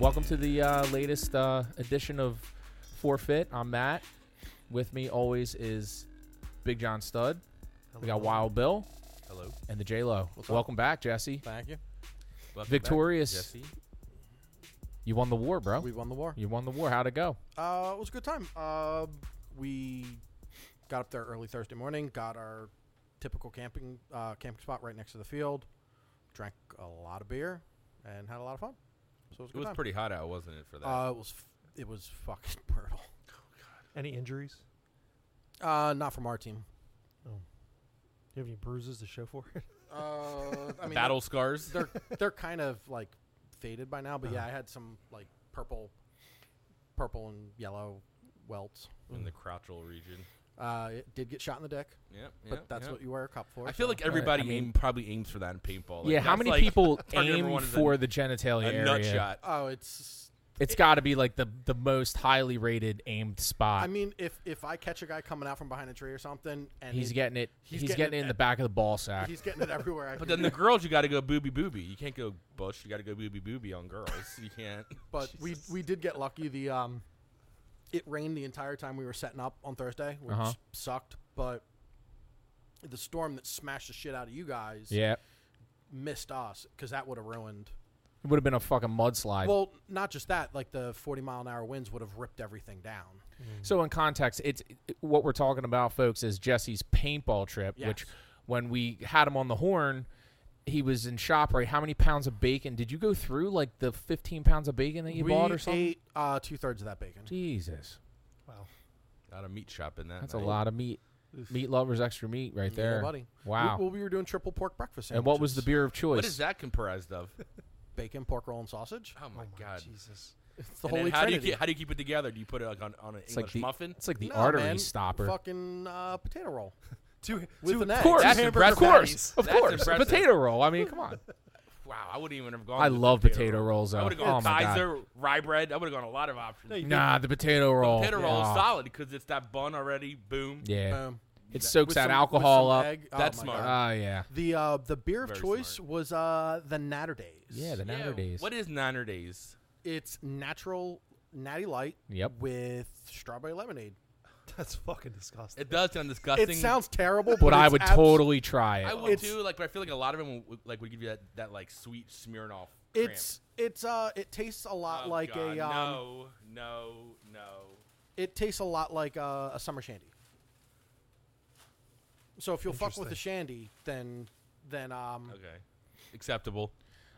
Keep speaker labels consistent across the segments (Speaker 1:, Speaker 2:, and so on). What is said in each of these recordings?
Speaker 1: Welcome to the uh, latest uh, edition of Forfeit. I'm Matt. With me always is Big John Stud. We got Wild Bill
Speaker 2: Hello.
Speaker 1: and the J Lo.
Speaker 2: What's up?
Speaker 1: Welcome back, Jesse.
Speaker 2: Thank you.
Speaker 1: Victorious.
Speaker 2: Jesse.
Speaker 1: You won the war, bro.
Speaker 2: We won the war.
Speaker 1: you won the war. How'd it go?
Speaker 3: Uh, it was a good time. Uh, we got up there early Thursday morning, got our typical camping uh, camping spot right next to the field, drank a lot of beer, and had a lot of fun. So it was a
Speaker 2: It
Speaker 3: good
Speaker 2: was
Speaker 3: time.
Speaker 2: pretty hot out, wasn't it, for that?
Speaker 3: Uh, it was f- it was fucking brutal.
Speaker 4: Any injuries?
Speaker 3: Uh, not from our team.
Speaker 4: Do you have any bruises to show
Speaker 2: Oh
Speaker 4: for it?
Speaker 3: Uh, I mean,
Speaker 2: Battle scars.
Speaker 3: they're they're kind of like faded by now, but
Speaker 2: Uh-huh.
Speaker 3: yeah, I had some like purple, purple and yellow welts.
Speaker 2: in the crotchal region.
Speaker 3: Uh, it did get shot in the dick,
Speaker 2: Yep.
Speaker 3: but that's what you wear a cup for.
Speaker 2: I feel
Speaker 3: so-
Speaker 2: like everybody
Speaker 1: I mean-
Speaker 2: aim, probably aims for that in paintball. Like,
Speaker 1: yeah, how
Speaker 2: that's
Speaker 1: many
Speaker 2: like
Speaker 1: people
Speaker 2: target number
Speaker 1: aim
Speaker 2: one is a-
Speaker 1: for the genitalia
Speaker 2: a
Speaker 1: area?
Speaker 2: nut shot?
Speaker 3: oh, it's
Speaker 1: It's got to be like the the most highly rated aimed spot.
Speaker 3: I mean, if if I catch a guy coming out from behind a tree or something, and
Speaker 1: he's
Speaker 3: it-
Speaker 1: getting it. He's,
Speaker 3: he's
Speaker 1: getting, it
Speaker 3: getting it
Speaker 1: in
Speaker 3: at-
Speaker 1: the back of the ball sack.
Speaker 3: he's getting it everywhere. I
Speaker 2: But
Speaker 3: can
Speaker 2: then the
Speaker 3: get.
Speaker 2: girls, you got to go booby booby. You can't go bush. You got to go booby booby on girls. You can't.
Speaker 3: but we we did get lucky. The um, it rained the entire time we were setting up on Thursday, which
Speaker 1: Uh-huh.
Speaker 3: sucked. But the storm that smashed the shit out of you guys
Speaker 1: Yeah,
Speaker 3: missed us because that would have ruined.
Speaker 1: it would have been a fucking mudslide.
Speaker 3: well, not just that, like the forty mile an hour winds would have ripped everything down.
Speaker 1: So in context, it's it- what we're talking about, folks, is Jesse's paintball trip, which
Speaker 3: Yes.
Speaker 1: when we had him on the horn, he was in shop right. How many pounds of bacon did you go through? Like the fifteen pounds of bacon that you
Speaker 3: we
Speaker 1: bought or something?
Speaker 3: ate uh, two thirds of that bacon.
Speaker 1: Jesus,
Speaker 4: Wow.
Speaker 2: Not a meat shop in that.
Speaker 1: that's a
Speaker 2: night.
Speaker 1: lot of meat. Meat lovers, extra meat, right
Speaker 3: Yeah,
Speaker 1: there.
Speaker 3: buddy.
Speaker 1: Wow.
Speaker 3: We, well, we were doing triple pork breakfast.
Speaker 1: and what
Speaker 3: sandwiches.
Speaker 1: was the beer of choice?
Speaker 2: What is that comprised of?
Speaker 3: Bacon, pork roll, and sausage.
Speaker 2: Oh my, god!
Speaker 4: Jesus.
Speaker 3: It's the
Speaker 2: And then
Speaker 3: holy
Speaker 2: how
Speaker 3: trinity.
Speaker 2: do you ke- how do you keep it together? Do you put it like on, on an
Speaker 1: It's like
Speaker 2: English
Speaker 1: the
Speaker 2: muffin?
Speaker 1: It's like the
Speaker 3: No,
Speaker 1: artery
Speaker 3: man.
Speaker 1: stopper.
Speaker 3: Fucking uh, potato roll.
Speaker 4: Two,
Speaker 3: With
Speaker 4: two,
Speaker 3: an egg.
Speaker 1: of
Speaker 3: Two
Speaker 1: course,
Speaker 4: hamburger
Speaker 1: of course,
Speaker 4: patties.
Speaker 1: of
Speaker 2: That's
Speaker 1: course. A
Speaker 2: impressive.
Speaker 1: potato roll. I mean, come on.
Speaker 2: Wow, I wouldn't even have gone.
Speaker 1: I
Speaker 2: with
Speaker 1: love potato rolls.
Speaker 2: I
Speaker 1: Though.
Speaker 2: would have
Speaker 1: Oh
Speaker 2: gone
Speaker 1: my god.
Speaker 2: Kaiser, rye bread. I would have gone a lot of options.
Speaker 4: No, you
Speaker 1: Nah, the potato roll.
Speaker 2: Potato roll is
Speaker 1: Yeah.
Speaker 2: solid because it's that bun already. Boom.
Speaker 1: Yeah.
Speaker 3: Boom.
Speaker 1: It
Speaker 2: That-
Speaker 1: soaks
Speaker 3: Um, With
Speaker 1: that
Speaker 3: some-
Speaker 1: alcohol
Speaker 3: with
Speaker 1: up.
Speaker 3: some egg. Oh
Speaker 2: That's
Speaker 3: my
Speaker 2: smart.
Speaker 3: God.
Speaker 1: Oh yeah.
Speaker 3: The uh, the beer of
Speaker 2: Very
Speaker 3: choice
Speaker 2: smart.
Speaker 3: was uh, the Natter Days.
Speaker 1: Yeah, the
Speaker 2: Yeah,
Speaker 1: nowadays.
Speaker 2: What is Niner Days?
Speaker 3: it's natural natty light.
Speaker 1: Yep.
Speaker 3: With strawberry lemonade.
Speaker 4: That's fucking disgusting.
Speaker 2: It does sound disgusting.
Speaker 3: It sounds terrible, but,
Speaker 1: but I
Speaker 3: it's
Speaker 1: would
Speaker 3: abs-
Speaker 1: totally try it.
Speaker 2: I would
Speaker 3: it's-
Speaker 2: too. Like, but I feel like a lot of them would, like would give you that, that like sweet Smirnoff. cramp.
Speaker 3: It's it's uh it tastes a lot
Speaker 2: Oh,
Speaker 3: like
Speaker 2: God,
Speaker 3: a um
Speaker 2: no, no, no.
Speaker 3: it tastes a lot like uh, a summer shandy. So if you'll fuck with the shandy, then then um
Speaker 2: Okay, acceptable.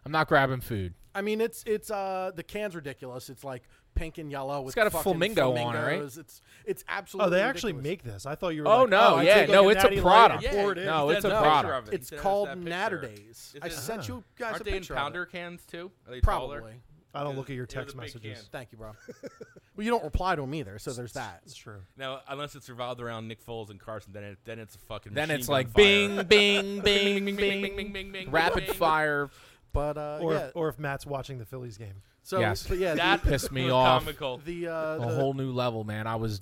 Speaker 1: I'm not grabbing food.
Speaker 3: I mean, it's it's uh the can's ridiculous. It's like pink and yellow. It's
Speaker 1: got a flamingo on it, right?
Speaker 3: It's it's absolutely.
Speaker 4: Oh, they actually
Speaker 3: ridiculous.
Speaker 4: make this. I thought you were
Speaker 1: Oh,
Speaker 4: like,
Speaker 1: no,
Speaker 4: I
Speaker 1: yeah,
Speaker 4: take, like,
Speaker 1: no,
Speaker 4: a
Speaker 1: it's a
Speaker 4: Natty Light
Speaker 1: product.
Speaker 4: and pour it in.
Speaker 1: No, it's
Speaker 2: he
Speaker 1: a
Speaker 2: sent picture
Speaker 1: product.
Speaker 2: of it. He
Speaker 3: It's
Speaker 2: sent us
Speaker 3: called
Speaker 2: that picture.
Speaker 3: Natter Days.
Speaker 2: Is
Speaker 3: I
Speaker 2: it-
Speaker 3: sent you guys
Speaker 2: Aren't
Speaker 3: a
Speaker 2: they in
Speaker 3: picture of it.
Speaker 2: pounder cans too? Are they
Speaker 3: Probably.
Speaker 2: taller?
Speaker 4: I don't
Speaker 2: It
Speaker 4: look at
Speaker 2: was-
Speaker 4: your
Speaker 2: it was
Speaker 4: text
Speaker 2: a big
Speaker 4: messages.
Speaker 3: Thank you, bro. well, you don't reply to them either, so there's that.
Speaker 4: That's true.
Speaker 2: Now, unless it's revolved around Nick Foles and Carson, then it, then it's a fucking.
Speaker 1: Then
Speaker 2: machine
Speaker 1: it's
Speaker 2: gun
Speaker 1: like
Speaker 2: fire.
Speaker 1: bing, bing, bing, bing,
Speaker 2: bing, bing, bing, bing, bing, bing,
Speaker 1: rapid
Speaker 2: bing.
Speaker 1: fire.
Speaker 3: But uh,
Speaker 4: Or,
Speaker 3: yeah,
Speaker 4: if, or if Matt's watching the Phillies game.
Speaker 3: so
Speaker 1: Yes.
Speaker 3: but yeah,
Speaker 2: That
Speaker 3: the,
Speaker 1: pissed me
Speaker 2: was
Speaker 1: off.
Speaker 2: Comical.
Speaker 3: the uh,
Speaker 1: A
Speaker 3: the,
Speaker 1: whole new level, man. I was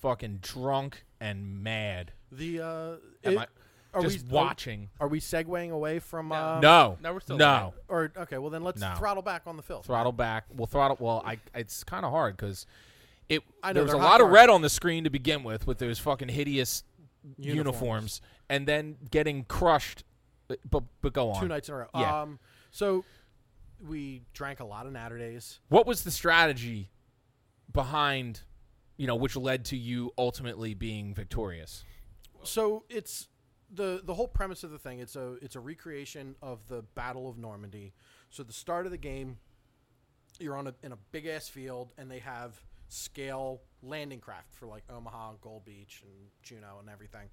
Speaker 1: fucking drunk and mad.
Speaker 3: the uh,
Speaker 1: Am
Speaker 3: it-
Speaker 1: I-
Speaker 3: are
Speaker 1: just
Speaker 3: we
Speaker 1: watching.
Speaker 3: Are, we segueing away from? Uh,
Speaker 1: no,
Speaker 2: No, we're still
Speaker 1: no.
Speaker 3: Or okay, well then let's
Speaker 1: No.
Speaker 3: throttle back on the filth.
Speaker 1: Throttle back. Well, throttle. Well, I. It's kind of hard because it.
Speaker 3: I know,
Speaker 1: there was a
Speaker 3: they're
Speaker 1: lot
Speaker 3: hot
Speaker 1: of red on the screen to begin with, with those fucking hideous uniforms,
Speaker 3: Uniforms.
Speaker 1: and then getting crushed. But but, but go on.
Speaker 3: Two nights in a row.
Speaker 1: Yeah.
Speaker 3: Um, so we drank a lot of Natter Days.
Speaker 1: what was the strategy behind you know which led to you ultimately being victorious
Speaker 3: So it's the the whole premise of the thing. It's a it's a recreation of the Battle of Normandy. So the start of the game, you're on a, in a big ass field, and they have scale landing craft for like Omaha, and Gold Beach, and Juneau, and everything.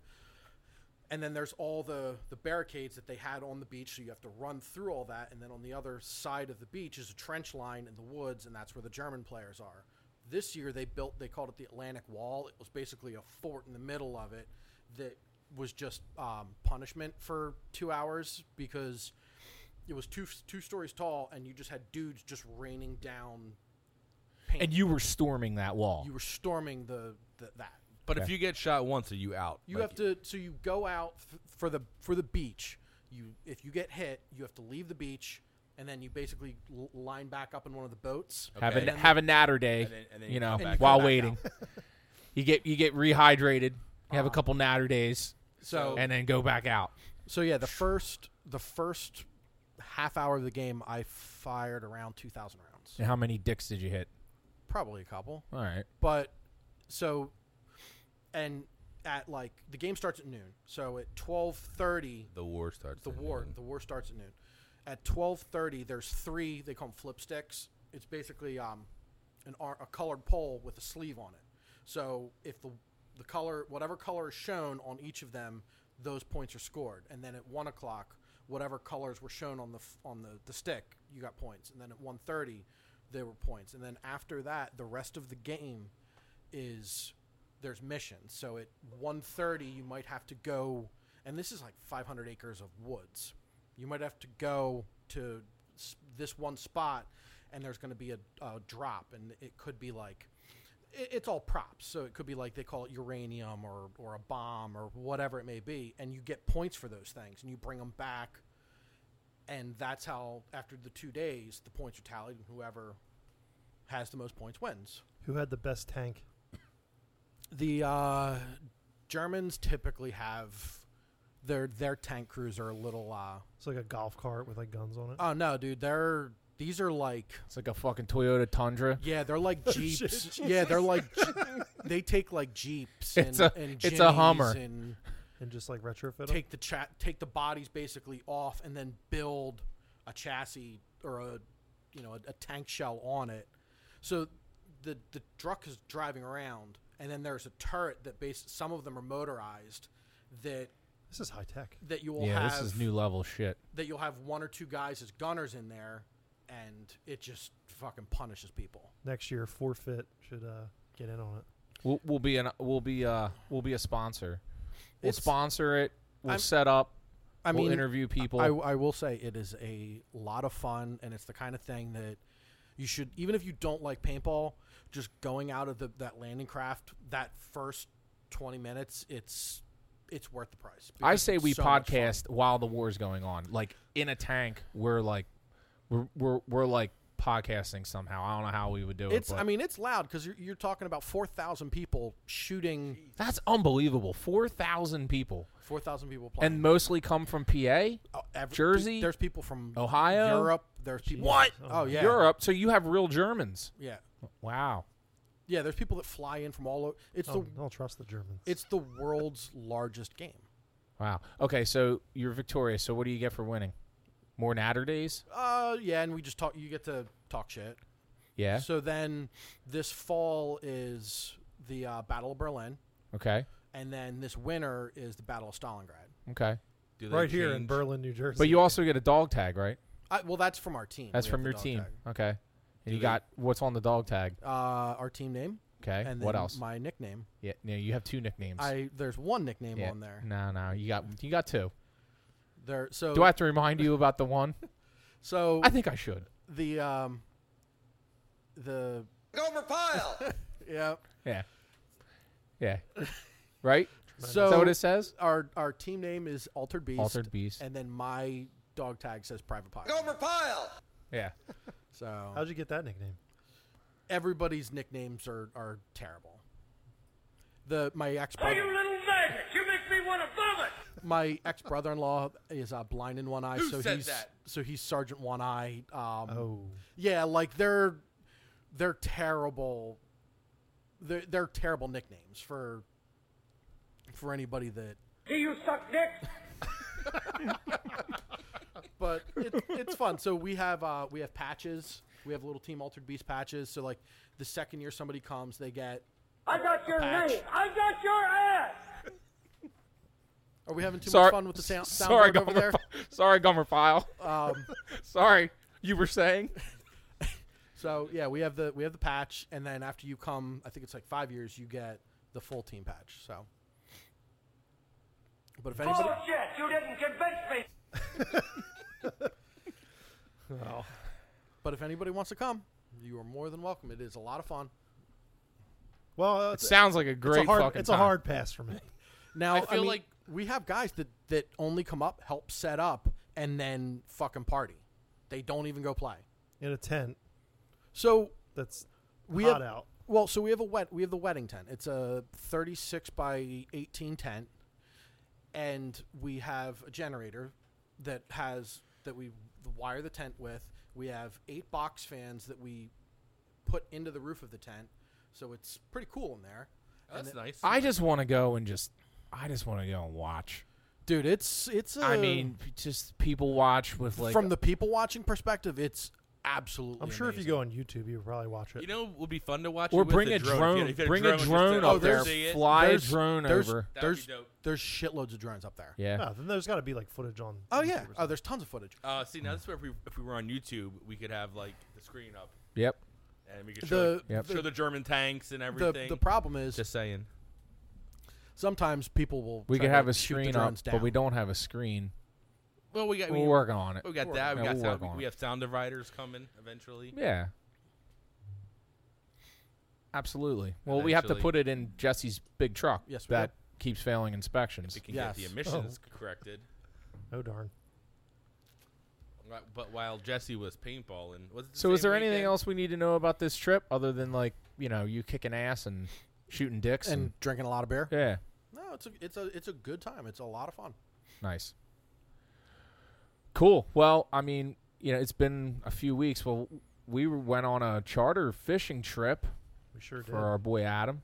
Speaker 3: And then there's all the the barricades that they had on the beach, so you have to run through all that. And then on the other side of the beach is a trench line in the woods, and that's where the German players are. This year they built they called it the Atlantic Wall. It was basically a fort in the middle of it that was just um, punishment for two hours because it was two two stories tall, and you just had dudes just raining down. Paint.
Speaker 1: and you were storming that wall
Speaker 3: you were storming the, the that.
Speaker 2: But if
Speaker 1: Okay.
Speaker 2: you get shot once, are you out?
Speaker 3: You
Speaker 2: Like,
Speaker 3: have to so you go out f- for the for the beach. You if you get hit, you have to leave the beach, and then you basically l- line back up in one of the boats.
Speaker 1: Have
Speaker 2: Okay.
Speaker 1: a have a natter day,
Speaker 2: And then- and then
Speaker 1: you
Speaker 2: you
Speaker 1: know,
Speaker 2: come back
Speaker 1: while
Speaker 2: out.
Speaker 1: waiting. you get you get rehydrated. You have a
Speaker 3: Uh-huh.
Speaker 1: couple natter days,
Speaker 3: So
Speaker 1: and then go back out.
Speaker 3: so yeah, the first the first half hour of the game, I fired around two thousand rounds,
Speaker 1: And how many dicks did you hit?
Speaker 3: probably a couple.
Speaker 1: All right.
Speaker 3: But so and at like the game starts at noon. So at twelve thirty,
Speaker 2: The war starts.
Speaker 3: the
Speaker 2: at
Speaker 3: war
Speaker 2: noon.
Speaker 3: the war starts at noon. At twelve thirty, there's three. They call them flip sticks. It's basically um, an ar- a colored pole with a sleeve on it. So if the the color whatever color is shown on each of them, those points are scored. And then at one o'clock, whatever colors were shown on the f- on the, the stick, you got points. And then at one thirty, there were points. And then after that, the rest of the game is there's missions. So at 1:30 you might have to go and this is like 500 acres of woods. You might have to go to s- this one spot and there's going to be a, a drop and it could be like it, it's all props. So it could be like they call it uranium or or a bomb or whatever it may be and you get points for those things and you bring them back and that's how after the 2 days the points are tallied and whoever has the most points wins
Speaker 4: Who had the best tank?
Speaker 3: the uh, Germans typically have their their tank crews are a little. Uh,
Speaker 4: It's like a golf cart with like guns on it.
Speaker 1: Uh,
Speaker 3: oh no, dude, they're these are like
Speaker 1: It's like a fucking Toyota Tundra.
Speaker 3: yeah, they're like jeeps.
Speaker 4: shit,
Speaker 3: yeah, they're like je- they take like jeeps. And,
Speaker 1: It's a-
Speaker 3: and
Speaker 1: it's a
Speaker 3: Jimmys
Speaker 1: Hummer.
Speaker 3: And
Speaker 4: and just like retrofit 'em?
Speaker 3: take the chat, take the bodies basically off, and then build a chassis or a you know a, a tank shell on it. So the the truck is driving around, and then there's a turret that base. Some of them are motorized. That
Speaker 4: This is high tech.
Speaker 3: that you will
Speaker 1: yeah,
Speaker 3: have
Speaker 1: this is new level shit.
Speaker 3: that you'll have one or two guys as gunners in there, and it just fucking punishes people.
Speaker 4: Next year, forfeit should uh, get in on it.
Speaker 1: We'll, we'll be an we'll be uh we'll be a sponsor. We'll
Speaker 3: It's-
Speaker 1: sponsor it. We'll
Speaker 3: I'm-
Speaker 1: set up.
Speaker 3: I
Speaker 1: we'll
Speaker 3: mean,
Speaker 1: interview people.
Speaker 3: I, I will say it is a lot of fun, and it's the kind of thing that you should, even if you don't like paintball, just going out of the, that landing craft that first twenty minutes, it's it's worth the price.
Speaker 1: I
Speaker 3: because
Speaker 1: say
Speaker 3: it's
Speaker 1: we
Speaker 3: so much fun.
Speaker 1: podcast while the war's going on, like in a tank. We're like, we're we're, we're like podcasting somehow. I don't know how we would do
Speaker 3: It's
Speaker 1: it.
Speaker 3: I mean it's loud because you're, you're talking about four thousand people shooting,
Speaker 1: that's unbelievable. Four thousand people,
Speaker 3: four thousand people playing.
Speaker 1: and mostly come from PA,
Speaker 3: Oh, ev-
Speaker 1: Jersey?
Speaker 3: There's people from
Speaker 1: Ohio?
Speaker 3: Europe. There's people.
Speaker 1: uh, What?
Speaker 3: Oh yeah,
Speaker 1: Europe. So you have real Germans.
Speaker 3: Yeah,
Speaker 1: Wow.
Speaker 3: yeah. There's people that fly in from all over. It's
Speaker 4: Oh,
Speaker 3: the
Speaker 4: I'll trust the Germans.
Speaker 3: it's the world's largest game.
Speaker 1: Wow. Okay, so you're victorious. So what do you get for winning? More natter days?
Speaker 3: Uh, yeah, and we just talk. You get to talk shit.
Speaker 1: Yeah.
Speaker 3: So then, this fall is the uh, Battle of Berlin,
Speaker 1: Okay.
Speaker 3: and then this winter is the Battle of Stalingrad.
Speaker 1: Okay.
Speaker 2: Do they
Speaker 4: right here in
Speaker 2: change-
Speaker 4: Berlin, New Jersey.
Speaker 1: But you also get a dog tag, right?
Speaker 3: I, well, that's from our team.
Speaker 1: That's
Speaker 3: We have
Speaker 1: from
Speaker 3: the
Speaker 1: your
Speaker 3: dog
Speaker 1: team.
Speaker 3: tag.
Speaker 1: Okay.
Speaker 2: Do
Speaker 1: And you
Speaker 2: they-
Speaker 1: got what's on the dog tag?
Speaker 3: Uh, our team name.
Speaker 1: Okay.
Speaker 3: And
Speaker 1: what
Speaker 3: then
Speaker 1: else?
Speaker 3: My nickname.
Speaker 1: yeah. No, you have two nicknames.
Speaker 3: I there's one nickname
Speaker 1: Yeah.
Speaker 3: on there.
Speaker 1: No, no. You got you got two.
Speaker 3: There. So
Speaker 1: Do I have to remind you about the one?
Speaker 3: so
Speaker 1: I think I should.
Speaker 3: the um the
Speaker 5: Over pile.
Speaker 3: yeah.
Speaker 1: Yeah. Yeah. Right?
Speaker 3: So
Speaker 1: Is that what it says?
Speaker 3: our our team name is Altered Oh. Beast.
Speaker 1: Altered Beast.
Speaker 3: And then my dog tag says Private Pilot.
Speaker 5: Over pile.
Speaker 1: Yeah.
Speaker 3: So
Speaker 4: How'd you get that nickname?
Speaker 3: everybody's nicknames are are terrible. The my ex brother
Speaker 6: little maggot! You make me want to vomit!
Speaker 3: my ex brother in law is uh, blind in one eye,
Speaker 2: Who
Speaker 3: so
Speaker 2: said
Speaker 3: he's
Speaker 2: that?
Speaker 3: so he's Sergeant One Eye. Um,
Speaker 4: Oh,
Speaker 3: yeah, like they're they're terrible. They're they're terrible nicknames for for anybody that
Speaker 6: Do you suck dick?
Speaker 3: but it, it's fun. So we have uh, we have patches. We have little team altered beast patches. So like the second year somebody comes, they get.
Speaker 6: I got your
Speaker 3: Patch.
Speaker 6: name! I got your ass!
Speaker 3: Are we having too
Speaker 1: Sorry.
Speaker 3: much fun with the sound?
Speaker 1: Sorry,
Speaker 3: soundboard over
Speaker 1: Gummer.
Speaker 3: there?
Speaker 1: Fi- Sorry, Gummer File.
Speaker 3: Um,
Speaker 1: Sorry. You were saying?
Speaker 3: so yeah, we have the we have the patch, and then after you come, I think it's like five years, you get the full team patch. So, but
Speaker 2: Oh,
Speaker 3: if anybody,
Speaker 6: Bullshit! You didn't convince me!
Speaker 3: but if anybody wants to come, you are more than welcome. It is a lot of fun.
Speaker 4: well, uh,
Speaker 1: It
Speaker 4: it's,
Speaker 1: sounds like a
Speaker 4: it's
Speaker 1: great
Speaker 4: a hard.
Speaker 1: fucking
Speaker 4: It's a
Speaker 1: time.
Speaker 4: hard pass for me.
Speaker 3: Now
Speaker 2: I feel
Speaker 3: mean,
Speaker 2: like-
Speaker 3: we have guys that that only come up, help set up, and then fucking party. They don't even go play.
Speaker 4: in a tent
Speaker 3: So
Speaker 4: that's
Speaker 3: we have
Speaker 4: hot out.
Speaker 3: well, so we have a wet we have the wedding tent. It's a 36 by 18 tent and we have a generator that has that we wire the tent with. We have eight box fans that we put into the roof of the tent. So it's pretty cool in there.
Speaker 2: That's nice.
Speaker 1: I just want to go and just. I just want to go and watch.
Speaker 3: Dude, it's it's I
Speaker 1: I mean, just people watch with like
Speaker 3: from the people watching perspective, it's absolutely
Speaker 4: I'm sure if
Speaker 3: amazing.
Speaker 4: you go on YouTube, you'll probably watch it.
Speaker 2: you know, what would be fun to watch.
Speaker 1: or
Speaker 2: it with
Speaker 1: bring a
Speaker 2: If you
Speaker 1: drone,
Speaker 2: had- if you had
Speaker 1: bring a
Speaker 2: just to-
Speaker 1: drone
Speaker 2: oh,
Speaker 1: up there,
Speaker 2: see it.
Speaker 1: fly a
Speaker 3: There's-
Speaker 1: drone
Speaker 3: there's,
Speaker 1: over.
Speaker 2: That would
Speaker 3: There's
Speaker 2: be dope.
Speaker 3: there's shitloads of drones up there.
Speaker 1: Yeah,
Speaker 4: Ah, then there's got to be like footage on.
Speaker 3: Oh
Speaker 4: YouTube
Speaker 3: yeah. Oh,
Speaker 4: or something.
Speaker 3: there's tons of footage.
Speaker 2: Uh, see, now this way, if we, if we were on YouTube, we could have like the screen up,
Speaker 1: yep.
Speaker 2: and we could show
Speaker 3: The-
Speaker 2: the,
Speaker 1: Yep.
Speaker 2: show the German tanks and
Speaker 3: The,
Speaker 2: everything.
Speaker 3: the problem is
Speaker 2: just saying.
Speaker 3: sometimes people will.
Speaker 1: We
Speaker 3: try
Speaker 1: could
Speaker 3: to
Speaker 1: have a
Speaker 3: shoot the
Speaker 1: screen up,
Speaker 3: drones
Speaker 1: but
Speaker 3: down.
Speaker 1: we don't have a screen.
Speaker 2: Well, we got we,
Speaker 1: We're working on it.
Speaker 2: we got that. We
Speaker 1: Yeah,
Speaker 2: got
Speaker 1: we'll
Speaker 2: sound,
Speaker 1: work on
Speaker 2: we
Speaker 1: it.
Speaker 2: have sound dividers coming eventually.
Speaker 1: Yeah. Absolutely. Well, we have to
Speaker 2: Eventually.
Speaker 1: put it in Jesse's big truck.
Speaker 3: Yes, we
Speaker 1: that keeps failing inspections.
Speaker 2: We can
Speaker 3: Yes.
Speaker 2: get the emissions corrected.
Speaker 4: oh darn.
Speaker 2: Wh- But while Jesse was paintballing, was it the
Speaker 1: So, is
Speaker 2: same
Speaker 1: there anything
Speaker 2: weekend?
Speaker 1: else we need to know about this trip other than like you know you kicking ass and shooting dicks and,
Speaker 3: and drinking a lot of beer.
Speaker 1: yeah,
Speaker 3: No, it's a it's a it's a good time. It's a lot of fun.
Speaker 1: nice, cool. Well, I mean, you know, it's been a few weeks. Well, we went on a charter fishing trip
Speaker 4: We sure did.
Speaker 1: for our boy Adam.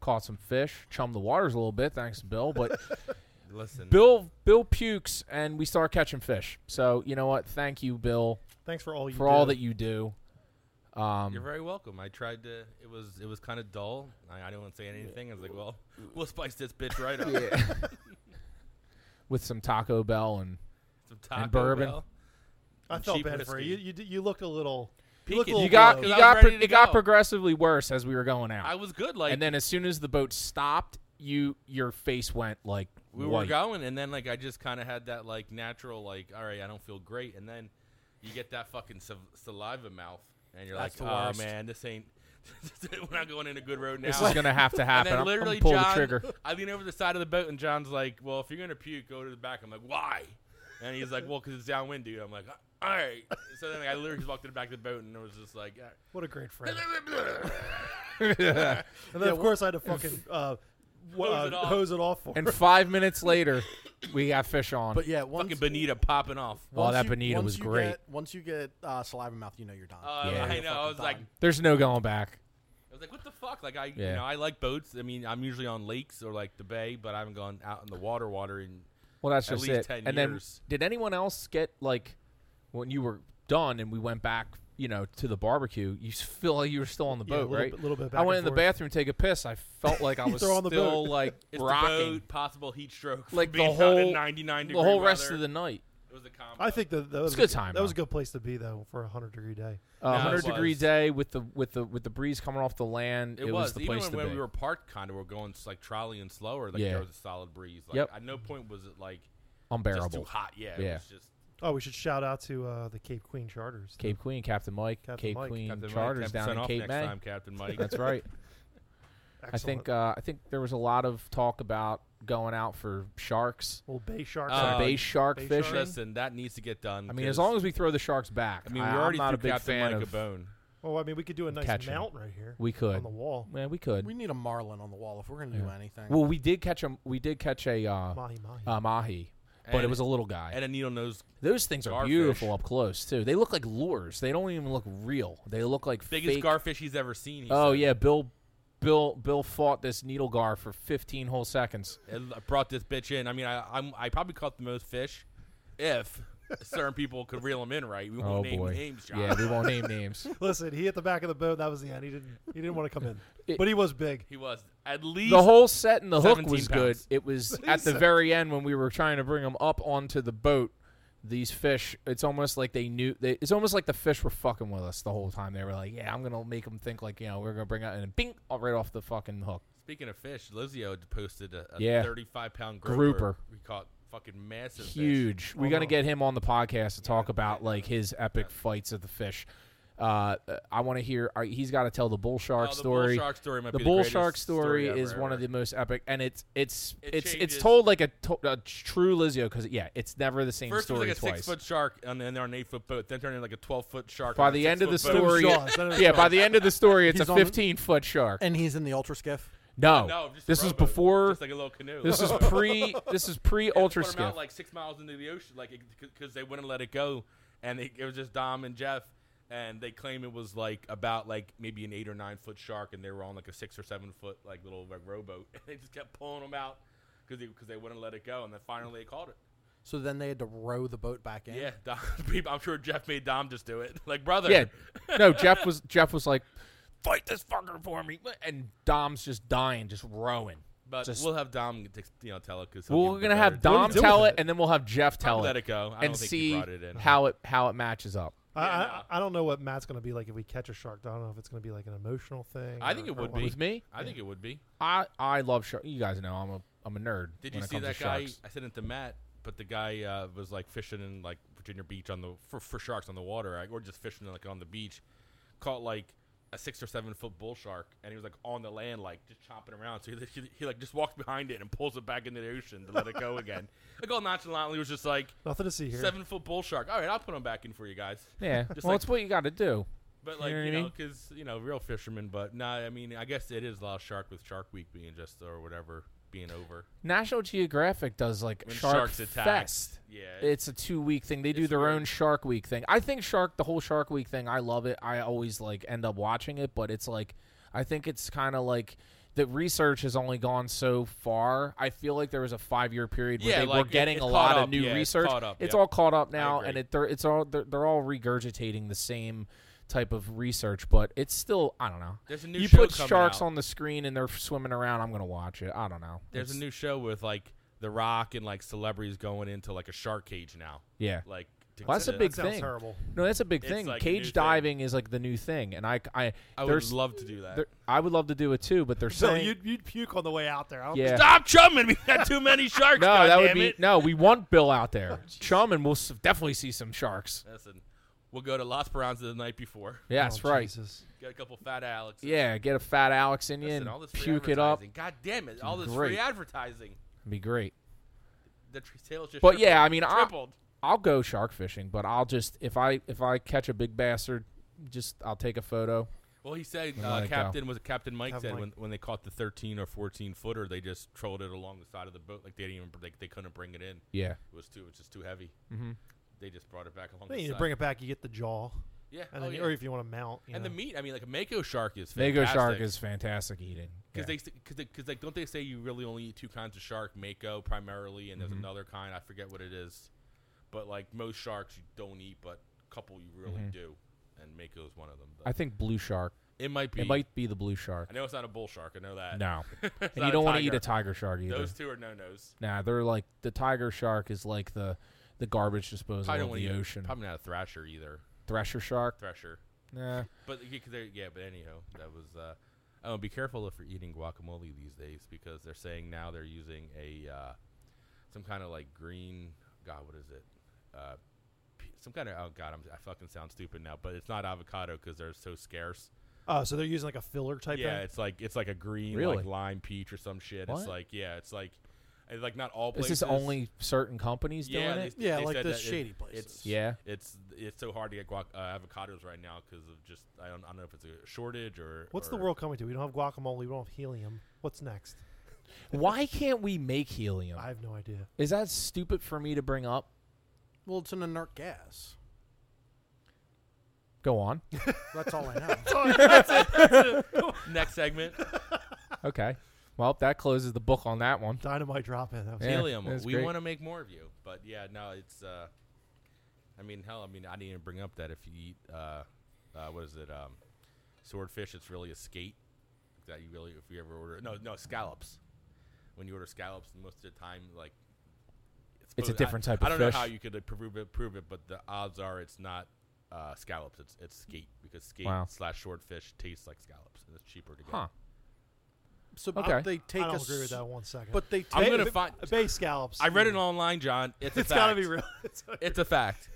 Speaker 1: Caught some fish, chummed the waters a little bit, thanks to Bill. But
Speaker 2: Listen,
Speaker 1: Bill Bill pukes, and we start catching fish. So you know what? Thank you, Bill,
Speaker 4: Thanks for all you
Speaker 1: for all
Speaker 4: did.
Speaker 1: that you do.
Speaker 2: you're
Speaker 1: Um,
Speaker 2: very welcome. I tried to. It was it was kind of dull. I, I didn't want to say anything. I was like, well, we'll spice this bitch right up.
Speaker 1: with some Taco Bell and
Speaker 2: Some Taco
Speaker 1: bourbon.
Speaker 2: Bell.
Speaker 4: I
Speaker 2: and
Speaker 4: felt
Speaker 2: cheap
Speaker 4: bad for you.
Speaker 2: whiskey.
Speaker 4: You, you, d- you looked a little. You
Speaker 2: Peek
Speaker 4: looked a
Speaker 2: it.
Speaker 4: little
Speaker 1: you got
Speaker 4: blown.
Speaker 1: you
Speaker 2: I was
Speaker 1: got
Speaker 2: ready
Speaker 1: pro-
Speaker 2: to
Speaker 1: it got
Speaker 2: go.
Speaker 1: progressively worse as we were going out,
Speaker 2: I was good. Like
Speaker 1: and then as soon as the boat stopped, you your face went like
Speaker 2: we were
Speaker 1: white.
Speaker 2: going, and then like I just kind of had that like natural like, all right, I don't feel great, and then you get that fucking sav- saliva mouth, and you're
Speaker 3: That's
Speaker 2: like,
Speaker 3: the
Speaker 2: oh
Speaker 3: worst.
Speaker 2: man, this ain't. we're not going in a good road now.
Speaker 1: This is gonna have to
Speaker 2: and
Speaker 1: happen.
Speaker 2: then
Speaker 1: I'm- I'm,
Speaker 2: literally,
Speaker 1: gonna pull
Speaker 2: John,
Speaker 1: the trigger.
Speaker 2: I lean over the side of the boat, and John's like, "Well, if you're gonna puke, go to the back." I'm like, "Why?" And he's like, "Well, because it's downwind, dude." I'm like, "All right." So then I literally just walked to the back of the boat, and it was just like,
Speaker 4: What a great friend. and then, of course, I had to fucking uh,
Speaker 2: Hose
Speaker 4: w- uh,
Speaker 2: it off.
Speaker 4: hose it off for
Speaker 1: And five minutes later, we got fish on.
Speaker 3: But yeah, once,
Speaker 2: "Fucking Bonita popping off." Uh,
Speaker 1: oh,
Speaker 3: once
Speaker 1: that
Speaker 3: you-
Speaker 1: bonita
Speaker 3: once
Speaker 1: was
Speaker 3: you
Speaker 1: great.
Speaker 3: Get, once you get uh, saliva mouth, you know you're done.
Speaker 2: Uh,
Speaker 1: Yeah.
Speaker 2: I know. I was like,
Speaker 1: There's no going back.
Speaker 2: I was like, "What the fuck?" Like I,
Speaker 1: Yeah.
Speaker 2: you know, I like boats. I mean, I'm usually on lakes or like the bay, but I haven't gone out in the water, water and.
Speaker 1: Well, that's
Speaker 2: At
Speaker 1: just
Speaker 2: least
Speaker 1: it.
Speaker 2: 10
Speaker 1: and
Speaker 2: years.
Speaker 1: then, did anyone else get like when you were done and we went back, you know, to the barbecue? You s- feel like you were still on the
Speaker 4: Yeah, a
Speaker 1: boat,
Speaker 4: little
Speaker 1: right?
Speaker 4: bit- little bit
Speaker 1: I
Speaker 4: back
Speaker 1: went in
Speaker 4: and
Speaker 1: the
Speaker 4: forth.
Speaker 1: bathroom to take a piss. I felt like I was
Speaker 4: They're on the
Speaker 1: still
Speaker 4: boat.
Speaker 1: like
Speaker 2: It's the
Speaker 1: rocking
Speaker 2: boat, possible heat stroke, from
Speaker 1: like the
Speaker 2: being out in
Speaker 1: whole
Speaker 2: 99
Speaker 1: the
Speaker 2: degree
Speaker 1: whole rest
Speaker 2: weather.
Speaker 1: of the night.
Speaker 2: It was a combo.
Speaker 4: I think that that was
Speaker 1: a good time,
Speaker 4: That was
Speaker 1: though. Uh,
Speaker 4: a good place to be though for a hundred degree day.
Speaker 1: A
Speaker 2: No, it
Speaker 1: hundred degree
Speaker 2: was.
Speaker 1: day with the with the with the breeze coming off the land.
Speaker 2: It,
Speaker 1: It,
Speaker 2: was,
Speaker 1: the
Speaker 2: even
Speaker 1: place
Speaker 2: when, when
Speaker 1: to be.
Speaker 2: we were parked, kind of, we're going s- like trolley and slower. Like
Speaker 1: Yeah.
Speaker 2: there was a solid breeze. Like,
Speaker 1: Yep.
Speaker 2: At no point was it like
Speaker 1: Unbearable.
Speaker 2: just too hot. Yeah. It
Speaker 1: Yeah.
Speaker 2: was just
Speaker 4: Oh, we should shout out to uh, the Cape Queen Charters.
Speaker 1: Cape Queen, Captain Mike,
Speaker 4: Captain
Speaker 1: Cape
Speaker 4: Mike,
Speaker 1: Queen
Speaker 2: Captain Mike,
Speaker 1: charters
Speaker 2: 10%
Speaker 1: down in
Speaker 2: off
Speaker 1: Cape
Speaker 2: next
Speaker 1: May.
Speaker 2: time, Captain Mike.
Speaker 1: That's right. I
Speaker 4: Excellent.
Speaker 1: think uh, I think there was a lot of talk about going out for sharks,
Speaker 4: little bay shark.
Speaker 2: Uh,
Speaker 1: some bay shark
Speaker 4: bay
Speaker 1: fishing.
Speaker 4: shark.
Speaker 2: Listen, that needs to get done.
Speaker 1: I mean, as long as we throw the sharks back,
Speaker 2: I mean, we
Speaker 1: I'm
Speaker 2: already
Speaker 1: not
Speaker 2: threw
Speaker 1: a big
Speaker 2: Captain
Speaker 1: fan
Speaker 2: Mike a
Speaker 1: of.
Speaker 2: bone.
Speaker 4: well, Oh, I mean, we could do a nice
Speaker 1: Catch 'em.
Speaker 4: mount right here
Speaker 1: we could,
Speaker 4: on the wall.
Speaker 1: man, we could.
Speaker 3: we need a marlin on the wall if we're gonna do anything.
Speaker 1: well, we did catch a we did catch a uh,
Speaker 4: Mahi mahi.
Speaker 1: a mahi, but it
Speaker 2: And-
Speaker 1: was a little guy.
Speaker 2: And a needle nose,
Speaker 1: Those things are
Speaker 2: garfish.
Speaker 1: beautiful up close too. They look like lures. They don't even look real. They look like
Speaker 2: biggest
Speaker 1: fake.
Speaker 2: garfish he's ever seen. he
Speaker 1: Oh
Speaker 2: said.
Speaker 1: yeah, Bill, Bill, Bill fought this needle gar for 15 whole seconds.
Speaker 2: And I brought this bitch in. I mean, I I'm, I probably caught the most fish, if certain people could reel them in right. We won't
Speaker 1: oh
Speaker 2: name
Speaker 1: boy,
Speaker 2: names, John.
Speaker 1: yeah, we won't name names.
Speaker 4: Listen, he hit the back of the boat. That was the end. He didn't. He didn't want to come in,
Speaker 1: It-
Speaker 4: but he was big.
Speaker 2: He was at least
Speaker 1: The whole set and the hook
Speaker 2: 17
Speaker 1: was good.
Speaker 2: pounds.
Speaker 1: It was at the very end when we were trying to bring them up onto the boat. These fish, it's almost like they knew. They, it's almost like the fish were fucking with us the whole time. They were like, "Yeah, I'm gonna make them think like you know we're gonna bring out and then bing oh, right off the fucking hook."
Speaker 2: Speaking of fish, Lizio had posted a, a
Speaker 1: Yeah.
Speaker 2: 35 pound
Speaker 1: Grouper.
Speaker 2: grouper. We caught fucking massive. fish. Uh-huh.
Speaker 1: Huge. We're gonna get him on the podcast to talk about like his epic fights of the fish. Uh, I want to hear. I he's got to tell the bull shark
Speaker 2: Oh, the bull
Speaker 1: story.
Speaker 2: shark story might
Speaker 1: the
Speaker 2: be the
Speaker 1: bull
Speaker 2: greatest
Speaker 1: shark story,
Speaker 2: story
Speaker 1: is
Speaker 2: ever,
Speaker 1: one of
Speaker 2: ever.
Speaker 1: the most epic, and it's it's
Speaker 2: It
Speaker 1: it's it's
Speaker 2: changes.
Speaker 1: told like a, to, a true Lizio because yeah, it's never the same
Speaker 2: First it was
Speaker 1: story
Speaker 2: like a
Speaker 1: twice.
Speaker 2: six foot shark and then on an eight foot boat, then turned into like a twelve foot shark.
Speaker 1: by
Speaker 2: on a
Speaker 1: the end of the
Speaker 2: six-foot boat.
Speaker 1: story,
Speaker 4: Jaws, that was
Speaker 1: yeah, by the end of the story, it's
Speaker 3: He's
Speaker 1: a
Speaker 3: on the-
Speaker 1: 15 foot shark.
Speaker 3: And he's in the ultra skiff.
Speaker 1: No,
Speaker 2: No, just a
Speaker 1: this is
Speaker 2: rowboat,
Speaker 1: before.
Speaker 2: Just like a little canoe.
Speaker 1: this is
Speaker 2: Put
Speaker 1: pre. This is pre ultra
Speaker 2: 'em
Speaker 1: skiff.
Speaker 2: out like six miles into the ocean, like because they wouldn't let it go, and it, it was just Dom and Jeff, and they claim it was like about like maybe an eight or nine foot shark, and they were on like a six or seven foot like little like rowboat, and they just kept pulling them out because they, 'cause they wouldn't let it go, and then finally they caught it.
Speaker 3: So then they had to row the boat back in.
Speaker 2: Yeah, Dom, people- I'm sure Jeff made Dom just do it. Like brother,
Speaker 1: yeah, no. Jeff was Jeff was like, fight this fucker for me, and Dom's just dying, just rowing.
Speaker 2: But
Speaker 1: Just-
Speaker 2: we'll have Dom, t- you know, tell it because
Speaker 1: Well, we're gonna have Dom
Speaker 4: doing
Speaker 1: tell it,
Speaker 4: with
Speaker 1: and then we'll have Jeff tell
Speaker 2: Probably
Speaker 1: it.
Speaker 2: let it go. I don't
Speaker 1: and
Speaker 2: think he
Speaker 1: see
Speaker 2: brought it in.
Speaker 1: how it how it matches up.
Speaker 4: I,
Speaker 2: Yeah,
Speaker 4: I, I don't know what Matt's going to be like if we catch a shark. I don't know if it's going to be like an emotional thing.
Speaker 2: I
Speaker 4: or-
Speaker 2: think it
Speaker 4: or
Speaker 2: would
Speaker 4: what.
Speaker 2: be.
Speaker 1: With me,
Speaker 2: I think it would be.
Speaker 1: I I love sharks. You guys know I'm a I'm a nerd.
Speaker 2: Did
Speaker 1: when
Speaker 2: you
Speaker 1: it
Speaker 2: see
Speaker 1: comes
Speaker 2: that
Speaker 1: to
Speaker 2: guy?
Speaker 1: sharks.
Speaker 2: I sent it to Matt, but the guy uh, was like fishing in like Virginia Beach on the for, for sharks on the water, right? or just fishing like on the beach, caught like a six or seven foot bull shark, and he was like on the land, like just chomping around. So he, he, he, like just walks behind it and pulls it back into the ocean to let it go again. Like all nonchalantly was just like
Speaker 4: Nothing to see here.
Speaker 2: seven foot bull shark. All right, I'll put him back in for you guys.
Speaker 1: Yeah,
Speaker 2: Just
Speaker 1: well,
Speaker 2: like-
Speaker 1: it's what you got to do.
Speaker 2: But
Speaker 1: You
Speaker 2: like
Speaker 1: know what I
Speaker 2: you know,
Speaker 1: mean?
Speaker 2: because you know, real fishermen. But no, I mean, I guess it is Lost Shark with Shark Week being just or whatever being over.
Speaker 1: National Geographic does like
Speaker 2: When
Speaker 1: Shark
Speaker 2: sharks attack.
Speaker 1: Fest.
Speaker 2: Yeah,
Speaker 1: It's a two week thing. They do
Speaker 2: It's
Speaker 1: their
Speaker 2: weird.
Speaker 1: own Shark Week thing. I think Shark, the whole Shark Week thing, I love it. I always like end up watching it, but it's like, I think it's kind of like the research has only gone so far. I feel like there was a five year period where
Speaker 2: Yeah,
Speaker 1: they
Speaker 2: like,
Speaker 1: were
Speaker 2: it-
Speaker 1: getting
Speaker 2: it's
Speaker 1: a
Speaker 2: caught
Speaker 1: lot
Speaker 2: up.
Speaker 1: of new
Speaker 2: Yeah, it's
Speaker 1: research.
Speaker 2: caught up.
Speaker 1: It's
Speaker 2: Yep.
Speaker 1: all caught up now,
Speaker 2: agree.
Speaker 1: and it they're, it's all they're, they're all regurgitating the same type of research, but it's still I don't know.
Speaker 2: There's a new
Speaker 1: you
Speaker 2: show
Speaker 1: put
Speaker 2: coming
Speaker 1: sharks
Speaker 2: out.
Speaker 1: on the screen and they're swimming around. I'm gonna watch it. I don't know.
Speaker 2: There's a
Speaker 1: It's-
Speaker 2: new show with like The Rock and like celebrities going into like a shark cage now.
Speaker 1: yeah.
Speaker 2: Like to
Speaker 1: Well, that's a
Speaker 2: to-
Speaker 1: big
Speaker 4: Sounds
Speaker 1: thing.
Speaker 4: terrible.
Speaker 1: No, that's a big
Speaker 2: It's
Speaker 1: thing.
Speaker 2: like a new
Speaker 1: Cage
Speaker 2: thing.
Speaker 1: diving is like the new thing, and I, I,
Speaker 2: I would
Speaker 1: there's,
Speaker 2: love to do that.
Speaker 1: there- I would love to do it too, but they're
Speaker 4: So
Speaker 1: saying,
Speaker 4: you'd, you'd puke on the way out there. I don't
Speaker 1: yeah,
Speaker 2: Stop chumming! We got too many sharks.
Speaker 1: no, that would
Speaker 2: goddammit. Oh,
Speaker 1: be no. We want Bill out there, chum, and we'll s- definitely see some sharks.
Speaker 2: Listen, we'll go to Las Piranhas the night before.
Speaker 1: Yeah,
Speaker 4: Oh,
Speaker 1: that's right.
Speaker 4: Jesus.
Speaker 2: Get a couple fat Alex.
Speaker 1: Yeah, get a fat Alex in you
Speaker 2: Listen,
Speaker 1: and
Speaker 2: all this free
Speaker 1: puke it up.
Speaker 2: advertising. God damn it! All this free
Speaker 1: Great.
Speaker 2: advertising.
Speaker 1: It'd be great.
Speaker 2: The tr- sales just.
Speaker 1: But
Speaker 2: tripled.
Speaker 1: yeah, I mean, I,
Speaker 2: tripled.
Speaker 1: I'll go shark fishing, but I'll just if I if I catch a big bastard, just I'll take a photo.
Speaker 2: Well, he said
Speaker 1: And let
Speaker 2: uh,
Speaker 1: it go.
Speaker 2: Captain was Captain Mike
Speaker 4: Have
Speaker 2: said
Speaker 4: Mike-
Speaker 2: when, when they caught the 13 or 14 footer, they just trolled it along the side of the boat like they didn't even like they couldn't bring it in.
Speaker 1: Yeah,
Speaker 2: It was too it was just too heavy. Mm-hmm. They just brought it back along.
Speaker 4: Then
Speaker 2: the
Speaker 4: you
Speaker 2: side.
Speaker 4: bring it back. You get the jaw,
Speaker 2: yeah,
Speaker 4: and
Speaker 2: oh,
Speaker 4: then,
Speaker 2: yeah.
Speaker 4: or if you want to mount. You
Speaker 2: and
Speaker 4: know.
Speaker 2: the meat. I mean, like a mako shark is
Speaker 1: mako shark
Speaker 2: fantastic.
Speaker 1: is fantastic eating.
Speaker 2: because
Speaker 1: Yeah.
Speaker 2: they because because like don't they say you really only eat two kinds of shark mako primarily and there's
Speaker 1: Mm-hmm.
Speaker 2: another kind I forget what it is, but like most sharks you don't eat but a couple you really do, and mako is one of them.
Speaker 1: Mm-hmm. I
Speaker 2: But
Speaker 1: think blue shark.
Speaker 2: it might be.
Speaker 1: It might be the blue shark.
Speaker 2: I know it's not a bull shark. I know that.
Speaker 1: No.
Speaker 2: It's
Speaker 1: and
Speaker 2: not
Speaker 1: you
Speaker 2: a
Speaker 1: don't want to eat
Speaker 2: tiger.
Speaker 1: a tiger shark either.
Speaker 2: Those two are no nos.
Speaker 1: Nah, they're like the tiger shark is like the the garbage disposal
Speaker 2: Probably
Speaker 1: of
Speaker 2: don't want
Speaker 1: the
Speaker 2: to eat,
Speaker 1: ocean.
Speaker 2: Probably not a thrasher either.
Speaker 1: Thresher shark,
Speaker 2: Thrasher,
Speaker 1: nah.
Speaker 2: but yeah, 'cause they're- yeah. But anyhow, that was. Uh, oh, be careful if you're eating guacamole these days because they're saying now they're using a uh, some kind of like green. God, what is it? Uh, p- some kind of oh god, I'm, I fucking sound stupid now, but it's not avocado because they're so scarce.
Speaker 4: Oh, so they're using like a filler type.
Speaker 2: Yeah,
Speaker 4: thing?
Speaker 2: it's like it's like a green
Speaker 1: Really?
Speaker 2: like lime peach or some shit.
Speaker 1: What?
Speaker 2: It's like yeah, it's like it's like not all
Speaker 1: Is
Speaker 2: places.
Speaker 1: this only certain companies doing
Speaker 2: yeah,
Speaker 1: it?
Speaker 2: they-
Speaker 3: Yeah,
Speaker 2: they
Speaker 3: like
Speaker 2: said
Speaker 3: the
Speaker 2: that it-
Speaker 3: shady
Speaker 2: it's-
Speaker 3: places.
Speaker 1: Yeah.
Speaker 2: it's it's so hard to get guac- uh, avocados right now because of just I don't, I don't know if it's a shortage or
Speaker 4: What's
Speaker 2: or-
Speaker 4: the world coming to? We don't have guacamole. We don't have helium. What's next?
Speaker 1: Why can't we make helium?
Speaker 4: I have no idea.
Speaker 1: Is that stupid for me to bring up?
Speaker 3: Well, it's an inert gas.
Speaker 1: Go on.
Speaker 3: That's all I know.
Speaker 2: next segment?
Speaker 1: okay. Well, that closes the book on that one.
Speaker 4: Dynamite drop in. That was
Speaker 1: Yeah,
Speaker 2: Helium.
Speaker 1: that's
Speaker 2: We
Speaker 1: great.
Speaker 2: want to make more of you, but yeah, no, it's. Uh, I mean, hell, I mean, I didn't even bring up that if you eat, uh, uh, what is it, um, swordfish? It's really a skate that you really, if you ever order, no, no, scallops. When you order scallops, most of the time, like.
Speaker 1: It's a
Speaker 2: supposed-
Speaker 1: different
Speaker 2: I,
Speaker 1: type of
Speaker 2: I don't know how
Speaker 1: fish.
Speaker 2: you could like, prove it, prove it, but the odds are it's not uh, scallops. It's it's skate because skate
Speaker 1: Wow.
Speaker 2: slash swordfish tastes like scallops, and it's cheaper to get.
Speaker 1: Huh.
Speaker 3: So
Speaker 1: Okay.
Speaker 3: they take
Speaker 4: I
Speaker 3: a
Speaker 4: don't agree with
Speaker 3: s-
Speaker 4: that one second.
Speaker 3: But they take
Speaker 2: I'm gonna find.
Speaker 4: Uh, bay scallops.
Speaker 2: I read it online, John. It's a
Speaker 4: It's
Speaker 2: fact.
Speaker 4: gotta be real.
Speaker 2: It's a fact.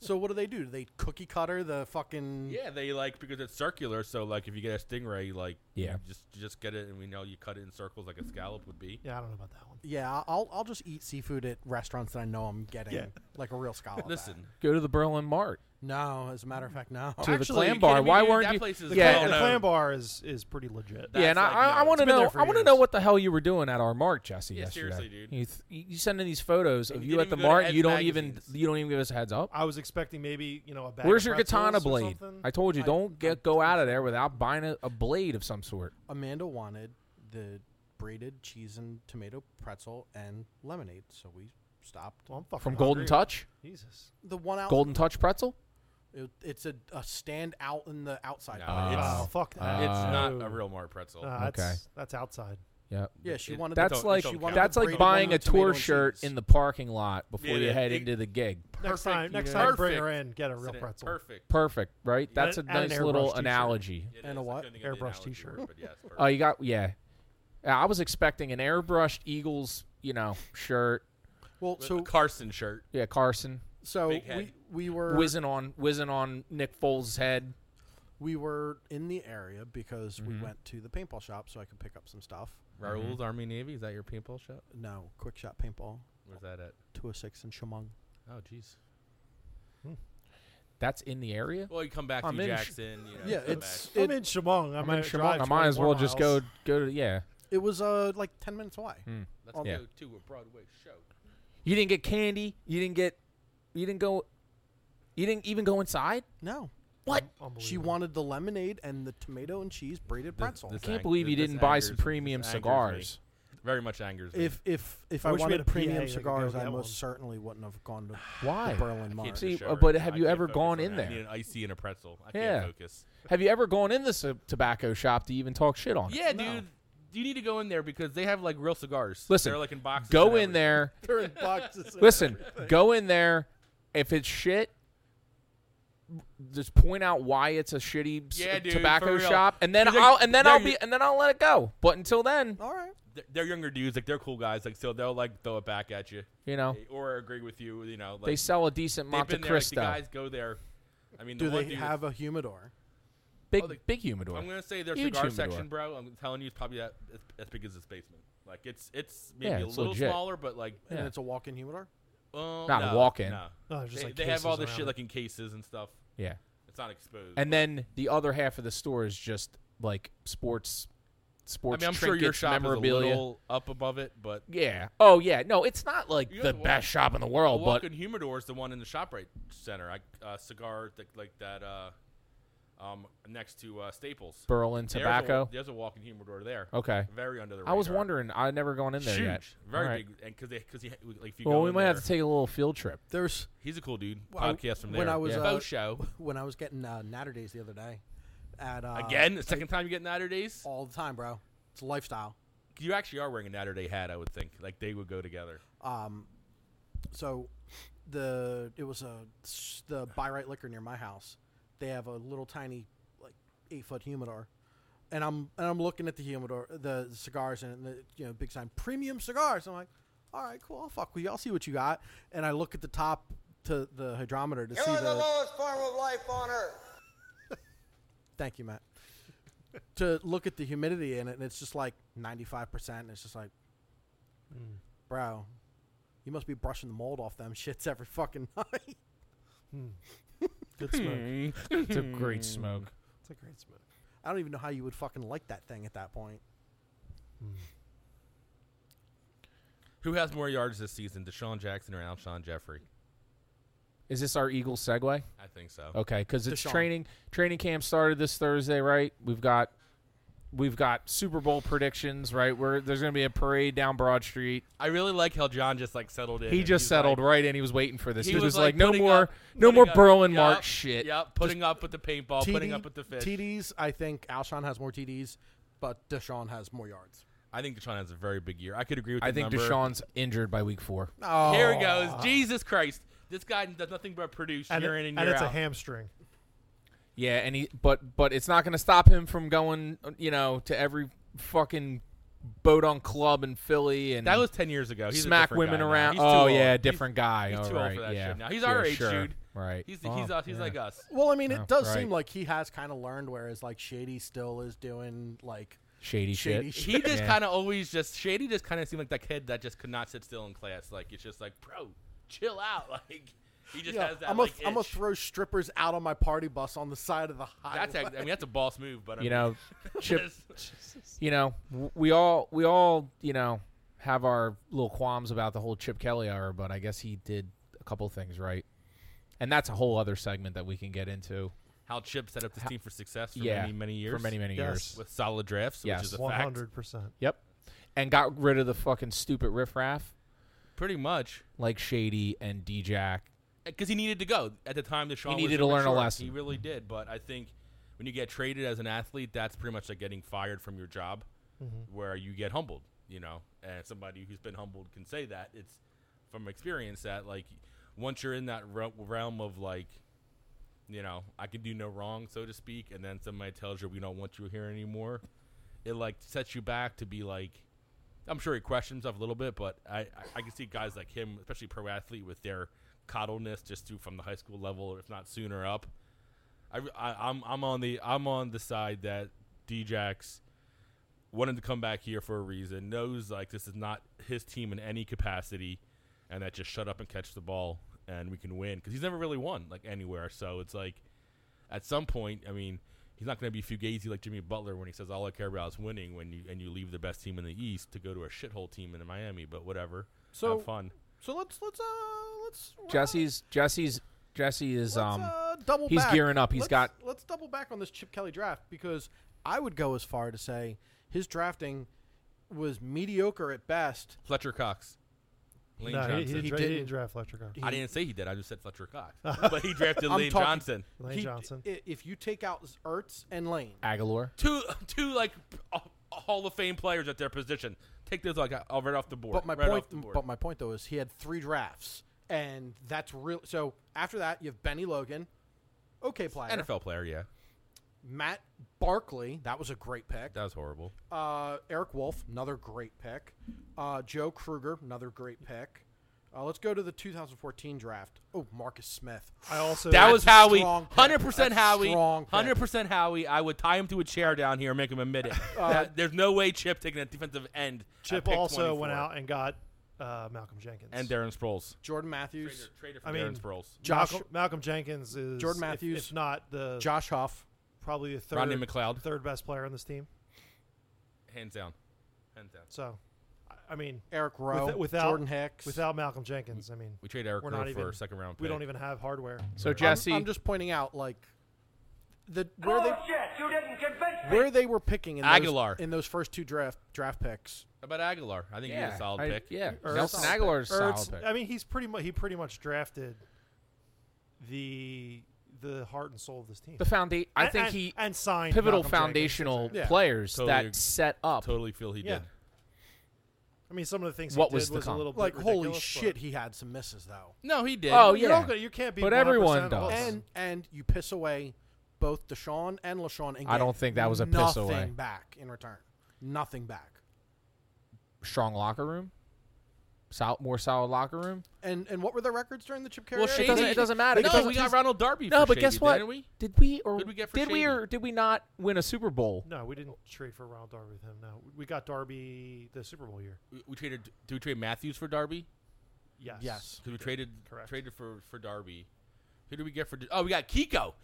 Speaker 3: So what do they do? Do they cookie cutter the fucking
Speaker 2: yeah, they like because it's circular. So like, if you get a stingray, like
Speaker 1: Yeah.
Speaker 2: you just you just get it, and we know you cut it in circles like a scallop would be.
Speaker 4: yeah, I don't know about that one.
Speaker 3: Yeah, I'll I'll just eat seafood at restaurants that I know I'm getting
Speaker 4: Yeah.
Speaker 3: like a real scallop. at.
Speaker 2: Listen,
Speaker 1: Go to the Berlin Mart.
Speaker 3: no, as a matter of fact, no.
Speaker 1: To the
Speaker 2: Actually,
Speaker 1: clam
Speaker 2: you
Speaker 1: bar.
Speaker 2: kidding me,
Speaker 1: Why
Speaker 2: dude?
Speaker 1: weren't
Speaker 2: That
Speaker 1: you?
Speaker 2: place is
Speaker 1: yeah,
Speaker 2: called-
Speaker 4: the
Speaker 2: no.
Speaker 4: clam bar is is pretty legit.
Speaker 2: That-
Speaker 1: yeah, and I,
Speaker 2: That's like,
Speaker 1: I,
Speaker 2: no,
Speaker 1: want to
Speaker 4: it's been
Speaker 1: know.
Speaker 4: there for
Speaker 1: I want to
Speaker 4: years.
Speaker 1: know what the hell you were doing at our mart, Jesse.
Speaker 2: Yeah,
Speaker 1: yesterday.
Speaker 2: seriously, dude.
Speaker 1: You, th- you sending these photos of
Speaker 2: And
Speaker 1: you,
Speaker 2: you
Speaker 1: at
Speaker 2: didn't
Speaker 1: the
Speaker 2: even go to
Speaker 1: mart. You
Speaker 2: Ed's
Speaker 1: don't
Speaker 2: Magazines.
Speaker 1: even you don't even give us a heads up.
Speaker 4: I was expecting maybe you know a bag.
Speaker 1: Where's
Speaker 4: of
Speaker 1: your katana
Speaker 4: pretzels or
Speaker 1: blade?
Speaker 4: something.
Speaker 1: I told you,
Speaker 4: I-
Speaker 1: don't get go out of there without buying a, a blade of some sort.
Speaker 3: Amanda wanted the braided cheese and tomato pretzel and lemonade, so we stopped.
Speaker 4: Well, I'm fucking
Speaker 1: From Golden
Speaker 4: hungry.
Speaker 1: Touch,
Speaker 4: Jesus.
Speaker 3: The one out
Speaker 1: Golden Touch pretzel.
Speaker 3: it- it's a, a stand out in the outside.
Speaker 2: No,
Speaker 3: part.
Speaker 2: it's-
Speaker 4: oh, fuck that.
Speaker 2: it's
Speaker 1: Uh,
Speaker 2: not
Speaker 4: No.
Speaker 2: a real Mart pretzel.
Speaker 4: Nah, that's, That's outside.
Speaker 1: Yeah,
Speaker 3: yeah, she
Speaker 2: it-
Speaker 3: wanted
Speaker 1: that's
Speaker 2: don't-
Speaker 1: like
Speaker 2: don't
Speaker 3: she wanted
Speaker 2: count.
Speaker 1: that's
Speaker 3: the
Speaker 1: like
Speaker 3: braided
Speaker 1: buying
Speaker 3: one
Speaker 1: a
Speaker 3: with tomato
Speaker 1: tour
Speaker 3: and
Speaker 1: shirt
Speaker 3: cheese.
Speaker 1: in the parking lot before
Speaker 2: Yeah,
Speaker 1: you
Speaker 2: yeah,
Speaker 1: head
Speaker 2: it-
Speaker 1: into the gig.
Speaker 4: Next time,
Speaker 2: Perfect. Yeah.
Speaker 4: next time, bring her
Speaker 2: Perfect.
Speaker 4: in. Get a real
Speaker 2: Sit in.
Speaker 4: pretzel.
Speaker 2: Perfect.
Speaker 1: Perfect, right?
Speaker 4: Yeah,
Speaker 1: That's a
Speaker 4: and an
Speaker 1: nice little
Speaker 4: airbrush t-shirt.
Speaker 1: analogy.
Speaker 2: It
Speaker 3: And
Speaker 2: is.
Speaker 3: a
Speaker 2: I
Speaker 3: what?
Speaker 2: couldn't think of the
Speaker 4: Airbrush
Speaker 2: analogy
Speaker 4: t-shirt.
Speaker 2: word, but yes, perfect.
Speaker 1: Oh, you got yeah. Yeah, I was expecting an airbrushed Eagles, you know, shirt.
Speaker 3: Well,
Speaker 2: A
Speaker 3: so
Speaker 2: Carson shirt.
Speaker 1: Yeah, Carson
Speaker 3: so
Speaker 2: big head.
Speaker 3: we we were
Speaker 1: whizzing on whizzing on Nick Foles' head.
Speaker 3: we were in the area because
Speaker 1: Mm-hmm.
Speaker 3: we went to the paintball shop so I could pick up some stuff.
Speaker 2: Raoul's Army Navy. Is that your paintball shop?
Speaker 3: No, quick shot paintball,
Speaker 2: Where's that at?
Speaker 3: two oh six in Chemung.
Speaker 2: Oh, jeez.
Speaker 1: That's in the area.
Speaker 2: Well, you come back
Speaker 1: I'm
Speaker 2: to
Speaker 1: in sh-
Speaker 2: Jackson. You know,
Speaker 3: Yeah,
Speaker 2: come back.
Speaker 3: it's
Speaker 4: I'm
Speaker 3: it,
Speaker 4: in Shamong. I'm,
Speaker 1: I'm in Chemung. I might as well just go go to yeah.
Speaker 3: it was uh like ten minutes away.
Speaker 2: Let's
Speaker 1: Yeah.
Speaker 2: go to a Broadway show.
Speaker 1: You didn't get candy. You didn't get. You didn't go. You didn't even go inside.
Speaker 3: No,
Speaker 1: What?
Speaker 3: she wanted the lemonade and the tomato and cheese braided pretzel.
Speaker 1: I can't believe you didn't buy some premium cigars.
Speaker 2: Very much angers me.
Speaker 3: if if if
Speaker 4: I
Speaker 3: I,
Speaker 4: wish we had
Speaker 3: wanted
Speaker 4: a PA that
Speaker 3: premium
Speaker 4: could go
Speaker 3: cigars, I
Speaker 4: that
Speaker 3: most
Speaker 4: one.
Speaker 3: certainly wouldn't have gone to
Speaker 1: Why?
Speaker 3: the Berlin
Speaker 2: I can't
Speaker 3: Mart.
Speaker 1: See,
Speaker 2: shower.
Speaker 1: but have
Speaker 2: I
Speaker 1: you
Speaker 2: can't
Speaker 1: ever
Speaker 2: focus
Speaker 1: gone
Speaker 2: on
Speaker 1: in there?
Speaker 2: that. I need an icy and a pretzel. I
Speaker 1: Yeah.
Speaker 2: can't focus.
Speaker 1: Have you ever gone in this uh, tobacco shop to even talk shit on it?
Speaker 2: Yeah, dude. You need to go in there because they have like real cigars.
Speaker 1: Listen,
Speaker 2: they're like in boxes.
Speaker 1: Go
Speaker 2: and
Speaker 1: in there.
Speaker 3: They're in boxes.
Speaker 1: Listen, go in there. If it's shit, just point out why it's a shitty s-
Speaker 2: Yeah, dude,
Speaker 1: tobacco
Speaker 2: for real.
Speaker 1: shop, and then
Speaker 2: They're-
Speaker 1: I'll and then I'll
Speaker 2: they're-
Speaker 1: be and then I'll let it go. But until then,
Speaker 3: All right.
Speaker 2: everything. They're younger dudes, like they're cool guys, like so they'll like throw it back at you
Speaker 1: you know
Speaker 2: or agree with you. You know, like
Speaker 1: Oh. they sell a decent
Speaker 2: they've
Speaker 1: Monte
Speaker 2: been there, like,
Speaker 1: Cristo,
Speaker 2: the guys go there. I mean,
Speaker 3: Do
Speaker 2: the one
Speaker 3: they
Speaker 2: dude-
Speaker 3: have a humidor?
Speaker 1: big
Speaker 2: Oh, they-
Speaker 1: big humidor.
Speaker 2: I'm gonna say their
Speaker 1: Huge
Speaker 2: cigar
Speaker 1: humidor.
Speaker 2: section, bro. I'm telling you, it's probably that as, as big as this basement. Like it's it's maybe
Speaker 1: Yeah,
Speaker 2: a
Speaker 1: it's
Speaker 2: little
Speaker 1: legit.
Speaker 2: smaller, but like
Speaker 1: Yeah.
Speaker 3: And it's a walk-in humidor.
Speaker 2: uh,
Speaker 1: Not a
Speaker 2: no,
Speaker 1: walk-in.
Speaker 2: No,
Speaker 4: No, there's Oh, just,
Speaker 2: they,
Speaker 4: like,
Speaker 2: they have all
Speaker 4: cases
Speaker 2: this shit
Speaker 4: around
Speaker 2: like in cases and stuff.
Speaker 1: yeah,
Speaker 2: It's not exposed.
Speaker 1: and
Speaker 2: but-
Speaker 1: then the other half of the store is just like sports,
Speaker 2: I
Speaker 1: sports.
Speaker 2: mean, I'm sure your
Speaker 1: trinkets,
Speaker 2: shop is a
Speaker 1: memorabilia.
Speaker 2: little up above it, but
Speaker 1: Yeah. Oh yeah. No, it's not like
Speaker 2: You
Speaker 1: the
Speaker 2: have to walk-
Speaker 1: best shop in the
Speaker 2: a
Speaker 1: world, but
Speaker 2: walk-in humidor is the one in the Shoprite Center. I uh, cigar th- like that, uh, um, next to uh, Staples.
Speaker 1: Berlin
Speaker 2: There's a-
Speaker 1: Tobacco.
Speaker 2: There's a, walk-in humidor there.
Speaker 1: Okay.
Speaker 2: Very under the.
Speaker 1: I was
Speaker 2: radar.
Speaker 1: wondering. I've never gone in there
Speaker 2: Huge,
Speaker 1: yet.
Speaker 2: very
Speaker 1: All right.
Speaker 2: big, and because because he like if you
Speaker 1: Well,
Speaker 2: go
Speaker 1: we
Speaker 2: in
Speaker 1: might have
Speaker 2: there-
Speaker 1: to take a little field trip.
Speaker 3: There's
Speaker 2: He's a cool dude.
Speaker 3: Well, I-
Speaker 2: Podcast from there.
Speaker 3: when I was,
Speaker 1: Yeah.
Speaker 2: Faux
Speaker 3: uh,
Speaker 2: show
Speaker 3: when I was getting uh, Natter Days the other day. At uh,
Speaker 2: again. The second time you get Natter Days,
Speaker 3: all the time, bro. It's a lifestyle.
Speaker 2: you actually are wearing a Natter Day hat. I would think like they would go together.
Speaker 3: Um, so the it was a s- the buy right liquor near my house. They have a little tiny like eight foot humidor, and I'm and I'm looking at the humidor, the cigars, and the you know big sign premium cigars. I'm like, all right, cool. I'll fuck with you. I'll see what you got. And I look at the top to the hydrometer to see
Speaker 5: You're the
Speaker 3: the
Speaker 5: lowest form of life on earth.
Speaker 3: Thank you, Matt. to look at the humidity in it, and it's just like 95%. And it's just like, bro, you must be brushing the mold off them shits every fucking night.
Speaker 4: Good smoke.
Speaker 1: It's a great smoke.
Speaker 4: It's a great smoke.
Speaker 3: I don't even know how you would fucking like that thing at that point.
Speaker 2: Who has more yards this season, Deshaun Jackson or Alshon Jeffrey?
Speaker 1: Is this our Eagles segue?
Speaker 2: I think so.
Speaker 1: Okay, because it's
Speaker 3: Deshaun.
Speaker 1: training training camp started this Thursday, right? We've got we've got Super Bowl predictions, right? Where there's going to be a parade down Broad Street.
Speaker 2: I really like how John just like settled in.
Speaker 1: He
Speaker 2: and
Speaker 1: just
Speaker 2: he's
Speaker 1: settled
Speaker 2: like-
Speaker 1: right in. He was waiting for this.
Speaker 2: He
Speaker 1: He, was,
Speaker 2: was,
Speaker 1: like,
Speaker 2: like,
Speaker 1: "No
Speaker 2: putting
Speaker 1: more,
Speaker 2: up-
Speaker 1: no
Speaker 2: putting
Speaker 1: more
Speaker 2: up-
Speaker 1: Berlin
Speaker 2: yup,
Speaker 1: Mark shit."
Speaker 2: Yep, putting up with the paintball, putting
Speaker 3: TD
Speaker 2: up with the fish.
Speaker 3: TDs, I think Alshon has more TDs, but Deshaun has more yards.
Speaker 2: I think Deshaun has a very big year. I could agree with.
Speaker 1: I
Speaker 2: the
Speaker 1: think
Speaker 2: number.
Speaker 1: Deshaun's injured by week four.
Speaker 3: Oh,
Speaker 2: Here he goes. Jesus Christ. This guy does nothing but produce
Speaker 4: And,
Speaker 2: year
Speaker 4: it-
Speaker 2: in and
Speaker 4: and
Speaker 2: year
Speaker 4: it's
Speaker 2: out.
Speaker 4: a hamstring.
Speaker 1: Yeah, and he but but it's not going to stop him from going, you know, to every fucking boat on club in Philly and
Speaker 2: That was ten years ago. He's a
Speaker 1: smack
Speaker 2: different
Speaker 1: women
Speaker 2: guy now.
Speaker 1: around.
Speaker 2: He's too
Speaker 1: oh
Speaker 2: old.
Speaker 1: yeah,
Speaker 2: He's-
Speaker 1: different guy.
Speaker 2: he's
Speaker 1: All
Speaker 2: too old
Speaker 1: right,
Speaker 2: for that
Speaker 1: yeah.
Speaker 2: shit now. He's
Speaker 1: Yeah,
Speaker 2: our age,
Speaker 1: sure.
Speaker 2: dude.
Speaker 1: Right.
Speaker 2: He's
Speaker 1: Oh,
Speaker 2: he's us. He's
Speaker 1: yeah.
Speaker 2: like us.
Speaker 3: Well, I mean,
Speaker 1: Oh,
Speaker 3: it does
Speaker 1: right.
Speaker 3: seem like he has kind of learned, whereas like Shady still is doing like
Speaker 1: shady,
Speaker 3: shady
Speaker 1: shit.
Speaker 3: shit.
Speaker 2: He just
Speaker 1: Yeah.
Speaker 2: kind of always just shady. Just kind of seemed like that kid that just could not sit still in class. Like it's just like, bro, chill out. Like he just
Speaker 3: Yeah,
Speaker 2: has that.
Speaker 3: I'm
Speaker 2: like,
Speaker 3: gonna
Speaker 2: itch.
Speaker 3: throw strippers out on my party bus on the side of the highway.
Speaker 2: That's act- I mean that's a boss move, but I
Speaker 1: You
Speaker 2: mean,
Speaker 1: know, Chip.
Speaker 2: it's-
Speaker 1: You know, w- we all we all you know have our little qualms about the whole Chip Kelly hour, but I guess he did a couple things right, and that's a whole other segment that we can get into.
Speaker 2: how Chip set up this team for success for
Speaker 1: yeah,
Speaker 2: many many years.
Speaker 1: for many many
Speaker 4: Yes.
Speaker 1: years.
Speaker 2: with solid drafts,
Speaker 1: Yes.
Speaker 2: which is a
Speaker 4: One
Speaker 2: fact.
Speaker 4: hundred percent.
Speaker 1: Yep, and got rid of the fucking stupid riffraff
Speaker 2: Pretty much.
Speaker 1: like Shady and D-Jack.
Speaker 2: because he needed to go at the time. Deshaun was
Speaker 1: needed to learn a
Speaker 2: immature.
Speaker 1: lesson.
Speaker 2: He really did. But I think when you get traded as an athlete, that's pretty much like getting fired from your job,
Speaker 4: Mm-hmm.
Speaker 2: where you get humbled. You know, and somebody who's been humbled can say that it's from experience that like once you're in that re- realm of like, you know, I can do no wrong, so to speak, and then somebody tells you we don't want you here anymore, it like sets you back to be like. I'm sure he questions himself a little bit, but I, I, I can see guys like him, especially pro athlete, with their coddleness just to from the high school level, if not sooner up. I, I am I'm on the I'm on the side that Djax wanted to come back here for a reason. Knows like this is not his team in any capacity, and that just shut up and catch the ball and we can win because he's never really won like anywhere. So it's like at some point, I mean, he's not going to be fugazi like Jimmy Butler when he says all I care about is winning. When you and you leave the best team in the East to go to a shithole team in Miami, but whatever.
Speaker 3: So-
Speaker 2: Have fun.
Speaker 3: so let's let's uh let's
Speaker 1: Jesse's Jesse's Jesse is
Speaker 3: let's,
Speaker 1: um.
Speaker 3: uh, double.
Speaker 1: he's
Speaker 3: back.
Speaker 1: gearing up. He's
Speaker 3: let's,
Speaker 1: got-
Speaker 3: Let's double back on this Chip Kelly draft because I would go as far to say his drafting was mediocre at best.
Speaker 2: Fletcher Cox. Lane
Speaker 4: No, he, he,
Speaker 2: Johnson.
Speaker 4: didn't
Speaker 3: He
Speaker 4: dra- he didn't
Speaker 3: didn't.
Speaker 4: draft Fletcher Cox.
Speaker 2: I didn't say he did. I just said Fletcher Cox. but he drafted
Speaker 3: I'm
Speaker 2: Lane
Speaker 3: talking-
Speaker 2: Johnson.
Speaker 4: Lane
Speaker 3: He-
Speaker 4: Johnson.
Speaker 3: i- If you take out Ertz and Lane,
Speaker 1: Aguilar.
Speaker 2: Two two like uh, Hall of Fame players at their position. Take those like uh, right off the board.
Speaker 3: But my
Speaker 2: right
Speaker 3: point,
Speaker 2: off the board.
Speaker 3: but my point though is he had three drafts, and that's real. So after that, you have Benny Logan, okay player,
Speaker 2: NFL player, yeah.
Speaker 3: Matt Barkley, that was a great pick.
Speaker 2: That was horrible.
Speaker 3: Uh, Eric Wolf, another great pick. Uh, Joe Kruger, another great pick. Uh, let's go to the 2014 draft. Oh, Marcus Smith.
Speaker 4: I also
Speaker 2: That
Speaker 3: That's
Speaker 2: was
Speaker 3: a
Speaker 2: Howie.
Speaker 3: strong pick.
Speaker 2: Hundred percent
Speaker 3: That's a
Speaker 2: Howie.
Speaker 3: strong pick.
Speaker 2: Hundred percent Howie. I would tie him to a chair down here and make him admit it. That- there's no way Chip taking a defensive end. at
Speaker 4: Chip
Speaker 2: pick
Speaker 4: also
Speaker 2: 24.
Speaker 4: went out and got uh, Malcolm Jenkins.
Speaker 2: and Darren Sproles.
Speaker 3: Jordan Matthews,
Speaker 4: I mean,
Speaker 2: Darren Sproles.
Speaker 3: Josh-
Speaker 4: Malcolm, Malcolm Jenkins is
Speaker 3: Jordan
Speaker 4: if-
Speaker 3: Matthews,
Speaker 4: if, not the
Speaker 3: Josh Huff.
Speaker 4: probably the third,
Speaker 2: Rodney McLeod.
Speaker 4: third best player on this team.
Speaker 2: Hands down. Hands down.
Speaker 4: So, I- I mean,
Speaker 3: Eric Rowe,
Speaker 4: Without- without-
Speaker 3: Jordan Hicks.
Speaker 4: without Malcolm Jenkins, I mean,
Speaker 2: We trade Eric
Speaker 4: we're
Speaker 2: Rowe
Speaker 4: not
Speaker 2: for
Speaker 4: even
Speaker 2: a second round pick.
Speaker 4: We don't even have hardware.
Speaker 1: So
Speaker 3: I'm,
Speaker 1: Jesse,
Speaker 3: I'm just pointing out, like the where they
Speaker 6: Bullshit. You didn't convince me.
Speaker 3: where they were picking in those,
Speaker 2: Aguilar.
Speaker 3: in those first two draft draft picks.
Speaker 2: How about Aguilar. I think he's a solid
Speaker 1: I-
Speaker 2: pick.
Speaker 1: Yeah,
Speaker 4: Ertz.
Speaker 1: Nelson
Speaker 4: Solid
Speaker 1: Aguilar's a
Speaker 4: Ertz,
Speaker 1: solid pick.
Speaker 4: I mean, he's pretty much he pretty much drafted the the heart and soul of this team.
Speaker 1: the foundation. I
Speaker 4: And-
Speaker 1: think
Speaker 4: and-
Speaker 1: he
Speaker 4: and signed
Speaker 1: pivotal
Speaker 4: Malcolm
Speaker 1: foundational
Speaker 4: Jenkins.
Speaker 3: Yeah.
Speaker 1: players
Speaker 2: Totally ag-
Speaker 1: that set up.
Speaker 2: Totally feel he
Speaker 4: Yeah.
Speaker 2: did.
Speaker 4: I mean, some of the things
Speaker 1: What
Speaker 4: he
Speaker 1: was
Speaker 4: did
Speaker 1: the
Speaker 4: was a
Speaker 1: comp?
Speaker 4: little bit
Speaker 3: Like holy
Speaker 4: ridiculous,
Speaker 3: shit,
Speaker 4: but-
Speaker 3: he had some misses though.
Speaker 2: No, he did.
Speaker 1: Oh,
Speaker 4: You're
Speaker 1: yeah.
Speaker 4: not gonna- you can't be.
Speaker 1: But everyone does.
Speaker 3: And and you piss away both Deshaun and LaShawn. And
Speaker 1: I
Speaker 3: get
Speaker 1: don't think that was a piss
Speaker 3: nothing
Speaker 1: away.
Speaker 3: back in return. Nothing back.
Speaker 1: Strong locker room. Sol- more solid locker room.
Speaker 3: And and what were their records during the Chip Carrier?
Speaker 2: Well,
Speaker 3: era?
Speaker 2: Shady,
Speaker 1: doesn't- it doesn't matter
Speaker 2: No,
Speaker 1: because
Speaker 2: we
Speaker 1: he's-
Speaker 2: got Ronald Darby.
Speaker 1: No,
Speaker 2: for
Speaker 1: but
Speaker 2: Shady,
Speaker 1: guess what?
Speaker 2: Didn't we?
Speaker 1: Did we or
Speaker 2: Who'd we get for
Speaker 1: did we
Speaker 2: Shady?
Speaker 1: or did we not win a Super Bowl?
Speaker 4: No, we didn't trade for Ronald Darby with him. No, we got Darby the Super Bowl year.
Speaker 2: We, we traded. Did we trade Matthews for Darby?
Speaker 4: Yes.
Speaker 3: Yes.
Speaker 2: Because we traded
Speaker 4: Correct.
Speaker 2: traded for for Darby. Who did we get for? Oh, we got Kiko. Mm,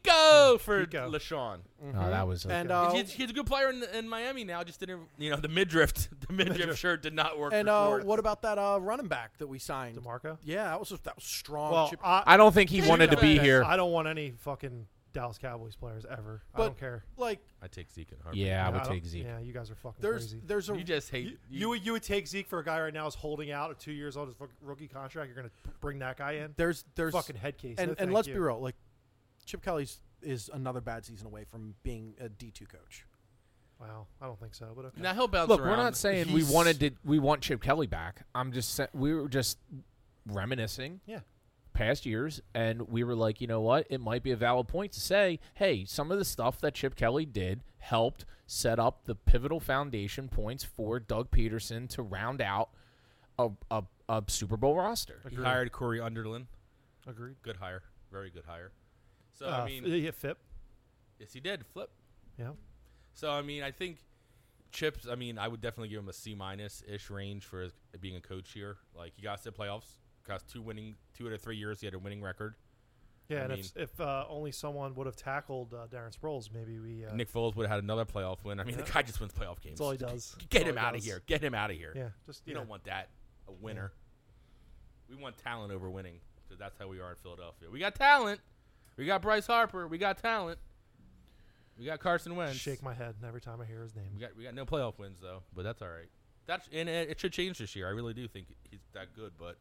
Speaker 2: Kiko for
Speaker 4: Kiko.
Speaker 2: Lashawn.
Speaker 1: No, that was a,
Speaker 3: And uh,
Speaker 2: He's, he's a good player in, in Miami now. Just didn't you know the midriff the midriff shirt did not work.
Speaker 3: and
Speaker 2: for
Speaker 3: uh,
Speaker 2: Florida.
Speaker 3: what about that uh, running back that we signed?
Speaker 4: Demarco.
Speaker 3: Yeah, that was a, that was strong.
Speaker 4: Well,
Speaker 3: Chip-
Speaker 1: I don't think he
Speaker 4: Chip
Speaker 1: wanted to be
Speaker 4: Kelly-
Speaker 1: here.
Speaker 4: I don't want any fucking Dallas Cowboys players ever. I
Speaker 3: But-
Speaker 4: don't care.
Speaker 3: like
Speaker 2: I take Zeke and Harvey.
Speaker 1: Yeah, I
Speaker 4: No,
Speaker 1: would
Speaker 4: don't-
Speaker 1: take Zeke.
Speaker 4: Yeah, you guys are fucking
Speaker 3: there's
Speaker 4: crazy.
Speaker 3: there's a
Speaker 2: you just hate
Speaker 4: You, you would you would take Zeke for a guy right now is holding out at two years on his fuck- rookie contract. You're gonna bring that guy in.
Speaker 3: there's there's
Speaker 4: fucking head case.
Speaker 3: And
Speaker 4: No,
Speaker 3: and
Speaker 4: thank
Speaker 3: let's
Speaker 4: you.
Speaker 3: be real, like Chip Kelly's is another bad season away from being a D two coach.
Speaker 4: Wow, I don't think so. But okay.
Speaker 2: Now he'll bounce
Speaker 1: Look,
Speaker 2: around.
Speaker 1: we're not saying we
Speaker 3: He's-
Speaker 1: wanted to. We want Chip Kelly back. I'm just. sa- We were just reminiscing
Speaker 4: yeah,
Speaker 1: past years, and we were like, you know what? It might be a valid point to say, hey, some of the stuff that Chip Kelly did helped set up the pivotal foundation points for Doug Peterson to round out a, a, a Super Bowl roster.
Speaker 2: He hired Corey Underlin.
Speaker 4: Agreed.
Speaker 2: Good hire. Very good hire. So,
Speaker 4: Uh,
Speaker 2: I mean,
Speaker 4: f- yeah, Fip.
Speaker 2: yes, he did. Flip.
Speaker 4: Yeah.
Speaker 2: So I mean, I think Chips. I mean, I would definitely give him a C minus ish range for his, being a coach here. Like he got us to the playoffs. Got us two winning, two out of three years. He had a winning record.
Speaker 4: Yeah,
Speaker 2: I
Speaker 4: and
Speaker 2: mean-
Speaker 4: if, if uh, only someone would have tackled uh, Darren Sproles, maybe we. Uh,
Speaker 2: Nick Foles would have had another playoff win. I mean, the guy just wins playoff games.
Speaker 4: That's all he does.
Speaker 2: Get
Speaker 4: That's all
Speaker 2: him
Speaker 4: he
Speaker 2: out of
Speaker 4: does.
Speaker 2: here. Get him out of here.
Speaker 4: Yeah, just
Speaker 2: You
Speaker 4: yeah.
Speaker 2: don't want that. A winner. We want talent over winning. So that's how we are in Philadelphia. We got talent. We got Bryce Harper. We got talent. We got Carson Wentz.
Speaker 4: shake my head every time I hear his name.
Speaker 2: We got we got no playoff wins though, but that's all right. That's and it, it should change this year. I really do think he's that good, but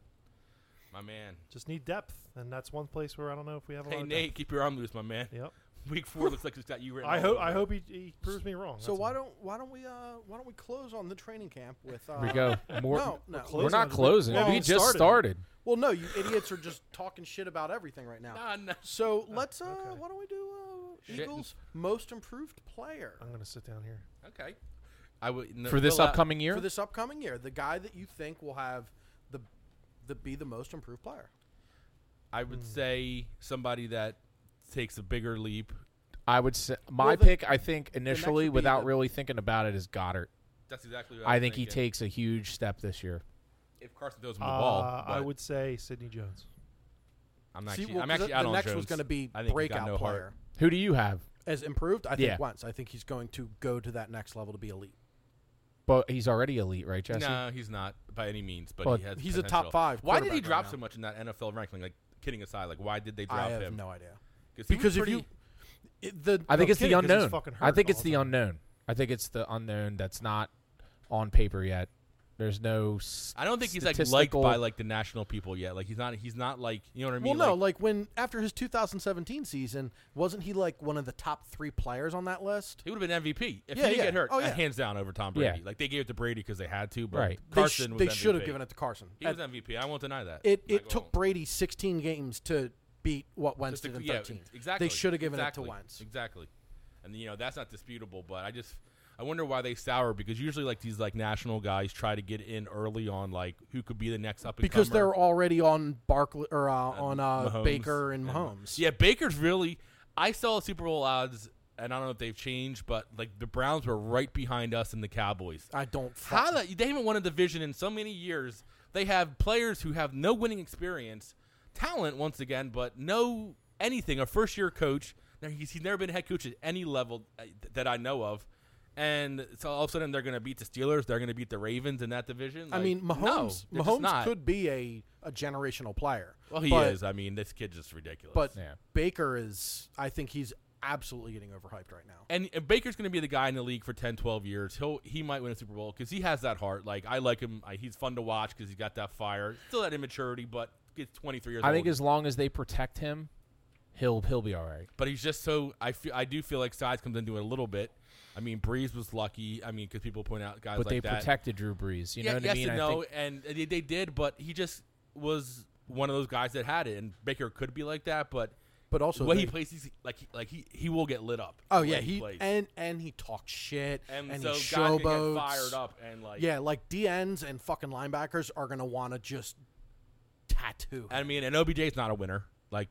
Speaker 2: my man.
Speaker 4: Just need depth, and that's one place where I don't know if we have a lot
Speaker 2: Hey
Speaker 4: of
Speaker 2: Nate, keep your arm loose, my man.
Speaker 4: depth. Yep.
Speaker 2: Week four looks like it's got you written.
Speaker 4: I
Speaker 2: all
Speaker 4: hope
Speaker 2: over
Speaker 4: I
Speaker 2: it.
Speaker 4: hope he, he proves me wrong.
Speaker 3: So
Speaker 4: that's
Speaker 3: why
Speaker 4: all.
Speaker 3: don't why don't we uh why don't we close on the training camp with uh,
Speaker 1: Here we go. More,
Speaker 3: No, no.
Speaker 1: we're
Speaker 4: closing
Speaker 1: not
Speaker 4: on the-
Speaker 1: closing.
Speaker 4: Well,
Speaker 1: we
Speaker 4: we
Speaker 1: just
Speaker 4: started.
Speaker 1: started.
Speaker 3: Well, no, you idiots are just talking shit about everything right now.
Speaker 2: Nah, nah.
Speaker 3: So let's uh
Speaker 4: okay.
Speaker 3: why don't we do uh,
Speaker 2: Shit.
Speaker 3: Eagles most improved player
Speaker 4: I'm gonna sit down here?
Speaker 2: Okay. I would no,
Speaker 1: uh, For this
Speaker 2: fill out-
Speaker 1: upcoming year?
Speaker 3: for this upcoming year? The guy that you think will have the the be the most improved player.
Speaker 2: I
Speaker 3: Hmm.
Speaker 2: would say somebody that takes a bigger leap.
Speaker 1: I would say my
Speaker 3: Well, the-
Speaker 1: pick. I think initially,
Speaker 3: would be
Speaker 1: without
Speaker 3: the-
Speaker 1: really thinking about it, is Goddard.
Speaker 2: That's exactly. what
Speaker 1: I,
Speaker 2: was
Speaker 1: think he
Speaker 2: thinking.
Speaker 1: takes a huge step this year.
Speaker 2: if Carson throws him
Speaker 4: Uh,
Speaker 2: the ball.
Speaker 4: I
Speaker 2: but
Speaker 4: would say Sidney Jones.
Speaker 2: I'm not.
Speaker 3: See,
Speaker 2: actually-
Speaker 3: well,
Speaker 2: I'm
Speaker 3: 'cause
Speaker 2: actually
Speaker 3: the,
Speaker 2: out
Speaker 3: the
Speaker 2: on
Speaker 3: next was
Speaker 2: Jones.
Speaker 3: going to be
Speaker 2: I think he got
Speaker 3: breakout
Speaker 2: no heart.
Speaker 3: player
Speaker 1: Who do you have?
Speaker 3: as improved. I think
Speaker 1: Yeah.
Speaker 3: once I think he's going to go to that next level to be elite.
Speaker 1: But he's already elite, right, Jesse?
Speaker 2: No, he's not by any means, but
Speaker 1: But
Speaker 2: he has
Speaker 3: he's a
Speaker 2: potential.
Speaker 3: top five
Speaker 2: Why did he
Speaker 3: quarterback
Speaker 2: drop
Speaker 3: right
Speaker 2: so
Speaker 3: now.
Speaker 2: much in that NFL ranking? Like kidding aside, like why did they drop
Speaker 3: I have
Speaker 2: him?
Speaker 3: no idea
Speaker 2: he was
Speaker 3: because if
Speaker 2: pretty-
Speaker 3: you it, the
Speaker 1: I think
Speaker 4: No
Speaker 1: it's the
Speaker 4: kidding, 'cause he's
Speaker 1: unknown.
Speaker 4: fucking
Speaker 1: I
Speaker 4: hurt
Speaker 1: think
Speaker 4: all
Speaker 1: it's the
Speaker 4: the time.
Speaker 1: unknown. I think it's the unknown that's not on paper yet. There's no. s-
Speaker 2: I don't think he's like liked
Speaker 1: statistical-
Speaker 2: by like the national people yet. Like he's not he's not like you know what I
Speaker 3: well
Speaker 2: mean?
Speaker 3: no
Speaker 2: Like,
Speaker 3: like when after his 2017 season wasn't he like one of the top three players on that list?
Speaker 2: he would have been MVP if
Speaker 3: Yeah,
Speaker 2: he didn't
Speaker 3: yeah.
Speaker 2: get hurt.
Speaker 3: Oh,
Speaker 2: uh,
Speaker 3: yeah.
Speaker 2: hands down over Tom
Speaker 1: Yeah.
Speaker 2: Brady. Like they gave it to Brady because they had to, but
Speaker 1: Right.
Speaker 3: They sh-
Speaker 2: Carson was
Speaker 3: they should have
Speaker 2: MVP.
Speaker 3: given it to Carson.
Speaker 2: He
Speaker 3: At-
Speaker 2: was MVP. I won't deny that.
Speaker 3: It
Speaker 2: I'm
Speaker 3: it
Speaker 2: not
Speaker 3: took
Speaker 2: gonna-
Speaker 3: Brady 16 games to beat what Wentz
Speaker 2: just to-
Speaker 3: did in
Speaker 2: yeah,
Speaker 3: 13.
Speaker 2: exactly.
Speaker 3: They should have given
Speaker 2: exactly,
Speaker 3: it to Wentz.
Speaker 2: Exactly. And you know that's not disputable, but I just I wonder why they sour because usually like these like national guys try to get in early on like who could be the next up and
Speaker 3: Because
Speaker 2: comer.
Speaker 3: they're already on Barkley or uh, on uh,
Speaker 2: Mahomes
Speaker 3: Baker and
Speaker 2: and-
Speaker 3: Mahomes.
Speaker 2: Yeah, Baker's really. I saw Super Bowl odds, and I don't know if they've changed, but like the Browns were right behind us and the Cowboys.
Speaker 3: I don't. fu-
Speaker 2: How the, they haven't won a division in so many years? They have players who have no winning experience, talent once again, but no anything. A first year coach. Now, He's, he's never been a head coach at any level uh, th- that I know of. And so all of a sudden they're going to beat the Steelers. They're going to beat the Ravens in that division.
Speaker 3: I
Speaker 2: Like,
Speaker 3: mean,
Speaker 2: no,
Speaker 3: Mahomes.
Speaker 2: they're just
Speaker 3: Mahomes
Speaker 2: not.
Speaker 3: could be a, a generational player.
Speaker 2: Well, he
Speaker 3: but,
Speaker 2: is. I mean, this kid's just ridiculous.
Speaker 3: But
Speaker 1: Yeah.
Speaker 3: Baker is. I think he's absolutely getting overhyped right now.
Speaker 2: and, and Baker's going to be the guy in the league for 10, 12 years. He'll he might win a Super Bowl because he has that heart. Like I like him. I, he's fun to watch because he's got that fire, still that immaturity, but he's twenty three years.
Speaker 1: I think
Speaker 2: old.
Speaker 1: as long as they protect him, he'll he'll be all right.
Speaker 2: but he's just so I feel I do feel like size comes into it a little bit. I mean, Breeze was lucky. I mean, because people point out guys
Speaker 1: But
Speaker 2: like
Speaker 1: they
Speaker 2: that.
Speaker 1: protected Drew Brees. You
Speaker 2: yeah,
Speaker 1: know what
Speaker 2: yes
Speaker 1: I mean?
Speaker 2: and
Speaker 1: I
Speaker 2: no,
Speaker 1: think
Speaker 2: and they, they did, but he just was one of those guys that had it, and Baker could be like that, but.
Speaker 3: But also,
Speaker 2: the way
Speaker 3: they-
Speaker 2: he plays, he's like, he, like he, he will get lit up.
Speaker 3: Oh
Speaker 2: the
Speaker 3: yeah,
Speaker 2: way
Speaker 3: he
Speaker 2: plays.
Speaker 3: and and he talks shit
Speaker 2: and,
Speaker 3: and,
Speaker 2: so
Speaker 3: he
Speaker 2: guys can get
Speaker 3: showboats.
Speaker 2: fired up and like
Speaker 3: Yeah, like DNs and fucking linebackers are gonna want to just tattoo. him.
Speaker 2: I mean, and OBJ is not a winner. Like,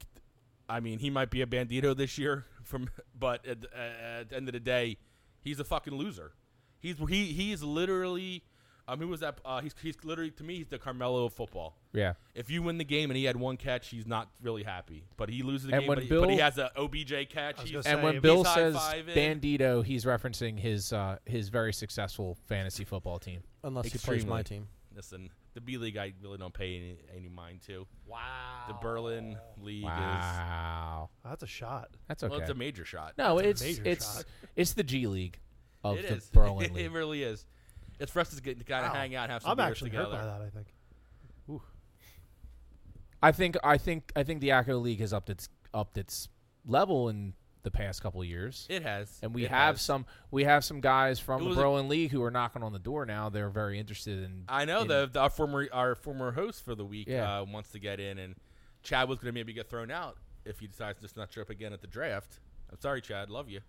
Speaker 2: I mean, he might be a bandito this year, from but at, the- uh, at the end of the day, he's a fucking loser. He's he he's literally, um, who was that? Uh, he's he's literally to me, he's the Carmelo of football.
Speaker 1: yeah.
Speaker 2: If you win the game and he had one catch, he's not really happy. But he loses the
Speaker 1: And
Speaker 2: game,
Speaker 1: when
Speaker 2: but, he, but he
Speaker 1: Bill-
Speaker 2: has an OBJ catch.
Speaker 4: I was
Speaker 2: He's,
Speaker 4: gonna
Speaker 1: And
Speaker 4: Say,
Speaker 1: when
Speaker 4: if
Speaker 1: Bill
Speaker 2: he's
Speaker 1: says
Speaker 2: high-fiving-
Speaker 1: "bandito," he's referencing his uh, his very successful fantasy football team.
Speaker 3: Unless he plays my
Speaker 2: Extremely.
Speaker 3: team.
Speaker 2: listen, the B League, I really don't pay any, any mind to. Wow. The Berlin League is
Speaker 1: Wow,
Speaker 4: Oh, that's a shot.
Speaker 1: that's okay.
Speaker 2: well, it's a major shot.
Speaker 1: no, it's
Speaker 4: a major
Speaker 1: it's
Speaker 4: shot.
Speaker 1: it's the G League of
Speaker 2: It
Speaker 1: the
Speaker 2: is.
Speaker 1: Berlin League.
Speaker 2: it really is. It's for us to get to kind of
Speaker 4: Wow.
Speaker 2: hang out, and have some
Speaker 4: I'm
Speaker 2: beers
Speaker 4: actually
Speaker 2: together.
Speaker 4: hurt by that. I think.
Speaker 1: I think I think I think the ACO League has upped its upped its level in the past couple of years.
Speaker 2: It has,
Speaker 1: and we
Speaker 2: It
Speaker 1: have
Speaker 2: has.
Speaker 1: some we have some guys from
Speaker 2: It
Speaker 1: the
Speaker 2: was a-
Speaker 1: Berlin League who are knocking on the door now. They're very interested in
Speaker 2: I know
Speaker 1: in-
Speaker 2: the, the our former our former host for the week
Speaker 1: Yeah.
Speaker 2: uh, wants to get in and Chad was going to maybe get thrown out if he decides to just not show up again at the draft. I'm sorry, Chad. Love you,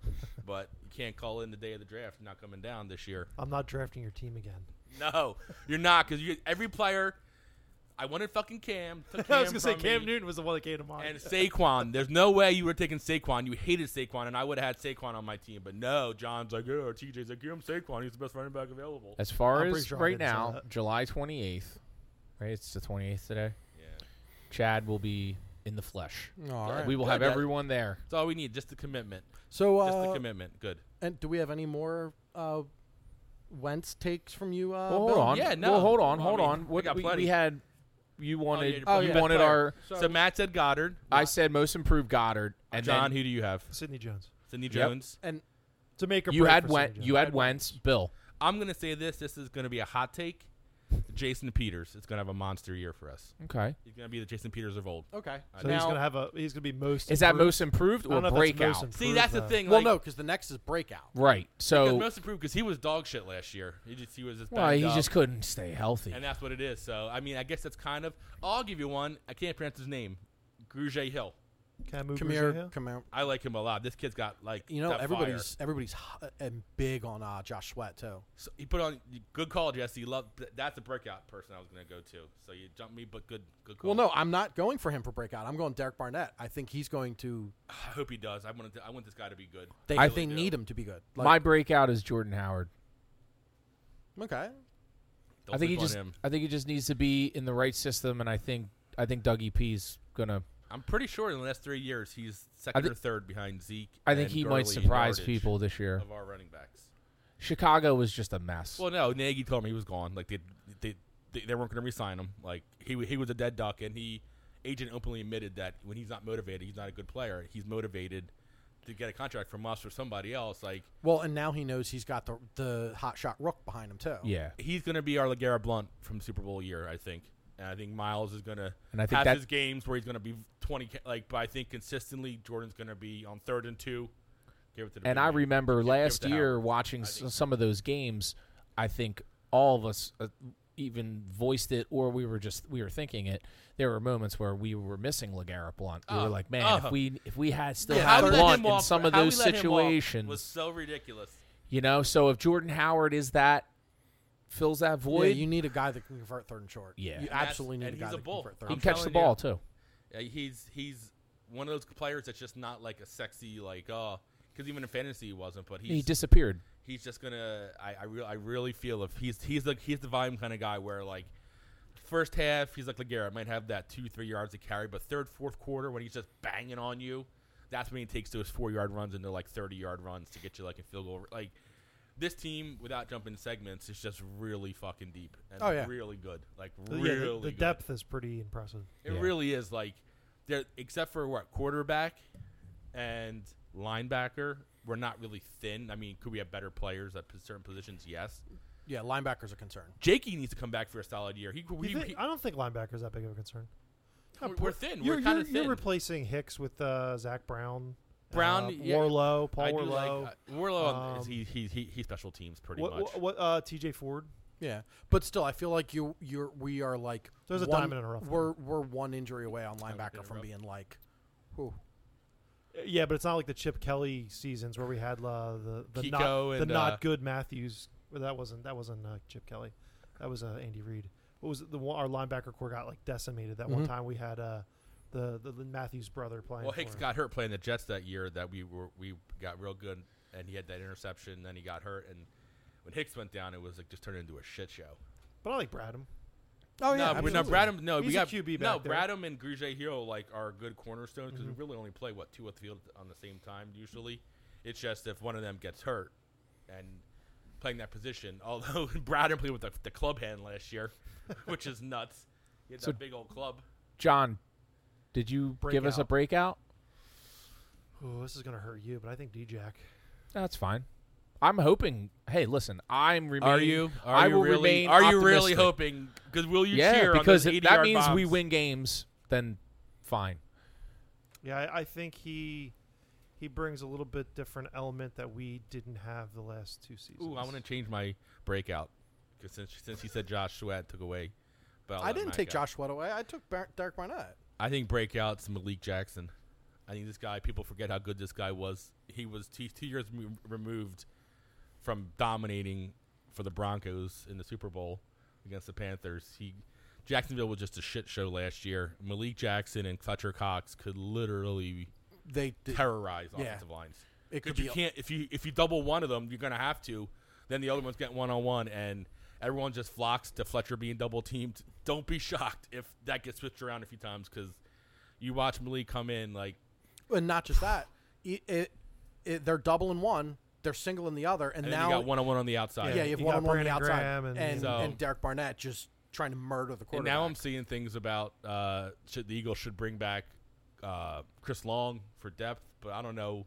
Speaker 2: but you can't call in the day of the draft. You're Not coming down this year.
Speaker 4: I'm not drafting your team again.
Speaker 2: No, you're not because you every player. I wanted fucking Cam. Took Cam
Speaker 4: I was gonna say
Speaker 2: from
Speaker 4: Cam
Speaker 2: me.
Speaker 4: Newton was the one that came to mind.
Speaker 2: And Saquon, there's no way you were taking Saquon. You hated Saquon, and I would have had Saquon on my team. But no, John's like, oh, TJ's like, give him Saquon. He's the best running back available.
Speaker 1: As far
Speaker 4: I'm pretty
Speaker 1: as
Speaker 4: sure I
Speaker 1: right
Speaker 4: didn't say
Speaker 1: now,
Speaker 4: that.
Speaker 1: July 28th, right? It's the 28th today.
Speaker 2: Yeah. Mm.
Speaker 1: Chad will be in the flesh.
Speaker 3: All
Speaker 1: We will have
Speaker 2: Good.
Speaker 1: everyone there.
Speaker 2: That's all we need, just the commitment.
Speaker 3: So,
Speaker 2: Just the
Speaker 3: uh,
Speaker 2: commitment. Good.
Speaker 3: and do we have any more uh, Wentz takes from you? Uh,
Speaker 1: Well, hold
Speaker 3: Bill?
Speaker 1: on.
Speaker 2: yeah,
Speaker 1: Well,
Speaker 2: Oh, no.
Speaker 1: hold on.
Speaker 2: Well, I
Speaker 1: Hold
Speaker 2: mean,
Speaker 1: on.
Speaker 2: we
Speaker 1: What
Speaker 2: got
Speaker 1: we, we
Speaker 2: plenty. Oh,
Speaker 1: had, you wanted,
Speaker 2: you're playing
Speaker 1: you
Speaker 2: best
Speaker 1: wanted
Speaker 2: player.
Speaker 1: our.
Speaker 2: So Matt said Goddard.
Speaker 1: I said most improved Goddard, and
Speaker 2: John,
Speaker 1: then
Speaker 2: who do you have?
Speaker 4: Sidney Jones
Speaker 2: Sidney
Speaker 1: Yep.
Speaker 2: Jones.
Speaker 3: And
Speaker 4: to make or
Speaker 1: you
Speaker 4: break
Speaker 1: had
Speaker 4: for
Speaker 1: Went,
Speaker 4: Sidney
Speaker 1: you
Speaker 4: Jones.
Speaker 1: had Wentz, Bill.
Speaker 2: I'm going to say this. This is going to be a hot take. Jason Peters is going to have a monster year for us.
Speaker 1: Okay,
Speaker 2: He's going to be the Jason Peters of old.
Speaker 3: okay,
Speaker 2: I
Speaker 4: So
Speaker 2: know.
Speaker 4: he's
Speaker 3: Now-
Speaker 4: gonna have a he's gonna be most.
Speaker 1: is that
Speaker 4: improved.
Speaker 1: most improved
Speaker 4: I
Speaker 1: or
Speaker 4: don't know if that's most
Speaker 1: breakout?
Speaker 4: improved,
Speaker 2: See, that's the
Speaker 4: though.
Speaker 2: thing.
Speaker 3: well,
Speaker 2: like,
Speaker 3: no, because the next is breakout.
Speaker 1: Right.
Speaker 2: Because
Speaker 1: So,
Speaker 2: most improved because he was dog shit last year. He just he was just
Speaker 1: well,
Speaker 2: banged
Speaker 1: he
Speaker 2: up.
Speaker 1: just couldn't stay healthy.
Speaker 2: And that's what it is. So, I mean, I guess that's kind of. I'll give you one. I can't pronounce his name. Grugier Hill.
Speaker 4: Camus
Speaker 3: Come here,
Speaker 4: Bergeron?
Speaker 3: come here.
Speaker 2: I like him a lot. This kid's got like
Speaker 3: You know,
Speaker 2: that fire.
Speaker 3: everybody's everybody's hot and big on uh, Josh Sweat too.
Speaker 2: So he put on good call, Jesse. Love th- that's a breakout person I was going to go to. So you jumped me, but good, good
Speaker 3: Well,
Speaker 2: call.
Speaker 3: no, I'm not going for him for breakout. I'm going Derek Barnett. I think he's going to.
Speaker 2: I hope he does. I want to, I want this guy to be good.
Speaker 3: They,
Speaker 1: I
Speaker 3: they
Speaker 2: do.
Speaker 3: need him to be good.
Speaker 1: My breakout is Jordan Howard.
Speaker 3: okay,
Speaker 2: Don't
Speaker 1: I think he
Speaker 2: sleep on
Speaker 1: just,
Speaker 2: Him.
Speaker 1: I think he just needs to be in the right system, and I think, I think Dougie P's gonna.
Speaker 2: I'm pretty sure in the last three years he's second
Speaker 1: thi-
Speaker 2: or third behind Zeke.
Speaker 1: I think
Speaker 2: and
Speaker 1: he might
Speaker 2: Gurley in
Speaker 1: surprise
Speaker 2: yardage
Speaker 1: people this year.
Speaker 2: of our running backs.
Speaker 1: Chicago was just a mess.
Speaker 2: Well, no, Nagy told me he was gone. Like they, they, they, they weren't going to re-sign him. Like he, he was a dead duck, and he, agent openly admitted that when he's not motivated, he's not a good player. He's motivated to get a contract from us or somebody else. Like
Speaker 3: well, and now he knows he's got the the hot shot rook behind him too.
Speaker 1: yeah,
Speaker 2: he's going to be our Legarrette Blunt from Super Bowl year, I think. And I think Miles is going to
Speaker 1: And I think
Speaker 2: have
Speaker 1: that-
Speaker 2: his games where he's going to be twenty. ca- Like, but I think consistently Jordan's going to be on third and two. Give it to the
Speaker 1: and I
Speaker 2: big man.
Speaker 1: remember
Speaker 2: give it
Speaker 1: last
Speaker 2: to
Speaker 1: year
Speaker 2: Howard.
Speaker 1: watching
Speaker 2: I
Speaker 1: s-
Speaker 2: think-
Speaker 1: some of those games. I think all of us uh, even voiced it, or we were just we were thinking it. There were moments where we were missing Legarrette Blunt. We
Speaker 2: Oh,
Speaker 1: were like, man,
Speaker 2: oh.
Speaker 1: if we if we had still
Speaker 2: Yeah, how
Speaker 1: had
Speaker 2: we let
Speaker 1: Blunt
Speaker 2: him
Speaker 1: in
Speaker 2: walk-
Speaker 1: some of
Speaker 2: how we
Speaker 1: those
Speaker 2: let him walk was
Speaker 1: situations,
Speaker 2: so ridiculous.
Speaker 1: you know. So if Jordan Howard is that fills that
Speaker 3: Yeah,
Speaker 1: void,
Speaker 3: you need a guy that can convert third and short.
Speaker 1: Yeah.
Speaker 3: you
Speaker 1: And
Speaker 2: that's-
Speaker 3: absolutely need
Speaker 2: and
Speaker 3: a guy
Speaker 2: he's a
Speaker 3: that can
Speaker 2: bull.
Speaker 3: convert
Speaker 1: he
Speaker 3: third.
Speaker 2: I'm
Speaker 1: can catch the
Speaker 2: telling
Speaker 1: ball
Speaker 2: you.
Speaker 1: too.
Speaker 2: Uh, he's he's one of those players that's just not like a sexy like uh because even in fantasy he wasn't, but he's
Speaker 1: He disappeared.
Speaker 2: he's just gonna. I I, re- I really feel if he's he's the he's the volume kind of guy where like first half he's like Legarrette might have that two three yards to carry, but third fourth quarter when he's just banging on you, that's when he takes those four yard runs into like thirty yard runs to get you like a field goal. Like this team without jumping segments is just really fucking deep and
Speaker 3: Oh, yeah.
Speaker 2: really good. Like
Speaker 4: The-
Speaker 2: really
Speaker 4: yeah, the- the,
Speaker 2: good.
Speaker 4: depth is pretty impressive.
Speaker 2: It
Speaker 1: Yeah.
Speaker 2: really is like there except for what quarterback and linebacker, we're not really thin. I mean, could we have better players at p- certain positions? Yes.
Speaker 3: Yeah, linebackers are concerned.
Speaker 2: Jakey needs to come back for a solid year. He, we,
Speaker 4: You think-
Speaker 2: he-
Speaker 4: I don't think linebackers that big of a concern.
Speaker 2: we're, we're thin.
Speaker 4: You're,
Speaker 2: we're kind
Speaker 4: you're-
Speaker 2: of
Speaker 4: you're
Speaker 2: thin.
Speaker 4: replacing Hicks with uh, Zach Brown,
Speaker 2: Brown,
Speaker 4: uh,
Speaker 2: yeah.
Speaker 4: Warlow, Paul
Speaker 2: I do like
Speaker 4: Warlow.
Speaker 2: uh, Warlow. um,
Speaker 4: Um,
Speaker 2: he, he he he special teams pretty
Speaker 4: what,
Speaker 2: much.
Speaker 4: what, what, uh, T.J. Ford?
Speaker 3: Yeah, but still, I feel like you you're we are like
Speaker 4: There's a
Speaker 3: one-
Speaker 4: diamond in a rough
Speaker 3: We're we're one injury away on linebacker
Speaker 2: in a
Speaker 3: from
Speaker 2: rough.
Speaker 3: being like, whew.
Speaker 4: Uh, Yeah, but it's not like the Chip Kelly seasons where we had uh, the the
Speaker 2: Kiko
Speaker 4: not the
Speaker 2: and, uh,
Speaker 4: not good Matthews. Well, that wasn't that wasn't uh, Chip Kelly. That was uh, Andy Reid. What was it? the one, our linebacker core got like decimated that one time? We had uh, the, the the Matthews brother playing.
Speaker 2: Mm-hmm. well,
Speaker 4: for
Speaker 2: Hicks
Speaker 4: him.
Speaker 2: got hurt playing the Jets that year. That we were we got real good, and he had that interception. Then he got hurt, and when Hicks went down, it was like just turned into a shit show.
Speaker 4: but I like Bradham.
Speaker 3: Oh
Speaker 2: no, but no, Bradham. No, we
Speaker 4: He's a
Speaker 2: got
Speaker 4: QB
Speaker 2: No,
Speaker 4: back there.
Speaker 2: Bradham and Grugier Hill like are good cornerstones because we really only play what two at the field on the same time usually. It's just if one of them gets hurt and playing that position. Although Bradham played with the, the club hand last year, which is nuts. He had
Speaker 1: So-
Speaker 2: that big old club.
Speaker 1: John, did you give us a
Speaker 4: Breakout.
Speaker 1: breakout?
Speaker 4: Ooh, this is gonna hurt you, but I think D-Jack.
Speaker 1: That's fine. I'm hoping. Hey, listen, I'm. Remain,
Speaker 2: Are you? Are
Speaker 1: I
Speaker 2: you
Speaker 1: will
Speaker 2: really?
Speaker 1: remain
Speaker 2: Are you really
Speaker 1: optimistic.
Speaker 2: hoping? Because will you
Speaker 1: Yeah,
Speaker 2: cheer
Speaker 1: because
Speaker 2: on those
Speaker 1: if that
Speaker 2: 80-yard
Speaker 1: means we
Speaker 2: bombs?
Speaker 1: win games. Then fine.
Speaker 4: Yeah, I, I think he he brings a little bit different element that we didn't have the last two seasons.
Speaker 2: Ooh, I want to change my breakout because since since he said Josh Sweat took away. but I'll
Speaker 3: I
Speaker 2: let
Speaker 3: didn't
Speaker 2: Matt
Speaker 3: take
Speaker 2: go.
Speaker 3: Josh Sweat away. I took Bar- Derek Barnett.
Speaker 2: I think breakout's Malik Jackson. I think this guy. People forget how good this guy was. He was two, two years mo- removed from dominating for the Broncos in the Super Bowl against the Panthers. He Jacksonville was just a shit show last year. Malik Jackson and Fletcher Cox could literally
Speaker 3: They did,
Speaker 2: terrorize
Speaker 3: yeah.
Speaker 2: offensive lines.
Speaker 3: It could
Speaker 2: Because you
Speaker 3: be a-
Speaker 2: can't if you if you double one of them, you're gonna have to. Then the other one's getting one on one, and everyone just flocks to Fletcher being double teamed. Don't be shocked if that gets switched around a few times because you watch Malik come in like
Speaker 3: and not just that. It, it, it they're double in one, they're single in the other, and,
Speaker 2: and
Speaker 3: now
Speaker 2: then you got one on one on the
Speaker 3: yeah,
Speaker 2: outside.
Speaker 4: Yeah,
Speaker 3: you have
Speaker 4: you
Speaker 3: one
Speaker 4: got
Speaker 3: on one on the
Speaker 4: Brandon
Speaker 3: outside,
Speaker 4: Graham
Speaker 3: and
Speaker 4: and-
Speaker 3: and,
Speaker 2: So-
Speaker 3: Derek Barnett just trying to murder the
Speaker 2: and
Speaker 3: quarterback.
Speaker 2: now I'm seeing things about uh, should the Eagles should bring back uh, Chris Long for depth, but I don't know.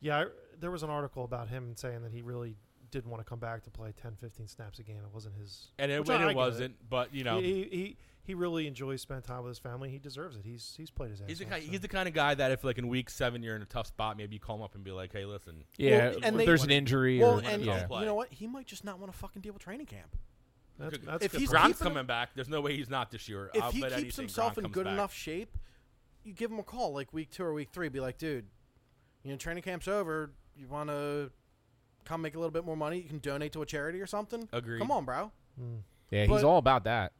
Speaker 4: Yeah, I, there was an article about him saying that he really didn't want to come back to play 10, 15 snaps a game. It wasn't his.
Speaker 2: And it,
Speaker 4: Which
Speaker 2: and
Speaker 4: I- I get
Speaker 2: it
Speaker 4: it.
Speaker 2: wasn't, but you know,
Speaker 4: He, he, he, he really enjoys spending time with his family. He deserves it. He's he's played his ass
Speaker 2: he's the
Speaker 4: off,
Speaker 2: kind,
Speaker 4: so.
Speaker 2: he's the kind of guy that if like in week seven you're in a tough spot, maybe you call him up and be like, hey, listen,
Speaker 1: Yeah,
Speaker 3: Well,
Speaker 1: if
Speaker 3: and they-
Speaker 1: there's an injury.
Speaker 3: well,
Speaker 1: or,
Speaker 3: and
Speaker 1: yeah.
Speaker 2: play.
Speaker 3: you know what? He might just not want to fucking deal with training camp.
Speaker 4: That's,
Speaker 2: Good-
Speaker 4: that's
Speaker 3: if
Speaker 4: good
Speaker 3: he's
Speaker 4: point.
Speaker 2: Gronk's
Speaker 3: keeping him-
Speaker 2: coming back. There's no way he's not this year.
Speaker 3: If
Speaker 2: I'll
Speaker 3: he
Speaker 2: bet
Speaker 3: keeps
Speaker 2: Uh, anything
Speaker 3: himself
Speaker 2: Gronk
Speaker 3: in
Speaker 2: comes
Speaker 3: good
Speaker 2: back.
Speaker 3: enough shape, you give him a call like week two or week three. Be like, dude, you know, training camp's over. You want to come make a little bit more money? You can donate to a charity or something.
Speaker 2: Agreed.
Speaker 3: Come on, bro.
Speaker 1: yeah, he's
Speaker 3: but-
Speaker 1: all about that.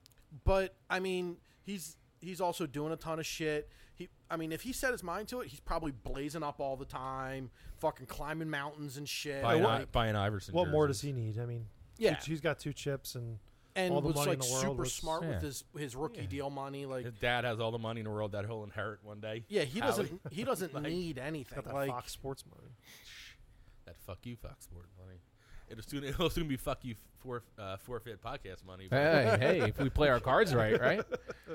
Speaker 3: But I mean, he's he's also doing a ton of shit. He, I mean, if he set his mind to it, he's probably blazing up all the time, fucking climbing mountains and shit.
Speaker 2: By an,
Speaker 3: Like,
Speaker 2: I- by an Iverson.
Speaker 4: What more does
Speaker 2: jerseys.
Speaker 4: he need? I mean,
Speaker 3: Yeah.
Speaker 4: two- he's got two chips and
Speaker 3: and
Speaker 4: all the
Speaker 3: was
Speaker 4: money
Speaker 3: like
Speaker 4: in the world
Speaker 3: super
Speaker 4: was-
Speaker 3: smart
Speaker 1: Yeah.
Speaker 3: with his his rookie deal money. Like,
Speaker 2: His dad has all the money in the world that he'll inherit one day.
Speaker 3: yeah, he
Speaker 2: Howie.
Speaker 3: doesn't he doesn't need anything.
Speaker 4: got that
Speaker 3: Like,
Speaker 4: Fox Sports money.
Speaker 2: That fuck you, Fox Sport money. It'll soon, it'll soon be fuck you for, uh, forfeit podcast money. but
Speaker 1: Hey, hey, if we play our cards right, right?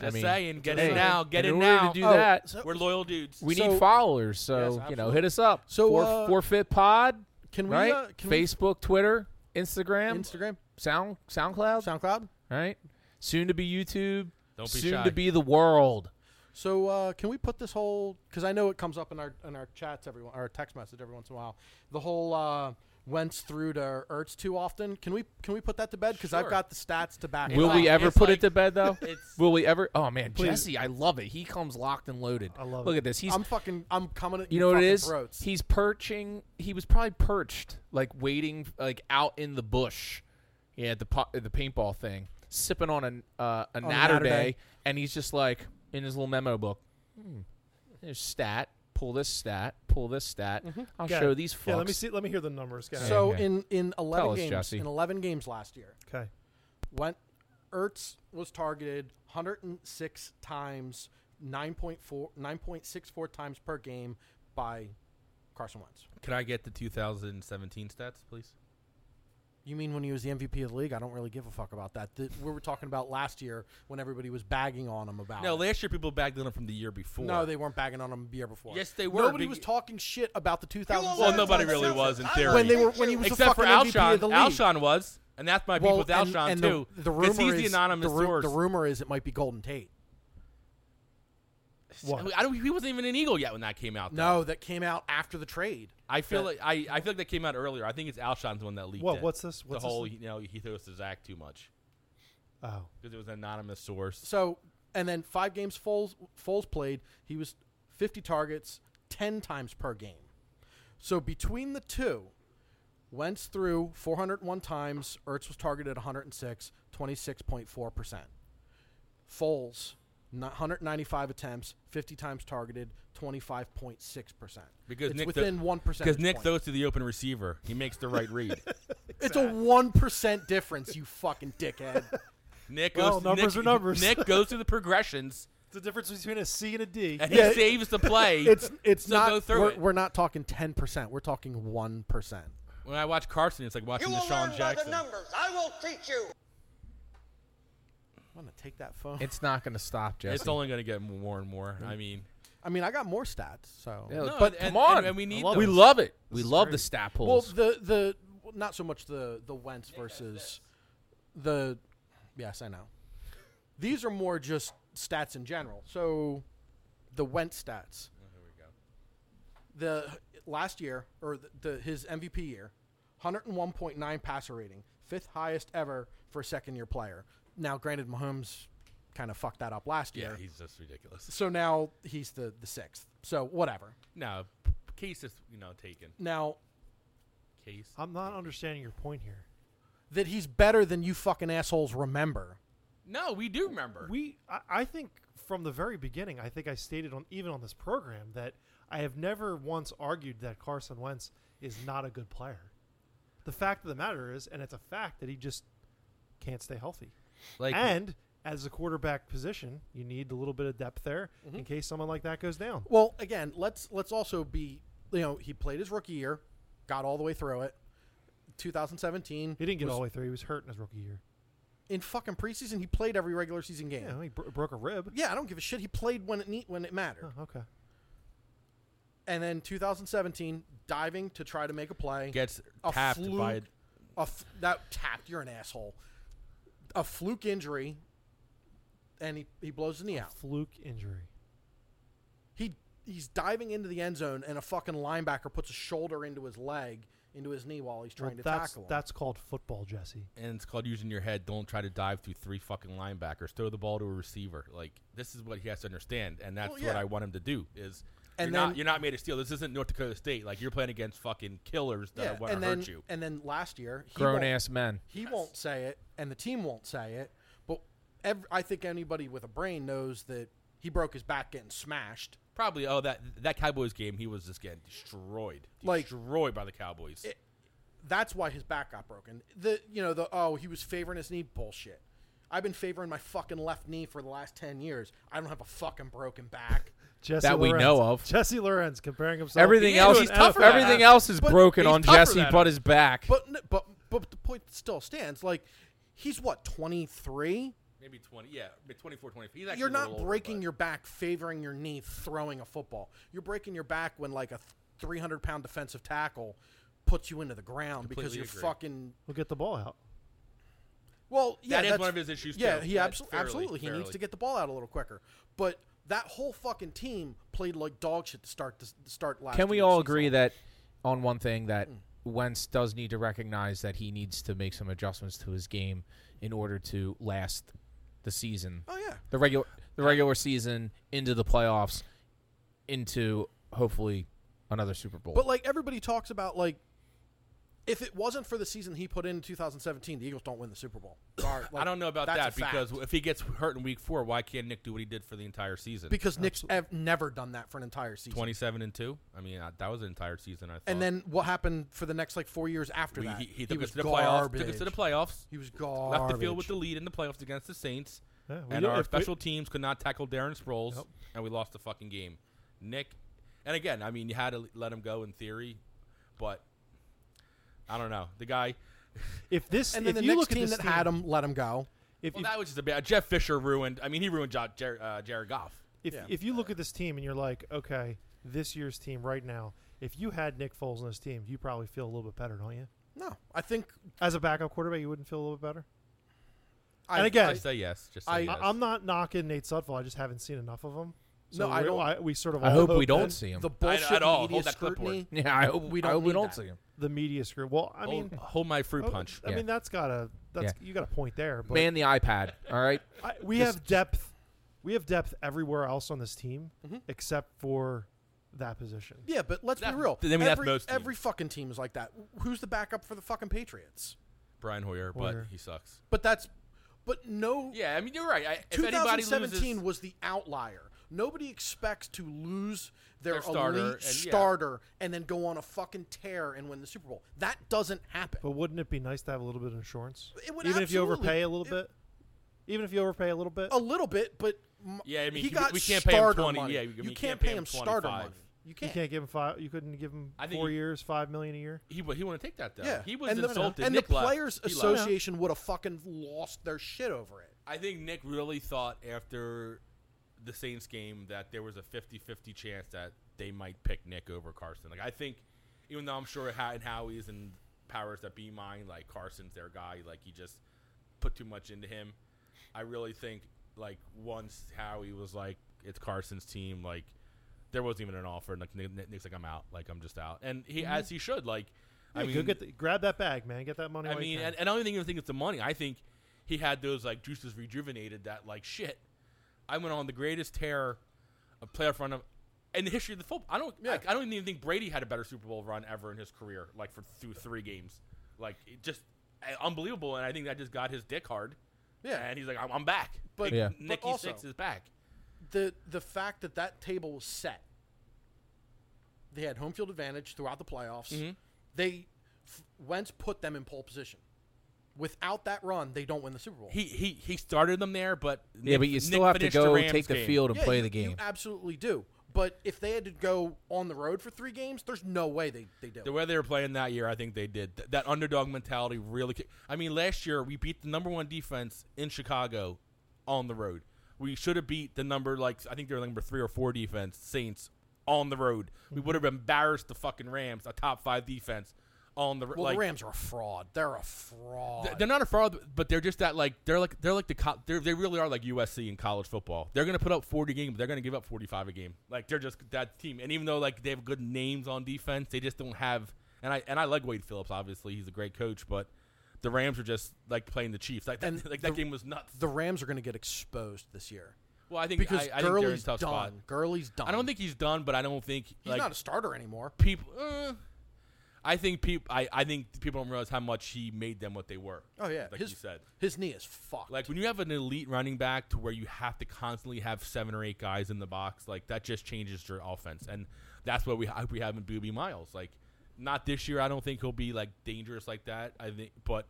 Speaker 1: I
Speaker 2: Just
Speaker 1: mean,
Speaker 2: saying, get
Speaker 1: hey,
Speaker 2: it now, get
Speaker 1: in
Speaker 2: it
Speaker 1: order
Speaker 2: now.
Speaker 1: To do
Speaker 3: Oh,
Speaker 1: that,
Speaker 3: so-
Speaker 2: We're loyal dudes.
Speaker 1: we
Speaker 3: so-
Speaker 1: need followers. So
Speaker 2: Yes,
Speaker 1: you know,
Speaker 2: absolutely.
Speaker 1: hit us up.
Speaker 3: So,
Speaker 1: Four-
Speaker 3: uh,
Speaker 1: forfeit pod,
Speaker 3: can we?
Speaker 1: right?
Speaker 3: Uh, can we
Speaker 1: Facebook, Twitter, Instagram,
Speaker 3: Instagram,
Speaker 1: Sound, SoundCloud,
Speaker 3: SoundCloud.
Speaker 1: right? Soon to be YouTube.
Speaker 2: Don't be
Speaker 1: soon
Speaker 2: shy.
Speaker 1: to be the world.
Speaker 3: So uh, can we put this whole? Because I know it comes up in our in our chats every our text message every once in a while. The whole uh, Wentz through to Ertz too often. Can we can we put that to bed? Because I've
Speaker 2: Sure.
Speaker 3: got the stats to back. it
Speaker 1: Will
Speaker 3: up.
Speaker 1: we
Speaker 2: like-
Speaker 1: ever
Speaker 2: it's
Speaker 1: put
Speaker 2: like-
Speaker 1: it to bed though?
Speaker 2: It's-
Speaker 1: Will we ever? Oh man,
Speaker 4: Please.
Speaker 1: Jesse, I love it. He comes locked and loaded.
Speaker 4: I love
Speaker 1: Look
Speaker 4: it.
Speaker 1: at this. He's
Speaker 3: I'm fucking. I'm coming at
Speaker 1: You know what it
Speaker 3: fucking
Speaker 1: is?
Speaker 3: Throats.
Speaker 1: He's perching. He was probably perched, like waiting, like out in the bush. Yeah, at the po- at the paintball thing, sipping on a uh, a natter
Speaker 3: Natterday.
Speaker 1: day, and he's just like in his little memo book. Hmm, there's stat. Pull this stat. Pull this stat. I'll
Speaker 4: Yeah.
Speaker 1: show these. Fucks.
Speaker 4: Yeah, let me see. Let me hear the numbers, guys.
Speaker 3: so
Speaker 1: Okay.
Speaker 3: in in eleven
Speaker 1: Tell us,
Speaker 3: games
Speaker 1: Jesse.
Speaker 3: in eleven games last year,
Speaker 4: okay,
Speaker 3: went Ertz was targeted 106 times, 9.4 9.64 times per game by Carson Wentz.
Speaker 2: Can I get the 2017 stats, please?
Speaker 3: You mean when he was the MVP of the league? I don't really give a fuck about that. Th- we were talking about last year when everybody was bagging on him
Speaker 1: Oh.
Speaker 3: about.
Speaker 2: No,
Speaker 3: it.
Speaker 2: last year people bagged on him from the year before.
Speaker 3: no, they weren't bagging on him the year before.
Speaker 2: Yes, they were,
Speaker 3: Nobody
Speaker 2: be-
Speaker 3: was talking shit about the 2000.
Speaker 2: Well, nobody really was in theory.
Speaker 3: when they were when he was
Speaker 2: Except
Speaker 3: the
Speaker 2: for
Speaker 3: fucking MVP
Speaker 2: Alshon.
Speaker 3: of the league.
Speaker 2: Alshon was, and that's my beef
Speaker 3: well,
Speaker 2: with
Speaker 3: and-
Speaker 2: Alshon
Speaker 3: and the-
Speaker 2: too.
Speaker 3: The,
Speaker 2: 'cause
Speaker 3: rumor
Speaker 2: he's the
Speaker 3: is-
Speaker 2: anonymous
Speaker 3: the, ru-
Speaker 2: source.
Speaker 3: The rumor is it might be Golden Tate.
Speaker 4: What?
Speaker 2: I don't, he wasn't even an Eagle yet when that came out. though.
Speaker 3: No, that came out after the trade.
Speaker 2: I feel like I, I feel like that came out earlier. I think it's Alshon's one that leaked.
Speaker 4: What-
Speaker 2: it.
Speaker 4: what's this? What's
Speaker 2: the
Speaker 4: this
Speaker 2: whole
Speaker 4: thing?
Speaker 2: you know he throws to Zach too much
Speaker 4: oh,
Speaker 2: because it was an anonymous source.
Speaker 3: So, and then five games Foles, Foles played, he was 50 targets 10 times per game. So between the two, Wentz threw 401 times, Ertz was targeted 106, 26.4%. Foles, ni- 195 attempts, 50 times targeted, 25.6%.
Speaker 2: Because
Speaker 3: it's
Speaker 2: Nick
Speaker 3: within
Speaker 2: tho-
Speaker 3: 1%.
Speaker 2: Because Nick
Speaker 3: point.
Speaker 2: throws to the open receiver, he makes the right read.
Speaker 3: It's a 1% difference, you fucking dickhead.
Speaker 2: Nick goes
Speaker 4: Well,
Speaker 2: to-
Speaker 4: numbers
Speaker 2: Nick,
Speaker 4: are numbers.
Speaker 2: Nick goes through the progressions
Speaker 4: the difference between a C and a D.
Speaker 2: and
Speaker 3: Yeah.
Speaker 2: he saves the play.
Speaker 3: It's it's
Speaker 2: So
Speaker 3: not
Speaker 2: go through
Speaker 3: we're,
Speaker 2: it.
Speaker 3: we're not talking 10%. We're talking 1%.
Speaker 2: when I watch Carson, it's like watching
Speaker 5: You will
Speaker 2: Deshaun
Speaker 5: learn by the
Speaker 2: Jackson.
Speaker 5: numbers. I will teach you.
Speaker 3: I'm gonna take that phone.
Speaker 1: It's not going to stop, Jesse.
Speaker 2: It's only going to get more and more. I mean,
Speaker 3: I mean, I got more stats. So
Speaker 1: Yeah,
Speaker 2: No,
Speaker 1: but
Speaker 2: and-
Speaker 1: come on,
Speaker 2: and- and we need
Speaker 1: we
Speaker 2: those.
Speaker 1: love it. we
Speaker 4: is
Speaker 1: love the
Speaker 4: great.
Speaker 1: stat
Speaker 3: well,
Speaker 1: pools.
Speaker 3: the the well, not so much the the Wentz versus the yes, I know. These are more just stats in general. So the Wentz stats. The last year or the, the his MVP year, 101.9 passer rating, fifth highest ever for a second year player. Now, granted, Mahomes kind of fucked that up last
Speaker 2: Yeah,
Speaker 3: year.
Speaker 2: he's just ridiculous.
Speaker 3: so now he's the the sixth. So whatever.
Speaker 2: Now, case is you know taken.
Speaker 3: Now
Speaker 2: Case.
Speaker 4: I'm not understanding your point here.
Speaker 3: that he's better than you fucking assholes remember.
Speaker 2: No, we do remember.
Speaker 4: We, I, I think from the very beginning, I think I stated on even on this program that I have never once argued that Carson Wentz is not a good player. The fact of the matter is, and it's a fact that he just can't stay healthy.
Speaker 2: like
Speaker 4: and as a quarterback position, you need a little bit of depth there
Speaker 3: Mm-hmm.
Speaker 4: in case someone like that goes down.
Speaker 3: Well, again, let's let's also be you know he played his rookie year, got all the way through it. 2017.
Speaker 4: He didn't get
Speaker 3: was-
Speaker 4: all the way through. He was hurt in his rookie year.
Speaker 3: in fucking preseason. He played every regular season game.
Speaker 4: Yeah, he bro- broke a rib.
Speaker 3: Yeah, I don't give a shit. He played when it ne- when it mattered.
Speaker 4: Oh, okay.
Speaker 3: And then 2017, diving to try to make a play,
Speaker 2: gets
Speaker 3: a
Speaker 2: tapped
Speaker 3: fluke,
Speaker 2: by.
Speaker 3: a f- that tapped. You're an asshole. A fluke injury, and he, he blows the knee out.
Speaker 4: Fluke injury.
Speaker 3: He he's diving into the end zone, and a fucking linebacker puts a shoulder into his leg, into his knee while he's trying
Speaker 4: Well,
Speaker 3: to
Speaker 4: that's
Speaker 3: tackle him.
Speaker 4: that's called football, Jesse.
Speaker 2: And it's called using your head. Don't try to dive through three fucking linebackers. Throw the ball to a receiver. Like this is what he has to understand, and that's
Speaker 3: Well,
Speaker 2: what
Speaker 3: yeah.
Speaker 2: I want him to do. Is
Speaker 3: And
Speaker 2: you're
Speaker 3: then-
Speaker 2: not you're not made to steal. This isn't North Dakota State. Like you're playing against fucking killers that
Speaker 3: yeah,
Speaker 2: want to
Speaker 3: and
Speaker 2: hurt
Speaker 3: then
Speaker 2: you.
Speaker 3: and then last year he
Speaker 1: Grown
Speaker 3: won't-
Speaker 1: ass men.
Speaker 3: He won't say it, and the team won't say it. But ev- I think anybody with a brain knows that he broke his back getting smashed.
Speaker 2: Probably. Oh, that that Cowboys game, he was just getting destroyed,
Speaker 3: Like-
Speaker 2: destroyed by the Cowboys.
Speaker 3: That's why his back got broken. The you know the oh he was favoring his knee bullshit. I've been favoring my fucking left knee for the last ten years. I don't have a fucking broken back.
Speaker 4: Jesse
Speaker 1: That we
Speaker 4: Lorenz.
Speaker 1: know of.
Speaker 4: Jesse Lorenz comparing himself.
Speaker 1: Everything
Speaker 2: He is,
Speaker 1: else,
Speaker 2: he's tougher than
Speaker 1: everything
Speaker 2: that.
Speaker 1: else is
Speaker 3: But
Speaker 1: broken
Speaker 2: he's
Speaker 1: on
Speaker 2: tougher
Speaker 1: Jesse,
Speaker 2: than
Speaker 1: but
Speaker 2: him.
Speaker 1: his back.
Speaker 3: But n- but but the point still stands. Like he's what twenty three.
Speaker 2: Maybe 20. Yeah, maybe 24, 25. He's actually
Speaker 3: You're
Speaker 2: a
Speaker 3: not
Speaker 2: little older,
Speaker 3: breaking
Speaker 2: but-
Speaker 3: your back favoring your knee throwing a football. You're breaking your back when like a 300 pound defensive tackle puts you into the ground because
Speaker 2: Completely
Speaker 3: you're
Speaker 2: agree.
Speaker 3: fucking
Speaker 4: We'll get the ball out.
Speaker 3: Well, yeah,
Speaker 2: That is
Speaker 3: that's-
Speaker 2: one of his issues,
Speaker 3: Yeah,
Speaker 2: too.
Speaker 3: he
Speaker 2: That's
Speaker 3: absolutely,
Speaker 2: fairly-
Speaker 3: absolutely, he needs
Speaker 2: fairly.
Speaker 3: to get the ball out a little quicker. But that whole fucking team played like dog shit to start this, to start last.
Speaker 1: Can we
Speaker 3: year's
Speaker 1: all
Speaker 3: season.
Speaker 1: agree that on one thing that Wentz does need to recognize that he needs to make some adjustments to his game in order to last the season,
Speaker 3: Oh yeah,
Speaker 1: the regular the regular season into the playoffs, into hopefully another Super Bowl.
Speaker 3: but like everybody talks about like. If it wasn't for the season he put in 2017, the Eagles don't win the Super Bowl. Sorry,
Speaker 2: I
Speaker 3: like,
Speaker 2: don't know about
Speaker 3: that's a
Speaker 2: that because
Speaker 3: fact.
Speaker 2: if he gets hurt in week four, why can't Nick do what he did for the entire season?
Speaker 3: because Nick's ev- never done that for an entire season.
Speaker 2: 27 and 2. I mean, uh, that was an entire season, I thought.
Speaker 3: And then what happened for the next like four years after
Speaker 2: we,
Speaker 3: that?
Speaker 2: he, he took
Speaker 3: was
Speaker 2: us to the playoffs. Took us to the
Speaker 3: garbage.
Speaker 2: playoffs.
Speaker 3: He was garbage.
Speaker 2: Left the field with the lead in the playoffs against the Saints.
Speaker 4: Yeah, we
Speaker 2: and
Speaker 4: did-
Speaker 2: our
Speaker 4: if we-
Speaker 2: special teams could not tackle Darren Sproles, and we lost the fucking game. Nick, and again, I mean, you had to let him go in theory, but I don't know. The guy,
Speaker 4: If this,
Speaker 3: and then the
Speaker 4: if you
Speaker 3: next
Speaker 4: look at
Speaker 3: team
Speaker 4: this
Speaker 3: that had him let him go.
Speaker 4: if,
Speaker 2: well,
Speaker 4: if,
Speaker 2: that was just a bad. Jeff Fisher ruined. I mean, he ruined jo- Jer- uh, Jared Goff.
Speaker 4: if,
Speaker 3: Yeah.
Speaker 4: if you look at this team and you're like, okay, this year's team right now, if you had Nick Foles on this team, you probably feel a little bit better, don't you?
Speaker 3: No, I think.
Speaker 4: As a backup quarterback, you wouldn't feel a little bit better.
Speaker 3: I,
Speaker 4: And again,
Speaker 2: Just say yes. Just say
Speaker 3: I-
Speaker 2: yes.
Speaker 4: I, am not knocking Nate Sudfeld. I just haven't seen enough of him. So
Speaker 3: No, I
Speaker 4: we're-
Speaker 3: don't-
Speaker 4: we sort of.
Speaker 1: I
Speaker 4: all
Speaker 1: hope we
Speaker 4: that
Speaker 1: don't see him.
Speaker 3: the bullshit
Speaker 2: at all.
Speaker 3: media
Speaker 2: Hold that clipboard.
Speaker 3: scrutiny.
Speaker 1: yeah, I hope
Speaker 3: we
Speaker 1: we
Speaker 3: don't
Speaker 1: don't, we
Speaker 3: need
Speaker 1: don't
Speaker 3: that.
Speaker 1: see him.
Speaker 4: The media screw. Well, I mean,
Speaker 2: hold, hold my fruit
Speaker 4: oh,
Speaker 2: punch.
Speaker 4: I
Speaker 3: uh,
Speaker 1: yeah.
Speaker 4: mean, that's got a. That's you got a point there. But
Speaker 1: Man, the iPad. All right,
Speaker 4: I, we
Speaker 1: Just-
Speaker 4: have depth. We have depth everywhere else on this team except for that position.
Speaker 3: Mm-hmm. Yeah, but let's
Speaker 2: That-
Speaker 3: be real.
Speaker 2: then that's
Speaker 3: every,
Speaker 2: most teams.
Speaker 3: every fucking team is like that. Who's the backup for the fucking Patriots?
Speaker 2: Brian Hoyer,
Speaker 4: Hoyer.
Speaker 2: but he sucks.
Speaker 3: But that's, but no.
Speaker 2: Yeah, I mean you're right. I, if anybody
Speaker 3: 2017
Speaker 2: loses,
Speaker 3: was the outlier. Nobody expects to lose their,
Speaker 2: Their starter,
Speaker 3: elite
Speaker 2: and yeah.
Speaker 3: starter and then go on a fucking tear and win the Super Bowl. That doesn't happen.
Speaker 4: But wouldn't it be nice to have a little bit of insurance?
Speaker 3: It would
Speaker 4: Even if you
Speaker 3: absolutely-
Speaker 4: overpay a little
Speaker 3: it-
Speaker 4: bit? Even if you overpay a little bit?
Speaker 3: a little bit, but m-
Speaker 2: Yeah, I mean,
Speaker 3: he
Speaker 2: we-
Speaker 3: got
Speaker 2: we can't pay him
Speaker 3: starter
Speaker 2: 20
Speaker 3: money.
Speaker 2: yeah,
Speaker 3: you,
Speaker 2: we- we
Speaker 3: can't,
Speaker 2: can't
Speaker 3: pay
Speaker 2: pay him
Speaker 3: starter
Speaker 2: 25.
Speaker 3: money. You
Speaker 4: you
Speaker 3: can't.
Speaker 4: can't give him five you couldn't give him
Speaker 2: I think
Speaker 4: four
Speaker 2: you-
Speaker 4: years, five million a year?
Speaker 2: he wa- he wouldn't take that though.
Speaker 3: yeah,
Speaker 2: he was
Speaker 3: and the,
Speaker 2: insulted.
Speaker 3: and
Speaker 2: Nick
Speaker 3: the
Speaker 2: left.
Speaker 3: players'
Speaker 2: He left.
Speaker 3: association would have fucking lost their shit over it.
Speaker 2: I think Nick really thought after the Saints game that there was a 50-50 chance that they might pick Nick over Carson. Like I think, even though I'm sure Ha- and Howie's and powers that be mine, like Carson's their guy. Like he just put too much into him. I really think like once Howie was like, it's Carson's team. Like there wasn't even an offer. Like Nick, Nick- Nick's like, I'm out. Like I'm just out. And he as he should. Like I
Speaker 4: Hey,
Speaker 2: mean,
Speaker 4: go get the, grab that bag, man. Get that money.
Speaker 2: I
Speaker 4: while you
Speaker 2: mean,
Speaker 4: can.
Speaker 2: and, and I don't even think it's the money. I think he had those like juices rejuvenated that like shit. I went on the greatest tear of playoff run of in the history of the football. I don't like, I don't even think Brady had a better Super Bowl run ever in his career, like for through three games. Like it just uh, unbelievable and I think that just got his dick hard.
Speaker 3: Yeah.
Speaker 2: And he's like I'm, I'm back.
Speaker 3: But-
Speaker 2: Nick-
Speaker 1: Yeah.
Speaker 3: but
Speaker 2: Nicky
Speaker 3: also-
Speaker 2: Six is back.
Speaker 3: the the fact that that table was set. They had home field advantage throughout the playoffs.
Speaker 2: Mm-hmm.
Speaker 3: They f- Wentz put them in pole position. Without that run, they don't win the Super Bowl.
Speaker 2: He he he started them there, but
Speaker 1: Yeah,
Speaker 2: Nick-
Speaker 1: but you
Speaker 2: Nick
Speaker 1: still have to
Speaker 2: finished the
Speaker 1: go
Speaker 2: Rams
Speaker 1: take the
Speaker 2: game.
Speaker 1: field and play
Speaker 3: you-
Speaker 1: the game.
Speaker 3: You absolutely do. But if they had to go on the road for three games, there's no way they they do.
Speaker 2: The
Speaker 3: it.
Speaker 2: way they were playing that year, I think they did. Th- that underdog mentality really. Kick- I mean, last year we beat the number one defense in Chicago on the road. We should have beat the number like I think they were number three or four defense Saints on the road. We
Speaker 3: Mm-hmm.
Speaker 2: would have embarrassed the fucking Rams, a top five defense on the road.
Speaker 3: Well,
Speaker 2: like,
Speaker 3: the Rams are a fraud. They're a fraud.
Speaker 2: th- They're not a fraud, but they're just that like they're like they're like the co- they're, they really are like USC in college football. They're gonna put up forty games, but they're gonna give up forty five a game. Like they're just that team. And even though like they have good names on defense, they just don't have. And I and I like Wade Phillips. Obviously, he's a great coach, but the Rams are just like playing the Chiefs. Like that,
Speaker 3: And
Speaker 2: like that
Speaker 3: the-
Speaker 2: game was nuts.
Speaker 3: the Rams are going to get exposed this year
Speaker 2: well, I think
Speaker 3: because
Speaker 2: I, I think they're in a
Speaker 3: Gurley's
Speaker 2: tough
Speaker 3: done.
Speaker 2: spot.
Speaker 3: Gurley's done.
Speaker 2: I don't think he's done, but I don't think
Speaker 3: he's
Speaker 2: like
Speaker 3: not a starter anymore.
Speaker 2: people. Uh, I think people. I, I think people don't realize how much he made them what they were.
Speaker 3: Oh yeah,
Speaker 2: like
Speaker 3: his
Speaker 2: you said.
Speaker 3: his knee is fucked.
Speaker 2: Like when you have an elite running back to where you have to constantly have seven or eight guys in the box, like that just changes your offense, and that's what we hope we have in Booby Miles. Like, not this year. I don't think he'll be like dangerous like that. I think, but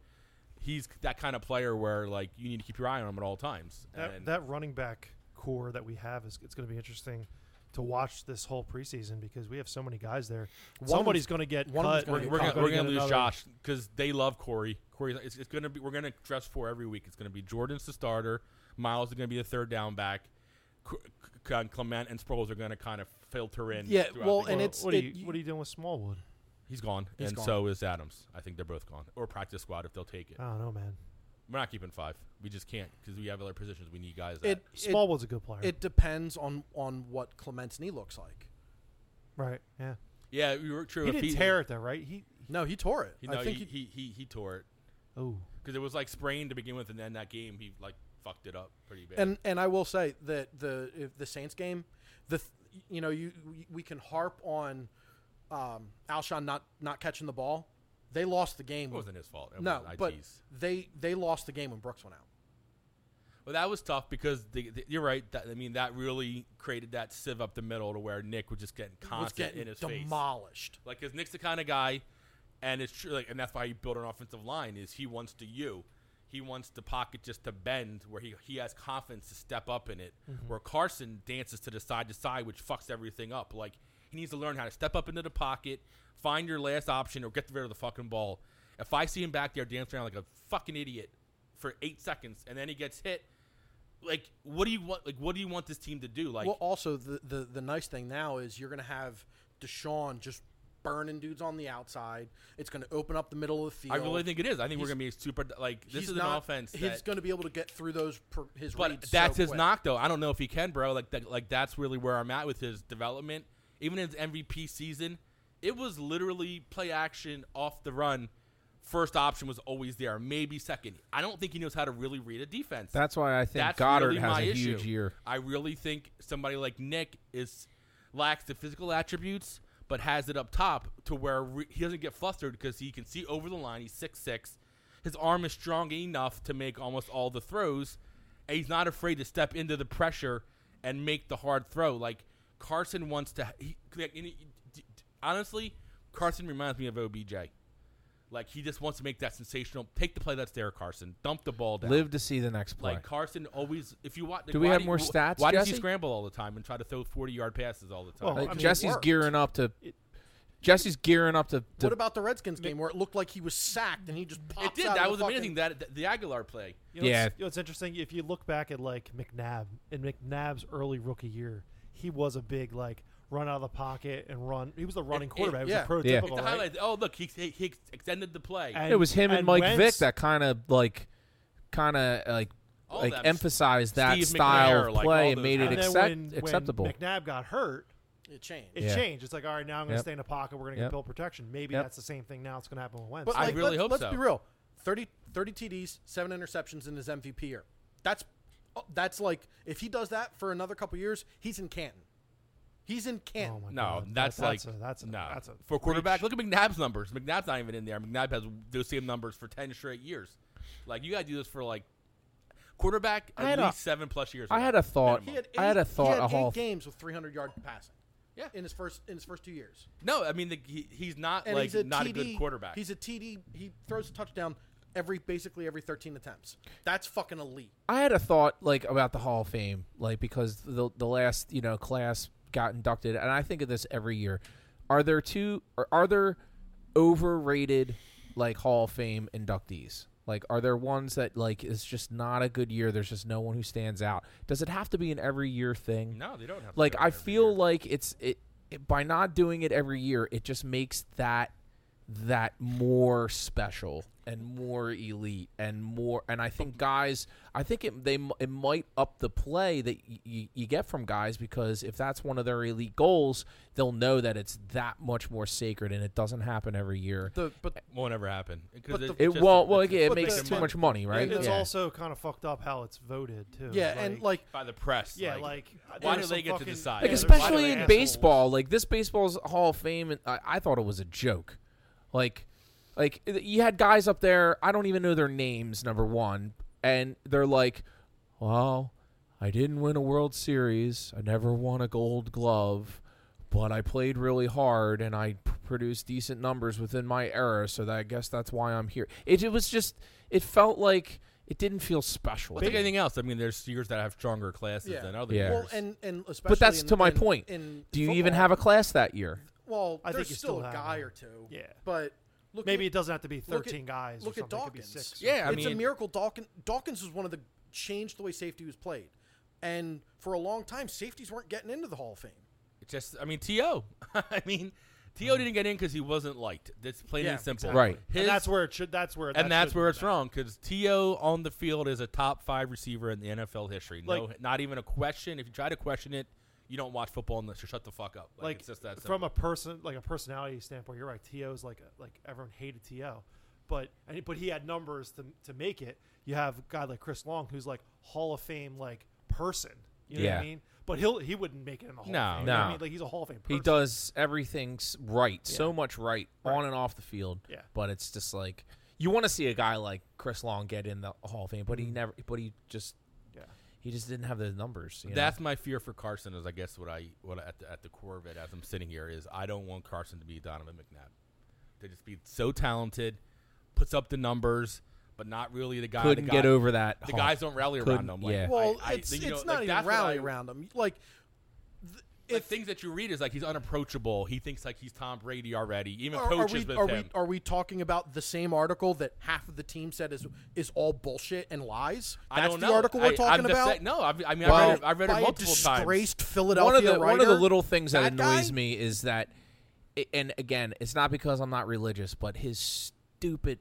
Speaker 2: he's that kind of player where like you need to keep your eye on him at all times.
Speaker 4: That,
Speaker 2: and
Speaker 4: that running back core that we have is it's going to be interesting to watch this whole preseason because we have so many guys there. Somebody's going to get
Speaker 3: one of them's
Speaker 4: cut.
Speaker 3: gonna
Speaker 2: we're,
Speaker 3: get
Speaker 2: we're
Speaker 3: Cutler's
Speaker 2: gonna, we're
Speaker 4: get
Speaker 2: gonna lose
Speaker 4: another-
Speaker 2: Josh because they love Corey. Corey, it's, it's gonna be we're gonna dress for every week. It's gonna be Jordan's the starter. Miles is gonna be the third down back. C- C- Clement and Sproles are gonna kind of filter in.
Speaker 3: Yeah,
Speaker 2: throughout
Speaker 3: well,
Speaker 2: the
Speaker 3: and
Speaker 4: Well,
Speaker 3: it's-
Speaker 4: what are,
Speaker 3: it-
Speaker 4: you, what are you doing with Smallwood?
Speaker 2: He's gone,
Speaker 3: He's
Speaker 2: and
Speaker 3: gone.
Speaker 2: so is Adams. I think they're both gone, or practice squad if they'll take it.
Speaker 4: I don't know, man.
Speaker 2: We're not keeping five. We just can't because we have other positions. We need guys.
Speaker 3: it,
Speaker 2: That,
Speaker 3: it-
Speaker 4: Smallwood's a good player,
Speaker 3: It depends on on what Clement's knee looks like.
Speaker 4: right? Yeah,
Speaker 2: yeah, we were true.
Speaker 4: he
Speaker 2: if
Speaker 4: didn't tear it though, right? He
Speaker 3: No, he tore it.
Speaker 2: He,
Speaker 3: I
Speaker 2: no,
Speaker 3: think
Speaker 2: he,
Speaker 3: he,
Speaker 2: he, he he tore it
Speaker 4: oh,
Speaker 2: because it was like sprained to begin with, and then that game he like fucked it up pretty bad.
Speaker 3: and and I will say that the if the Saints game, the th- you know you we- we can harp on um, Alshon not not catching the ball. They lost the game.
Speaker 2: it wasn't his fault. It
Speaker 3: no,
Speaker 2: was
Speaker 3: but
Speaker 2: IT's.
Speaker 3: they they lost the game when Brooks went out.
Speaker 2: Well, that was tough because the, the- you're right. That, I mean, that really created that sieve up the middle to where Nick was just getting
Speaker 3: He was
Speaker 2: constant
Speaker 3: getting
Speaker 2: in his face.
Speaker 3: demolished.
Speaker 2: Like, because Nick's the kind of guy, and it's true, like, and that's why he built an offensive line is he wants to you, he wants the pocket just to bend where he he has confidence to step up in it.
Speaker 3: Mm-hmm.
Speaker 2: Where Carson dances to the side to side, which fucks everything up. Like he needs to learn how to step up into the pocket, find your last option, or get rid of the fucking ball. If I see him back there dancing around like a fucking idiot for eight seconds, and then he gets hit. Like what do you want? Like what do you want this team to do? Like
Speaker 3: well, also the, the the nice thing now is you're going to have Deshaun just burning dudes on the outside. It's going to open up the middle of the field.
Speaker 2: I really think it is. I think
Speaker 3: He's-
Speaker 2: we're gonna be super. Like this
Speaker 3: He's
Speaker 2: is an
Speaker 3: not-
Speaker 2: offense.
Speaker 3: He's
Speaker 2: that-
Speaker 3: going to be able to get through those per, his.
Speaker 2: But
Speaker 3: reads so
Speaker 2: that's his
Speaker 3: quick.
Speaker 2: knock, though. I don't know if he can, bro. Like, that, like that's really where I'm at with his development. Even his MVP season, it was literally play action off the run. First option was always there, maybe second. I don't think he knows how to really read a defense.
Speaker 1: That's why I think
Speaker 2: That's
Speaker 1: Goddard
Speaker 2: really
Speaker 1: has
Speaker 2: my
Speaker 1: a
Speaker 2: issue.
Speaker 1: huge year.
Speaker 2: I really think somebody like Nick is lacks the physical attributes, but has it up top to where re- he doesn't get flustered because he can see over the line. He's six six, his arm is strong enough to make almost all the throws, and he's not afraid to step into the pressure and make the hard throw. Like Carson wants to. He, like, and he- d- d- honestly, Carson reminds me of OBJ. Like he just wants to make that sensational. Take the play that's there, Carson. Dump the ball down.
Speaker 1: Live to see the next play.
Speaker 2: Like oh, Carson always, if you watch,
Speaker 1: Do we have more stats,
Speaker 2: Why does he
Speaker 1: Jesse?
Speaker 2: scramble all the time and try to throw forty-yard passes all the time?
Speaker 4: Well,
Speaker 1: Like,
Speaker 4: I mean, it
Speaker 1: Jesse's
Speaker 4: worked.
Speaker 1: gearing up to. Jesse's gearing up to. to
Speaker 3: What about the Redskins game where it looked like he was sacked and he just popped?
Speaker 2: it did. That was amazing. That that- the Aguilar play.
Speaker 4: You know,
Speaker 1: Yeah.
Speaker 4: It's, you know, it's interesting if you look back at like McNabb in McNabb's early rookie year, he was a big like run out of the pocket and run. He was the running
Speaker 2: it-
Speaker 4: quarterback. He
Speaker 3: yeah.
Speaker 4: was a
Speaker 1: Yeah.
Speaker 4: prototypical.
Speaker 1: Like
Speaker 2: The
Speaker 4: right?
Speaker 2: highlight. Oh, look, he, he, he extended the play.
Speaker 4: And-
Speaker 1: it was him and, Mike Vick
Speaker 4: Wentz-
Speaker 1: that kind of like, kind of like,
Speaker 2: All
Speaker 1: like
Speaker 2: them.
Speaker 1: emphasized that
Speaker 2: Steve
Speaker 1: style
Speaker 2: McNair,
Speaker 1: of
Speaker 2: like,
Speaker 1: play
Speaker 2: all
Speaker 1: and
Speaker 2: those
Speaker 1: made it
Speaker 4: and
Speaker 2: guys.
Speaker 4: then
Speaker 1: accept,
Speaker 4: when, when
Speaker 1: acceptable.
Speaker 4: McNabb got hurt.
Speaker 3: It changed.
Speaker 4: It
Speaker 1: Yeah.
Speaker 4: changed. It's like, all right, now I'm going to
Speaker 1: Yep.
Speaker 4: stay in the pocket. We're going to
Speaker 1: Yep.
Speaker 4: get build protection. Maybe
Speaker 1: Yep.
Speaker 4: that's the same thing now. It's going to happen with Wentz.
Speaker 3: but
Speaker 2: I
Speaker 3: like,
Speaker 2: really
Speaker 3: let's,
Speaker 2: hope
Speaker 3: let's
Speaker 2: so.
Speaker 3: be real. 30, 30 TDs, seven interceptions in his MVP year. That's uh, that's like if he does that for another couple years, he's in Canton. He's in Canton.
Speaker 4: Oh my
Speaker 2: No,
Speaker 4: God.
Speaker 2: that's,
Speaker 4: That-
Speaker 2: like
Speaker 4: that's a, that's a,
Speaker 2: no
Speaker 4: that's a
Speaker 2: for quarterback. Look at McNabb's numbers. McNabb's not even in there. McNabb has those same numbers for ten straight years. Like you got to do this for like quarterback
Speaker 1: I had
Speaker 2: at
Speaker 1: a-
Speaker 2: least seven plus years.
Speaker 1: I
Speaker 2: of
Speaker 1: had
Speaker 2: that
Speaker 1: a thought.
Speaker 2: minimum.
Speaker 3: He had eight,
Speaker 1: Oh, I had a thought.
Speaker 3: He
Speaker 1: a
Speaker 3: had
Speaker 1: whole
Speaker 3: eight games with 300 yard passing.
Speaker 2: Yeah.
Speaker 3: in his first in his first two years,
Speaker 2: No, I mean the, he, he's not
Speaker 3: and
Speaker 2: like
Speaker 3: he's a
Speaker 2: not
Speaker 3: TD,
Speaker 2: a good quarterback.
Speaker 3: He's a TD. He throws a touchdown every basically every 13 attempts. That's fucking elite.
Speaker 1: I had a thought like about the Hall of Fame, like because the the last you know class got inducted, and I think of this every year. Are there two? Are, are there overrated like Hall of Fame inductees? Like, are there ones that like is just not a good year? There's just no one who stands out. Does it have to be an every year thing?
Speaker 2: no, they don't have. To
Speaker 1: like
Speaker 2: do that
Speaker 1: I
Speaker 2: every
Speaker 1: feel
Speaker 2: year.
Speaker 1: like it's it, it by not doing it every year, it just makes that that more special and more elite and more and I think guys I think it they m- it might up the play that y- y- you get from guys because if that's one of their elite goals they'll know that it's that much more sacred and it doesn't happen every year
Speaker 3: The but
Speaker 2: won't ever happen. 'Cause
Speaker 3: But the-
Speaker 1: it
Speaker 2: just-
Speaker 1: won't well
Speaker 2: it's
Speaker 1: yeah, it
Speaker 3: but
Speaker 1: makes
Speaker 3: the-
Speaker 1: too much money right
Speaker 4: And it's
Speaker 1: yeah.
Speaker 4: also kind of fucked up how it's voted too.
Speaker 3: yeah, and like
Speaker 2: by the press.
Speaker 4: yeah, like,
Speaker 2: why
Speaker 4: there's
Speaker 2: do they get
Speaker 4: some
Speaker 2: to
Speaker 4: fucking-
Speaker 2: decide?
Speaker 1: like
Speaker 2: Yeah,
Speaker 4: there's
Speaker 2: they're
Speaker 1: especially
Speaker 4: fucking
Speaker 1: in
Speaker 4: assholes.
Speaker 1: baseball like this baseball's hall of fame and I, I thought it was a joke like like you had guys up there i don't even know their names number one and they're like well i didn't win a world series i never won a gold glove but i played really hard and i p- produced decent numbers within my era so that i guess that's why i'm here it, it was just it felt like it didn't feel special
Speaker 2: Like anything else, I mean, there's years that have stronger classes
Speaker 3: yeah,
Speaker 2: than other
Speaker 1: Yeah.
Speaker 2: years.
Speaker 3: Well, and and especially
Speaker 1: but that's
Speaker 3: in-
Speaker 1: to my
Speaker 3: in-
Speaker 1: point
Speaker 3: In
Speaker 1: do you even
Speaker 3: football.
Speaker 1: have a class that year
Speaker 3: Well,
Speaker 4: I think
Speaker 3: there's
Speaker 4: you
Speaker 3: still,
Speaker 4: still
Speaker 3: a
Speaker 4: have
Speaker 3: guy
Speaker 4: them.
Speaker 3: or two.
Speaker 4: Yeah.
Speaker 3: but look
Speaker 4: maybe
Speaker 3: at-
Speaker 4: it doesn't have to be
Speaker 3: look at-
Speaker 4: 13 guys. or
Speaker 3: Look at
Speaker 4: something. It could be
Speaker 3: Dawkins.
Speaker 4: six or-
Speaker 2: yeah, I
Speaker 3: it's
Speaker 2: mean,
Speaker 3: a miracle. Dawkins, Dawkins was one of the changed the way safety was played, and for a long time, safeties weren't getting into the Hall of Fame.
Speaker 2: It's just I mean to i mean to didn't get in because he wasn't liked that's plain
Speaker 3: Yeah,
Speaker 2: and simple
Speaker 1: exactly. Mm-hmm. Right.
Speaker 2: His-
Speaker 4: and that's where it should. That's where. that should
Speaker 2: where
Speaker 4: be
Speaker 2: it's
Speaker 4: back.
Speaker 2: wrong because to on the field is a top five receiver in the nfl history no
Speaker 4: Like-
Speaker 2: not even a question if you try to question it you don't watch football unless you shut the fuck up like,
Speaker 4: Like
Speaker 2: it's just that
Speaker 4: from
Speaker 2: simple.
Speaker 4: a person, like a personality standpoint, you're right. To's like a, like everyone hated To, but and, but he had numbers to to make it. You have a guy like Chris Long who's like Hall of Fame like person. You know what
Speaker 1: Yeah.
Speaker 4: I mean? But he'll he wouldn't make it in the Hall.
Speaker 2: No.
Speaker 4: of Fame. You know what I
Speaker 1: No.
Speaker 4: mean? like he's a Hall of Fame. Person.
Speaker 1: He does everything s- right, so much right, on and off the field.
Speaker 4: Yeah.
Speaker 1: But it's just like you want to see a guy like Chris Long get in the Hall of Fame, but he
Speaker 2: Mm-hmm.
Speaker 1: never. But he just
Speaker 4: Yeah.
Speaker 1: he just didn't have the numbers. you know?
Speaker 2: that's my fear for Carson is I guess what I what I, at the, at the core of it as I'm sitting here is I don't want Carson to be Donovan McNabb to just be so talented puts up the numbers but not really the guy the
Speaker 1: couldn't
Speaker 2: guy-
Speaker 1: get over that.
Speaker 2: the
Speaker 1: hump.
Speaker 2: guys don't rally
Speaker 1: Couldn't-
Speaker 2: around him like,
Speaker 1: yeah.
Speaker 2: I-
Speaker 3: Well,
Speaker 2: I-
Speaker 3: it's,
Speaker 2: you know,
Speaker 3: it's not
Speaker 2: like, that's
Speaker 3: even
Speaker 2: what I-
Speaker 3: rally around him. Like
Speaker 2: the things that you read is like he's unapproachable. He thinks like he's Tom Brady already. Even
Speaker 3: Are, are we
Speaker 2: coaches with
Speaker 3: are
Speaker 2: him.
Speaker 3: we are we talking about the same article that half of the team said is is all bullshit and lies?
Speaker 2: I
Speaker 3: That's
Speaker 2: don't
Speaker 3: the
Speaker 2: know.
Speaker 3: article we're
Speaker 2: I- I'm
Speaker 3: talking
Speaker 2: just
Speaker 3: about.
Speaker 2: saying- no, I've, I mean I
Speaker 3: Well,
Speaker 2: read it, I read
Speaker 3: by a
Speaker 2: it multiple times.
Speaker 3: disgraced Philadelphia
Speaker 1: one of the one of the
Speaker 3: writer?
Speaker 1: little things that,
Speaker 3: That
Speaker 1: annoys
Speaker 3: guy?
Speaker 1: me is that, i- and again, it's not because I'm not religious, but his stupid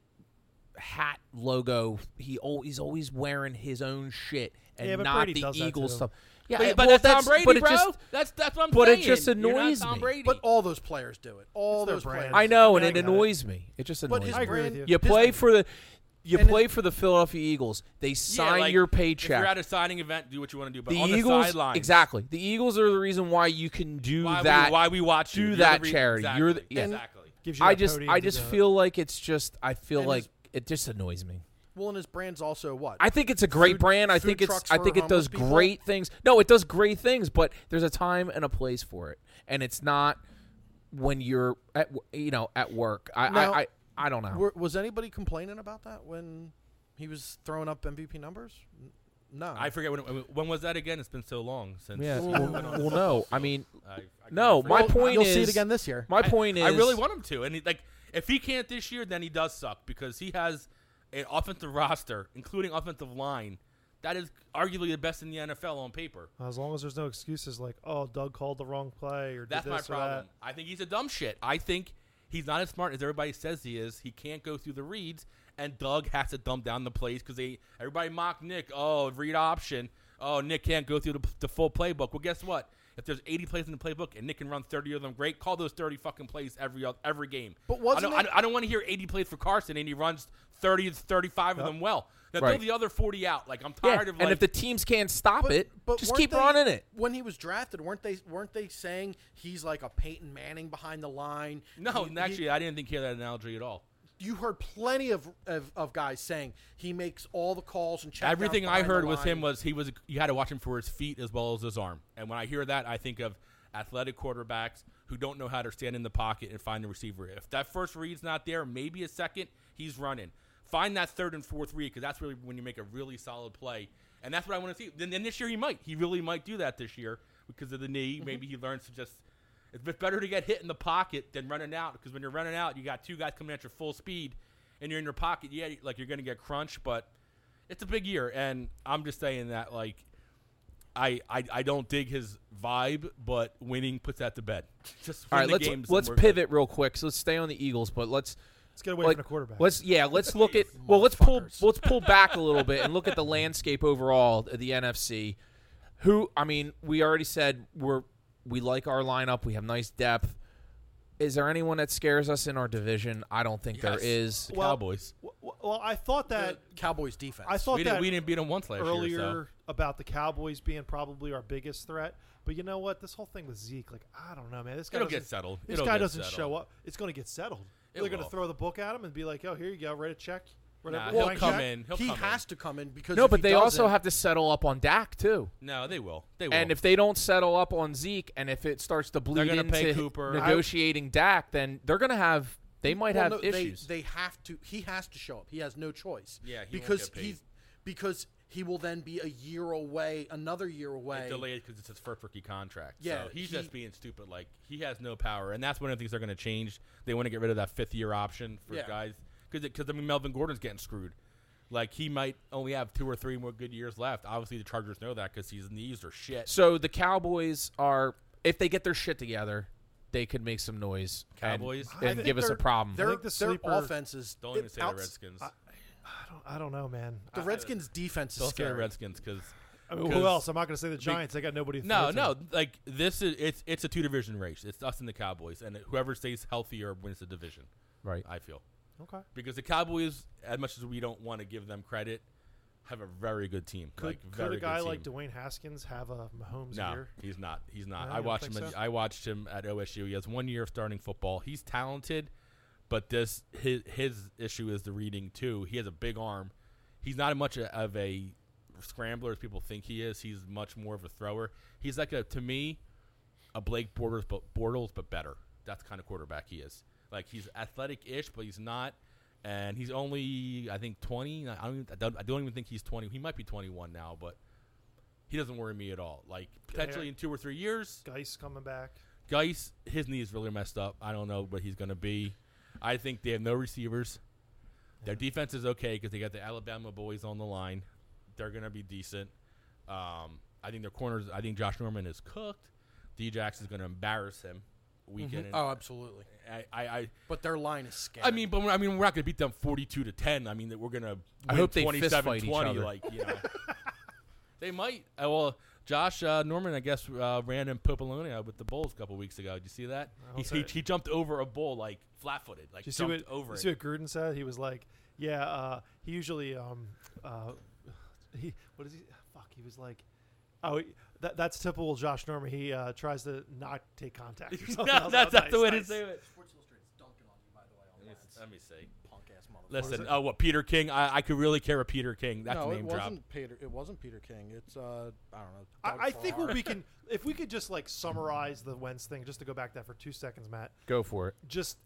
Speaker 1: hat logo. He al- he's always wearing his own shit and
Speaker 4: Yeah, but
Speaker 1: not
Speaker 4: Brady
Speaker 1: the
Speaker 4: does that
Speaker 1: Eagles
Speaker 4: too.
Speaker 1: stuff. Yeah,
Speaker 2: But,
Speaker 1: I-
Speaker 2: but
Speaker 1: well,
Speaker 2: that's Tom Brady,
Speaker 1: but it
Speaker 2: bro.
Speaker 1: just-
Speaker 2: that's that's what I'm
Speaker 1: but it
Speaker 2: saying.
Speaker 1: just
Speaker 2: You're
Speaker 1: annoys
Speaker 2: not Tom
Speaker 1: me.
Speaker 2: Brady.
Speaker 3: But all those players do it. All
Speaker 4: their
Speaker 3: those
Speaker 4: brand.
Speaker 3: players.
Speaker 1: I know, and
Speaker 4: I
Speaker 1: it
Speaker 4: get it.
Speaker 1: annoys me. It just annoys
Speaker 3: But his
Speaker 1: me.
Speaker 4: agree with
Speaker 3: brand,
Speaker 4: you.
Speaker 1: You
Speaker 3: his
Speaker 1: play
Speaker 3: brand-
Speaker 1: for the you
Speaker 3: And it-
Speaker 1: play for the Philadelphia Eagles. They sign
Speaker 2: like,
Speaker 1: your
Speaker 2: If you're
Speaker 1: paycheck.
Speaker 2: at a signing event, do what you want to do. But
Speaker 1: the
Speaker 2: on
Speaker 1: Eagles
Speaker 2: the sideline,
Speaker 1: exactly. The Eagles are the reason why you can do
Speaker 2: Why
Speaker 1: that.
Speaker 2: we, why we watch
Speaker 1: do
Speaker 2: you. You're
Speaker 1: that
Speaker 2: the re-
Speaker 1: charity.
Speaker 2: Exactly.
Speaker 1: You're the- yeah.
Speaker 2: exactly.
Speaker 4: Gives you
Speaker 1: I
Speaker 4: that
Speaker 1: just
Speaker 4: podium
Speaker 1: I
Speaker 4: to
Speaker 1: just
Speaker 4: do it.
Speaker 1: feel like it's just I feel
Speaker 3: And
Speaker 1: like
Speaker 3: his-
Speaker 1: it just annoys me.
Speaker 3: Well, and his brand's also what?
Speaker 1: I think it's a great
Speaker 3: Food-
Speaker 1: brand. I
Speaker 3: food
Speaker 1: think it's
Speaker 3: trucks
Speaker 1: I
Speaker 3: for
Speaker 1: think it does
Speaker 3: homeless people?
Speaker 1: great things. No, it does great things, but there's a time and a place for it, and it's not when you're at w- you know at work. I
Speaker 3: Now-
Speaker 1: I, I I don't know.
Speaker 3: Were, was anybody complaining about that when he was throwing up MVP numbers? N- No.
Speaker 2: I forget when when was that again? It's been so long since.
Speaker 1: Yeah.
Speaker 2: we
Speaker 1: Well,
Speaker 2: went on
Speaker 1: well,
Speaker 2: this.
Speaker 1: no. I mean,
Speaker 2: I- I
Speaker 1: no.
Speaker 2: can't
Speaker 1: My
Speaker 2: forget.
Speaker 1: point
Speaker 3: You'll
Speaker 1: is
Speaker 3: see it again this year.
Speaker 1: My point is
Speaker 2: I really want him to, and he, like if he can't this year, then he does suck because he has an offensive roster, including offensive line, that is arguably the best in the NFL on paper.
Speaker 4: As long as there's no excuses like, oh, Doug called the wrong play or
Speaker 2: That's
Speaker 4: did
Speaker 2: my
Speaker 4: this Or that.
Speaker 2: problem. I think he's a dumb shit. I think he's not as smart as everybody says he is. He can't go through the reads, and Doug has to dumb down the plays because they everybody mocked Nick. Oh, read option. Oh, Nick can't go through the, the full playbook. Well, guess what? If there's 80 plays in the playbook and Nick can run 30 of them, great. Call those 30 fucking plays every oth- every game.
Speaker 3: But wasn't
Speaker 2: I don't,
Speaker 3: it-
Speaker 2: I don't, I don't want to hear 80 plays for Carson and he runs 30 to 35 of them well. Now
Speaker 1: Right.
Speaker 2: throw the other 40 out. Like I'm
Speaker 1: Yeah,
Speaker 2: tired of
Speaker 1: and
Speaker 2: like
Speaker 1: if the teams can't stop it, just
Speaker 3: weren't
Speaker 1: keep
Speaker 3: they-
Speaker 1: running it.
Speaker 3: When he was drafted, weren't they weren't they saying he's like a Peyton Manning behind the line?
Speaker 2: no,
Speaker 3: He-
Speaker 2: and
Speaker 3: he-
Speaker 2: actually I didn't think he had that analogy at all.
Speaker 3: you heard plenty of, of, of guys saying he makes all the calls and check.
Speaker 2: Everything I heard with him was he was you had to watch him for his feet as well as his arm. And when I hear that, I think of athletic quarterbacks who don't know how to stand in the pocket and find the receiver. If that first read's not there, maybe a second, he's running. Find that third and fourth read because that's really when you make a really solid play. And that's what I want to see. Then, then this year he might. He really might do that this year because of the knee. Maybe he learns to just. It's bit- better to get hit in the pocket than running out because when you're running out, you got two guys coming at your full speed, and you're in your pocket. Yeah, like you're going to get crunched, but it's a big year, and I'm just saying that like I I, I don't dig his vibe, but winning puts that to bed. Just win
Speaker 1: All right,
Speaker 2: the
Speaker 1: let's
Speaker 2: games. and
Speaker 1: let's
Speaker 2: we're
Speaker 1: pivot real quick. So let's stay on the Eagles, but let's
Speaker 4: Let's get away
Speaker 1: like,
Speaker 4: from the quarterback.
Speaker 1: Let's yeah, let's look at well, let's pull
Speaker 3: motherfuckers.
Speaker 1: let's pull back a little bit and look at the landscape overall of the NFC. Who I mean, we already said we're we like our lineup. We have nice depth. Is there anyone that scares us in our division? I don't think there
Speaker 2: Yes.
Speaker 1: is.
Speaker 2: The
Speaker 4: Well,
Speaker 2: Cowboys.
Speaker 4: W- w- Well, I thought that
Speaker 3: Cowboys defense.
Speaker 4: I thought
Speaker 2: We
Speaker 4: that
Speaker 2: didn't, we didn't beat them once last
Speaker 4: earlier
Speaker 2: year. So.
Speaker 4: about the Cowboys being probably our biggest threat. But you know what? This whole thing with Zeke, like I don't know, man. This guy
Speaker 2: It'll get
Speaker 4: doesn't-
Speaker 2: settled.
Speaker 4: This
Speaker 2: It'll
Speaker 4: guy
Speaker 2: get
Speaker 4: doesn't
Speaker 2: settled.
Speaker 4: show up. It's going to get settled.
Speaker 2: It
Speaker 4: They're going to
Speaker 2: will.
Speaker 4: throw the book at him and be like, "Oh, here you go. Write a check." Whatever.
Speaker 2: Nah,
Speaker 4: it
Speaker 2: he'll
Speaker 4: was."
Speaker 2: come
Speaker 3: he-
Speaker 2: in. He'll
Speaker 3: he
Speaker 2: come
Speaker 3: has
Speaker 2: in.
Speaker 3: to come in because
Speaker 1: No,
Speaker 3: if
Speaker 1: but
Speaker 3: he
Speaker 1: they also
Speaker 3: doesn't-
Speaker 1: have to settle up on Dak too.
Speaker 2: No, they will. They will.
Speaker 1: And if they don't settle up on Zeke, and if it starts to bleed
Speaker 2: gonna
Speaker 1: into
Speaker 2: pay Cooper.
Speaker 1: negotiating Dak, then they're going to have they might
Speaker 3: Well,
Speaker 1: have
Speaker 3: no, they-
Speaker 1: issues.
Speaker 3: They, have to. He has to show up. He has no choice.
Speaker 2: Yeah, he won't
Speaker 3: because
Speaker 2: get paid.
Speaker 3: he's because he will then be a year away, another year away.
Speaker 2: It's delayed because it's his first rookie contract.
Speaker 3: Yeah,
Speaker 2: so he's
Speaker 3: he-
Speaker 2: just being stupid. Like he has no power, and that's one of the things they're going to change. They want to get rid of that fifth year option for
Speaker 3: Yeah.
Speaker 2: guys because because I mean Melvin Gordon's getting screwed. Like he might only have two or three more good years left. Obviously, the Chargers know that because his knees are shit.
Speaker 1: So the Cowboys are, if they get their shit together, they could make some noise. and-
Speaker 2: Cowboys?
Speaker 1: and,
Speaker 4: I think
Speaker 1: give us a
Speaker 4: they're-
Speaker 1: problem.
Speaker 3: Their,
Speaker 4: think the
Speaker 3: their
Speaker 4: sleeper-
Speaker 3: offense is
Speaker 2: Don't even
Speaker 3: it
Speaker 2: say
Speaker 3: outs-
Speaker 2: the Redskins.
Speaker 4: I don't, I don't know, man.
Speaker 3: The
Speaker 4: I-
Speaker 3: Redskins' defense is
Speaker 2: Don't say the
Speaker 3: scary.
Speaker 2: Redskins because
Speaker 4: I mean, who else? I'm not going to say the Giants. They got nobody. to
Speaker 2: No,
Speaker 4: throw to.
Speaker 2: no. Like this is it's it's a two division race. It's us and the Cowboys, and whoever stays healthier wins the division.
Speaker 1: right.
Speaker 2: I feel
Speaker 4: Okay.
Speaker 2: because the Cowboys, as much as we don't want to give them credit, have a very good team.
Speaker 4: Could,
Speaker 2: like,
Speaker 4: could
Speaker 2: very
Speaker 4: a guy
Speaker 2: good
Speaker 4: like
Speaker 2: team.
Speaker 4: Dwayne Haskins have a Mahomes
Speaker 2: No,
Speaker 4: year?
Speaker 2: he's not. He's
Speaker 4: No,
Speaker 2: not.
Speaker 4: you
Speaker 2: I
Speaker 4: don't
Speaker 2: watched him.
Speaker 4: think
Speaker 2: at-
Speaker 4: so?
Speaker 2: I watched him at OSU. He has one year of starting football. He's talented, but this his his issue is the reading too. He has a big arm. He's not as much a, of a scrambler as people think he is. He's much more of a thrower. He's like a to me a Blake Bortles, but Bortles, but better. That's the kind of quarterback he is. Like he's athletic-ish, but he's not. And he's only, I think, twenty. I don't, even, I don't, I don't even think he's twenty. He might be twenty-one now, but he doesn't worry me at all. Like potentially in two or three years,
Speaker 4: Geis coming back.
Speaker 2: Geis, his knee's really messed up. I don't know what he's going to be. I think they have no receivers. Their defense is okay because they got the Alabama boys on the line. They're going to be decent. Um, I think their corners. I think Josh Norman is cooked. Djax is going to embarrass him weekend.
Speaker 3: Oh, absolutely.
Speaker 2: I, I, I,
Speaker 3: But their line is scary.
Speaker 2: I mean, but we're, I mean, we're not going to beat them forty-two to ten. I mean, that we're going to.
Speaker 1: I hope they
Speaker 2: 27
Speaker 1: fistfight each
Speaker 2: 20,
Speaker 1: other.
Speaker 2: Like you know, they might. Uh, well, Josh uh, Norman, I guess, uh, ran in Popolonia with the Bulls a couple weeks ago. Did you see that? He,
Speaker 4: was
Speaker 2: he,
Speaker 4: it?
Speaker 2: he jumped over a bull like flat-footed, like
Speaker 4: Did you see
Speaker 2: jumped
Speaker 4: what
Speaker 2: over
Speaker 4: you
Speaker 2: it.
Speaker 4: see what Gruden said? He was like, "Yeah, uh, he usually um, uh, he what is he? Fuck, he was like, oh, he- that, that's typical Josh Norman. He uh, tries to not take contact. Or something. I
Speaker 2: that's
Speaker 4: was
Speaker 2: that's
Speaker 4: like,
Speaker 2: the
Speaker 4: "Nice,
Speaker 2: way
Speaker 4: nice."
Speaker 2: to do it.
Speaker 3: Sports Illustrated's dunking on you, by the way. On
Speaker 2: Let me- Let me see.
Speaker 3: punk ass motherfucker.
Speaker 2: Listen, oh, what Peter King? I, I could really care a Peter King. That's
Speaker 3: no,
Speaker 2: a
Speaker 3: it
Speaker 2: name drop.
Speaker 3: wasn't Peter. It wasn't Peter King. It's uh, I don't know. Doug
Speaker 4: I, I think
Speaker 3: Farr.
Speaker 4: what we can, if we could just like summarize the Wentz thing, just to go back to that for two seconds, Matt.
Speaker 1: Go for it.
Speaker 4: Just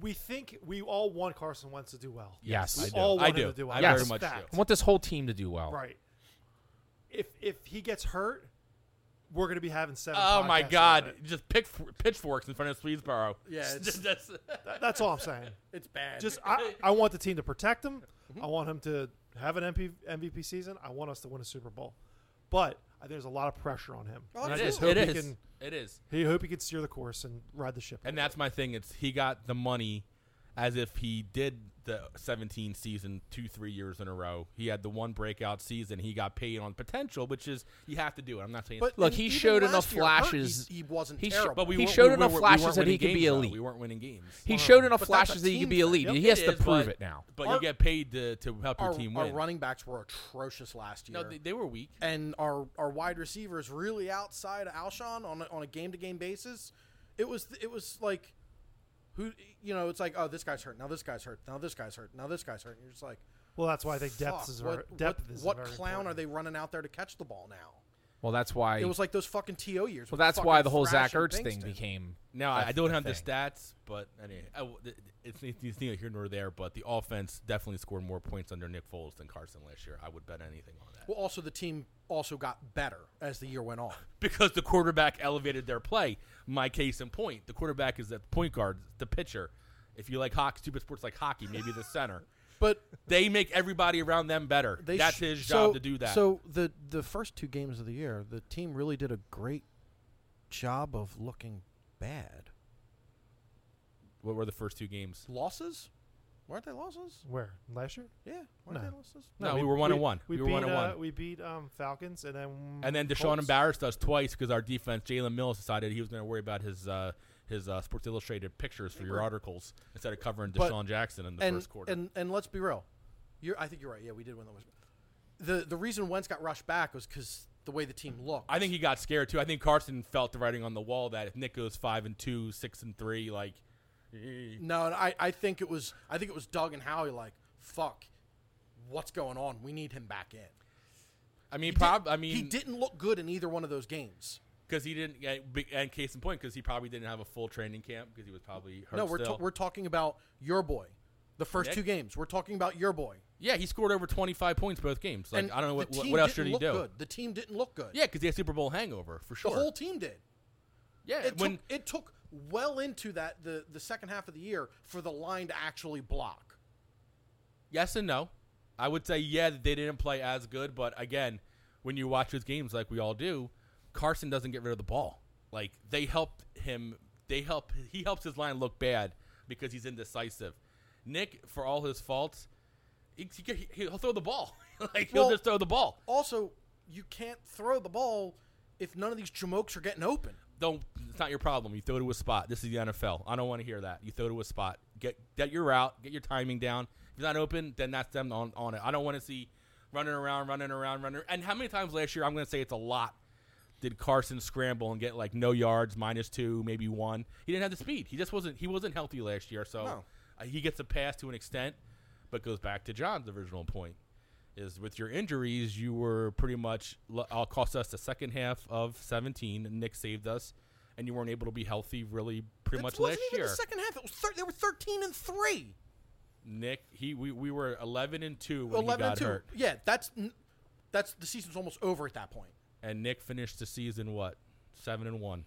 Speaker 4: we think we all want Carson Wentz to do well.
Speaker 1: Yes.
Speaker 4: we
Speaker 1: I
Speaker 2: do.
Speaker 4: all
Speaker 2: I
Speaker 4: want
Speaker 2: do.
Speaker 4: him to do well.
Speaker 2: I
Speaker 1: very
Speaker 4: That's
Speaker 2: much do.
Speaker 4: fact.
Speaker 1: I want this whole team to do well.
Speaker 4: Right. If if he gets hurt, we're gonna be having seven.
Speaker 2: Oh my
Speaker 4: podcasts
Speaker 2: God!
Speaker 4: about it.
Speaker 2: Just pick pitchforks in front of Swedesboro.
Speaker 3: Yeah, it's-
Speaker 2: That's-
Speaker 4: That's all I'm saying.
Speaker 3: it's bad.
Speaker 4: Just I, I want the team to protect him. I want him to have an MP, MVP season. I want us to win a Super Bowl, but I think there's a lot of pressure on him.
Speaker 3: Oh,
Speaker 4: And I
Speaker 2: it is.
Speaker 4: just
Speaker 2: It
Speaker 4: hope he
Speaker 2: is.
Speaker 4: can.
Speaker 2: It is.
Speaker 4: He hope he can steer the course and ride the ship.
Speaker 2: And that's my thing. It's he got the money, as if he did the 17 season two, three years in a row. He had the one breakout season. He got paid on potential, which is you have to do it. I'm not saying,
Speaker 3: But
Speaker 1: Look,
Speaker 3: and
Speaker 1: he
Speaker 3: even
Speaker 1: showed
Speaker 3: last
Speaker 1: enough
Speaker 3: year, Hurt,
Speaker 1: flashes.
Speaker 3: he, he wasn't
Speaker 1: He sh-
Speaker 3: terrible.
Speaker 2: but we
Speaker 1: he
Speaker 2: weren't-
Speaker 1: showed
Speaker 2: we
Speaker 1: enough
Speaker 2: weren't- we
Speaker 1: flashes
Speaker 2: weren't
Speaker 1: that he
Speaker 2: winning
Speaker 1: could be
Speaker 2: games, though.
Speaker 1: elite.
Speaker 2: We weren't winning games.
Speaker 1: He showed enough
Speaker 3: But that's
Speaker 1: flashes
Speaker 3: a
Speaker 1: that he could
Speaker 3: team
Speaker 1: be
Speaker 3: thing.
Speaker 1: elite.
Speaker 3: Yep,
Speaker 1: He has
Speaker 2: It
Speaker 1: to
Speaker 2: is,
Speaker 1: prove
Speaker 2: but-
Speaker 1: it now.
Speaker 2: But
Speaker 3: Our-
Speaker 2: you get paid to, to help your
Speaker 3: our,
Speaker 2: team
Speaker 3: our
Speaker 2: win.
Speaker 3: running backs were atrocious last year.
Speaker 2: no, they, they were weak.
Speaker 3: and our, our wide receivers really outside of Alshon on a, on a game to game basis, it was it was like, who you know it's like oh this guy's hurt now this guy's hurt now this guy's hurt now this guy's hurt and you're just like
Speaker 4: Well, that's why I think depth
Speaker 3: fuck,
Speaker 4: is
Speaker 3: what,
Speaker 4: very, depth
Speaker 3: what,
Speaker 4: is
Speaker 3: what
Speaker 4: very
Speaker 3: clown
Speaker 4: important.
Speaker 3: are they running out there to catch the ball now?
Speaker 1: Well, that's why.
Speaker 3: It was like those fucking to years.
Speaker 1: well,
Speaker 3: with
Speaker 1: that's why
Speaker 3: fucking
Speaker 1: the whole Zach
Speaker 3: Thrash
Speaker 1: Ertz
Speaker 3: and
Speaker 1: thing
Speaker 3: Bingston.
Speaker 1: became.
Speaker 2: Now I I don't
Speaker 1: the
Speaker 2: have the
Speaker 1: thing.
Speaker 2: stats, but anyway, I w- th- it's, it's, it's neither here nor there. But the offense definitely scored more points under Nick Foles than Carson last year. I would bet anything on that
Speaker 3: Well, also the team also got better as the year went on.
Speaker 2: because the quarterback elevated their play. My case in point: the quarterback is the point guard, the pitcher. If you like hockey, stupid sports like hockey, maybe the center.
Speaker 3: But
Speaker 2: They make everybody around them better.
Speaker 3: they
Speaker 2: That's
Speaker 3: sh-
Speaker 2: his job
Speaker 3: so-
Speaker 2: to do that.
Speaker 3: So the the first two games of the year, the team really did a great job of looking bad.
Speaker 2: what were the first two games?
Speaker 3: Losses? Weren't they losses?
Speaker 4: Where last year?
Speaker 3: Yeah, weren't
Speaker 4: No.
Speaker 3: they losses?
Speaker 2: No, we, were one and one. We,
Speaker 4: We,
Speaker 2: were
Speaker 4: beat,
Speaker 2: one and
Speaker 4: uh,
Speaker 2: one.
Speaker 4: We beat um, Falcons and then
Speaker 2: And then Deshaun
Speaker 4: Colts.
Speaker 2: embarrassed us twice because our defense, Jalen Mills, decided he was going to worry about his uh, his uh, Sports Illustrated pictures for your articles instead of covering
Speaker 3: But-
Speaker 2: Deshaun Jackson in the
Speaker 3: and,
Speaker 2: first quarter.
Speaker 3: And and let's be real, you're, I think you're right. Yeah, we did win the West. The the reason Wentz got rushed back was because the way the team looked.
Speaker 2: I think he got scared too. I think Carson felt the writing on the wall that if Nick goes five and two, six and three, like eh.
Speaker 3: no, and I I think it was I think it was Doug and Howie like fuck, what's going on? We need him back in.
Speaker 2: I
Speaker 3: He
Speaker 2: mean,
Speaker 3: didn't-
Speaker 2: prob- I
Speaker 3: he
Speaker 2: mean,
Speaker 3: didn't look good in either one of those games.
Speaker 2: because he didn't. get big- And case in point, because he probably didn't have a full training camp because he was probably hurt.
Speaker 3: no, we're
Speaker 2: still.
Speaker 3: ta- we're talking about your boy. The first
Speaker 2: Nick?
Speaker 3: two games, we're talking about your boy.
Speaker 2: yeah, he scored over twenty five points both games. Like
Speaker 3: and
Speaker 2: I don't know
Speaker 3: the
Speaker 2: what, what,
Speaker 3: team
Speaker 2: what else
Speaker 3: didn't
Speaker 2: should he
Speaker 3: look
Speaker 2: do.
Speaker 3: Good. The team didn't look good.
Speaker 2: Yeah, because he had Super Bowl hangover for
Speaker 3: the
Speaker 2: sure.
Speaker 3: whole team did.
Speaker 2: yeah,
Speaker 3: It
Speaker 2: when
Speaker 3: took it took well into that the the second half of the year for the line to actually block.
Speaker 2: yes and no. I would say yeah that they didn't play as good, but again, when you watch his games like we all do, Carson doesn't get rid of the ball. Like they helped him. They help. He helps his line look bad because he's indecisive. Nick, for all his faults, he, he, he'll throw the ball. like he'll
Speaker 3: Well-
Speaker 2: just throw the ball.
Speaker 3: Also, you can't throw the ball if none of these jamokes are getting open.
Speaker 2: don't it's not your problem. You throw to a spot. This is the NFL. I don't want to hear that. You throw to a spot. Get get your route, get your timing down. If it's not open, then that's them on, on it. I don't want to see running around, running around, running and how many times last year I'm gonna say it's a lot. Did Carson scramble and get like no yards, minus two, maybe one? He didn't have the speed. He just wasn't he wasn't healthy last year, so
Speaker 3: No.
Speaker 2: uh, he gets a pass to an extent, but goes back to John's original point. Is with your injuries, you were pretty much l- uh, cost us the second half of 17. and Nick saved us, and you weren't able to be healthy really pretty
Speaker 3: It
Speaker 2: much
Speaker 3: wasn't
Speaker 2: last
Speaker 3: even
Speaker 2: year.
Speaker 3: the second half. It was thir- they were thirteen and three.
Speaker 2: Nick, he we, we were 11 and two when he
Speaker 3: Eleven
Speaker 2: got
Speaker 3: and two.
Speaker 2: hurt,
Speaker 3: Yeah, that's n- that's the season's almost over at that point.
Speaker 2: and Nick finished the season what seven and one.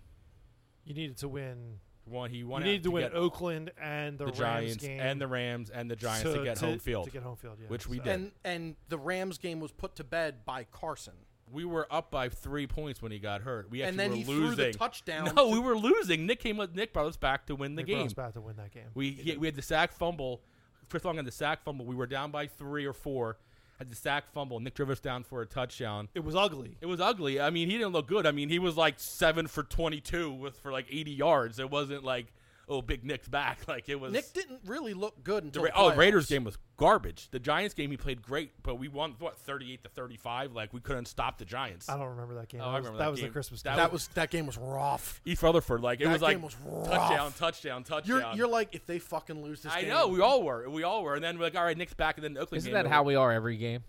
Speaker 4: You needed to win.
Speaker 2: One he
Speaker 4: You
Speaker 2: won.
Speaker 4: needed to win
Speaker 2: get
Speaker 4: Oakland and the,
Speaker 2: the
Speaker 4: Rams
Speaker 2: Giants
Speaker 4: game
Speaker 2: and the Rams and the Giants to get home field.
Speaker 4: To get home field, yeah.
Speaker 2: which we
Speaker 4: so-
Speaker 2: did.
Speaker 3: And and the Rams game was put to bed by Carson.
Speaker 2: we were up by three points when he got hurt. We actually
Speaker 3: And then
Speaker 2: were
Speaker 3: he threw
Speaker 2: losing.
Speaker 3: the touchdown
Speaker 2: No,
Speaker 3: to-
Speaker 2: we were losing. Nick came up. Nick brought us back to win the
Speaker 4: They brought
Speaker 2: game.
Speaker 4: us back to win that game.
Speaker 2: We he, we had the sack fumble. Chris Long had the sack fumble. We were down by three or four. Had the sack fumble. Nick drove us down for a touchdown.
Speaker 4: it was ugly.
Speaker 2: It was ugly. I mean, he didn't look good. I mean, he was like seven for twenty-two with for like eighty yards. It wasn't like oh, big Nick's back. Like it was.
Speaker 3: Nick didn't really look good
Speaker 2: the
Speaker 3: until
Speaker 2: Ra- oh,
Speaker 3: playoffs.
Speaker 2: Raiders game was garbage. The Giants game he played great, but we won what thirty-eight to thirty-five. Like we couldn't stop the Giants.
Speaker 4: I don't remember that game.
Speaker 2: Oh,
Speaker 4: that
Speaker 2: I
Speaker 4: was,
Speaker 2: remember
Speaker 4: that
Speaker 2: that
Speaker 4: was the
Speaker 2: game.
Speaker 4: Christmas
Speaker 2: That
Speaker 4: game.
Speaker 3: That was that game was rough.
Speaker 2: East E. Rutherford. Like it
Speaker 3: That
Speaker 2: was like
Speaker 3: game was rough.
Speaker 2: touchdown, touchdown, touchdown.
Speaker 3: You're you're like if they fucking lose this
Speaker 2: I
Speaker 3: game,
Speaker 2: know we all were, we all were, and then we're like, all right, Nick's back, and then the Oakland.
Speaker 1: Isn't
Speaker 2: game,
Speaker 1: that how we are every game?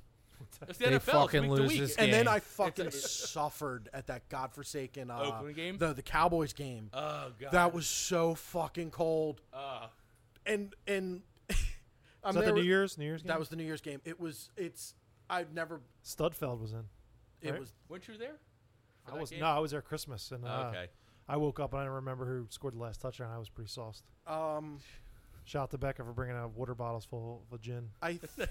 Speaker 2: It's the
Speaker 1: they
Speaker 2: NFL.
Speaker 1: fucking
Speaker 2: it's week
Speaker 1: lose
Speaker 2: to week.
Speaker 1: this
Speaker 3: And then
Speaker 1: game.
Speaker 3: I fucking suffered at that godforsaken uh,
Speaker 2: Oakland game?
Speaker 3: the the Cowboys game.
Speaker 2: Oh god,
Speaker 3: that was so fucking cold.
Speaker 2: uh,
Speaker 3: and and I'm
Speaker 4: Was that the
Speaker 3: there
Speaker 4: New
Speaker 3: with-
Speaker 4: Year's New Year's game?
Speaker 3: That was the New Year's game. It was it's I've never
Speaker 4: Studfeld was in.
Speaker 3: it
Speaker 4: Right?
Speaker 3: was
Speaker 2: weren't you there? For
Speaker 4: I
Speaker 2: that
Speaker 4: was
Speaker 2: game? Oh,
Speaker 4: no, I was there Christmas and uh,
Speaker 2: okay.
Speaker 4: I woke up and I don't remember who scored the last touchdown. I was pretty sauced.
Speaker 3: um
Speaker 4: Shout out to Becca for bringing out water bottles full of gin.
Speaker 3: I th-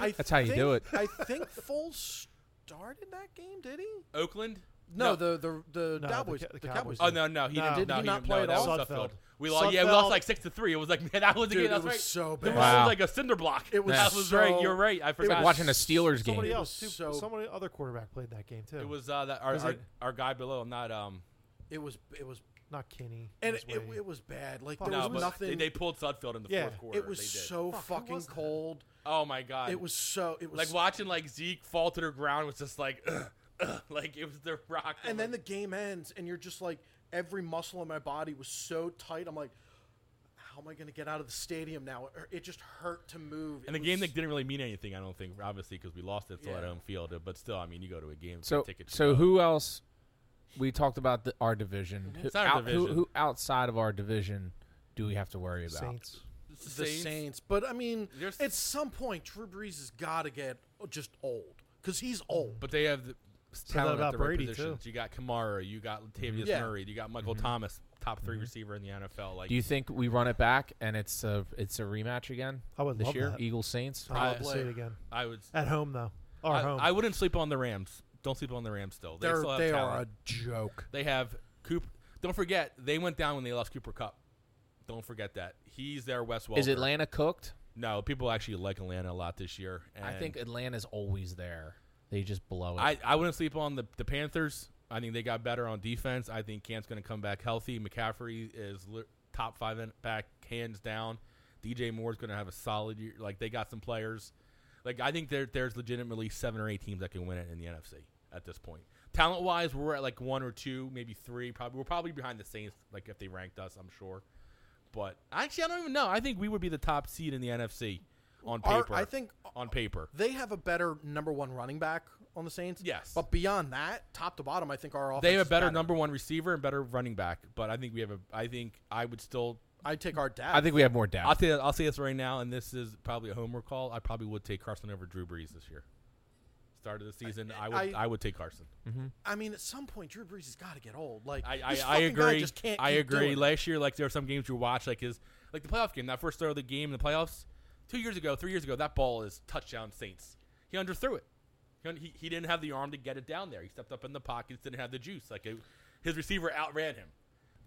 Speaker 3: I
Speaker 1: That's how you do
Speaker 3: think- I think Foles started that game, did he?
Speaker 2: Oakland.
Speaker 3: No, the the the
Speaker 4: No, the
Speaker 3: Cowboys
Speaker 4: Ca- the
Speaker 3: the Cowboys.
Speaker 4: Cowboys.
Speaker 2: Oh no no he
Speaker 4: No.
Speaker 2: didn't
Speaker 3: Did
Speaker 2: no,
Speaker 3: he not
Speaker 2: didn't-
Speaker 3: play
Speaker 2: no,
Speaker 3: at
Speaker 2: that
Speaker 3: all?
Speaker 2: was Sudfeld.
Speaker 4: Sudfeld.
Speaker 2: We lost. Yeah, we
Speaker 4: Sudfeld-
Speaker 2: lost like six to three. It was like man, that was a
Speaker 3: Dude,
Speaker 2: game.
Speaker 3: it
Speaker 2: That's
Speaker 3: was
Speaker 2: right.
Speaker 3: so
Speaker 2: That
Speaker 3: bad.
Speaker 1: Wow.
Speaker 2: was like a cinder block.
Speaker 3: It was
Speaker 2: That was right.
Speaker 3: so-
Speaker 2: You're right. I
Speaker 1: It's
Speaker 2: forgot.
Speaker 1: like watching a Steelers game.
Speaker 4: Somebody
Speaker 3: It
Speaker 4: else, too.
Speaker 3: was so-
Speaker 4: Somebody other quarterback played that game too.
Speaker 2: It was uh, that our,
Speaker 4: Was
Speaker 2: our,
Speaker 4: it-
Speaker 2: our guy below. Not um.
Speaker 3: It was. It was.
Speaker 4: not Kenny.
Speaker 3: And it,
Speaker 4: was
Speaker 3: it,
Speaker 4: Wade.
Speaker 3: it was bad. Like
Speaker 4: Fuck.
Speaker 3: there
Speaker 4: No,
Speaker 3: was
Speaker 2: but
Speaker 3: nothing.
Speaker 2: They, they pulled Sudfeld in the
Speaker 4: Yeah.
Speaker 2: fourth quarter.
Speaker 3: it was
Speaker 2: They did.
Speaker 3: so
Speaker 4: Fuck, who
Speaker 3: fucking
Speaker 4: was that?
Speaker 3: cold.
Speaker 2: Oh my god.
Speaker 3: It was so. It was
Speaker 2: like watching like Zeke fall to the ground was just like, ugh, ugh, like it was the rock.
Speaker 3: And then the game ends, and you're just like, every muscle in my body was so tight. I'm like, how am I going to get out of the stadium now? Or It just hurt to move.
Speaker 2: And
Speaker 3: It
Speaker 2: the game
Speaker 3: was-
Speaker 2: that didn't really mean anything, I don't think, obviously, because we lost it still at
Speaker 3: Yeah.
Speaker 2: home field. uh, But still, I mean, you go to a game,
Speaker 1: So,
Speaker 2: ticket.
Speaker 1: so who else? We talked about the, our division.
Speaker 4: Mm-hmm.
Speaker 1: Who,
Speaker 2: It's not our
Speaker 1: out- who-
Speaker 2: division.
Speaker 1: who outside of our division do we have to worry about?
Speaker 4: Saints.
Speaker 3: the Saints. But I mean,
Speaker 2: There's-
Speaker 3: at some point, Drew Brees has got to get just old because he's old.
Speaker 2: But they have the
Speaker 4: that
Speaker 2: talent at
Speaker 4: about
Speaker 2: the
Speaker 4: Brady,
Speaker 2: right positions. You got Kamara, you got Latavius
Speaker 3: Yeah.
Speaker 2: Murray, you got Michael Thomas, top 3 receiver in the NFL. Like,
Speaker 1: Do Mm-hmm. you think we run it back and it's a it's a rematch again?
Speaker 4: I would
Speaker 1: this
Speaker 4: love
Speaker 1: year,
Speaker 4: that.
Speaker 1: Eagles Saints.
Speaker 4: I would
Speaker 2: Probably.
Speaker 4: say it again
Speaker 2: I would.
Speaker 4: at home though. Or
Speaker 2: I,
Speaker 4: home.
Speaker 2: I wouldn't sleep on the Rams. Don't sleep on the Rams. Still, they
Speaker 3: They're,
Speaker 2: still have
Speaker 3: they
Speaker 2: talent.
Speaker 3: are a joke.
Speaker 2: They have Cooper. Don't forget, they went down when they lost Cooper Cup. Don't forget that he's their West Walker.
Speaker 1: Is Atlanta cooked?
Speaker 2: No, people actually like Atlanta a lot this year. And
Speaker 1: I think Atlanta's always there. They just blow it.
Speaker 2: I, I wouldn't sleep on the, the Panthers. I think they got better on defense. I think Cant's going to come back healthy. McCaffrey is li- top five in back hands down. DJ Moore's going to have a solid year. Like they got some players. Like I think there there's legitimately seven or eight teams that can win it in the NFC at this point. Talent wise, we're at like one or two, maybe three. Probably we're probably behind the Saints. Like if they ranked us, I'm sure. But actually, I don't even know. I think we would be the top seed in the NFC on
Speaker 3: Our-
Speaker 2: paper.
Speaker 3: I think-
Speaker 2: on paper.
Speaker 3: They have a better number one running back on the Saints.
Speaker 2: Yes.
Speaker 3: But beyond that, top to bottom, I think our offense.
Speaker 2: They have
Speaker 3: is
Speaker 2: a better number one receiver and better running back, but I think we have a. I think I would still.
Speaker 3: I take our dad.
Speaker 1: I think we have more depth.
Speaker 2: I'll say. I'll say this right now, and this is probably a homer call. I probably would take Carson over Drew Brees this year. Start of the season, I, would. I,
Speaker 3: I-
Speaker 2: would take Carson.
Speaker 3: I mean, at some point, Drew Brees has got to get old. Like
Speaker 2: I. I,
Speaker 3: this
Speaker 2: I
Speaker 3: fucking guy
Speaker 2: agree.
Speaker 3: Just can't
Speaker 2: I
Speaker 3: keep
Speaker 2: agree.
Speaker 3: doing it.
Speaker 2: Last year, like there were some games you watch, like his, like the playoff game, that first throw of the game in the playoffs, two years ago, three years ago, that ball is touchdown Saints. He underthrew it. He, he, he didn't have the arm to get it down there. He stepped up in the pockets, didn't have the juice. Like it, his receiver outran him.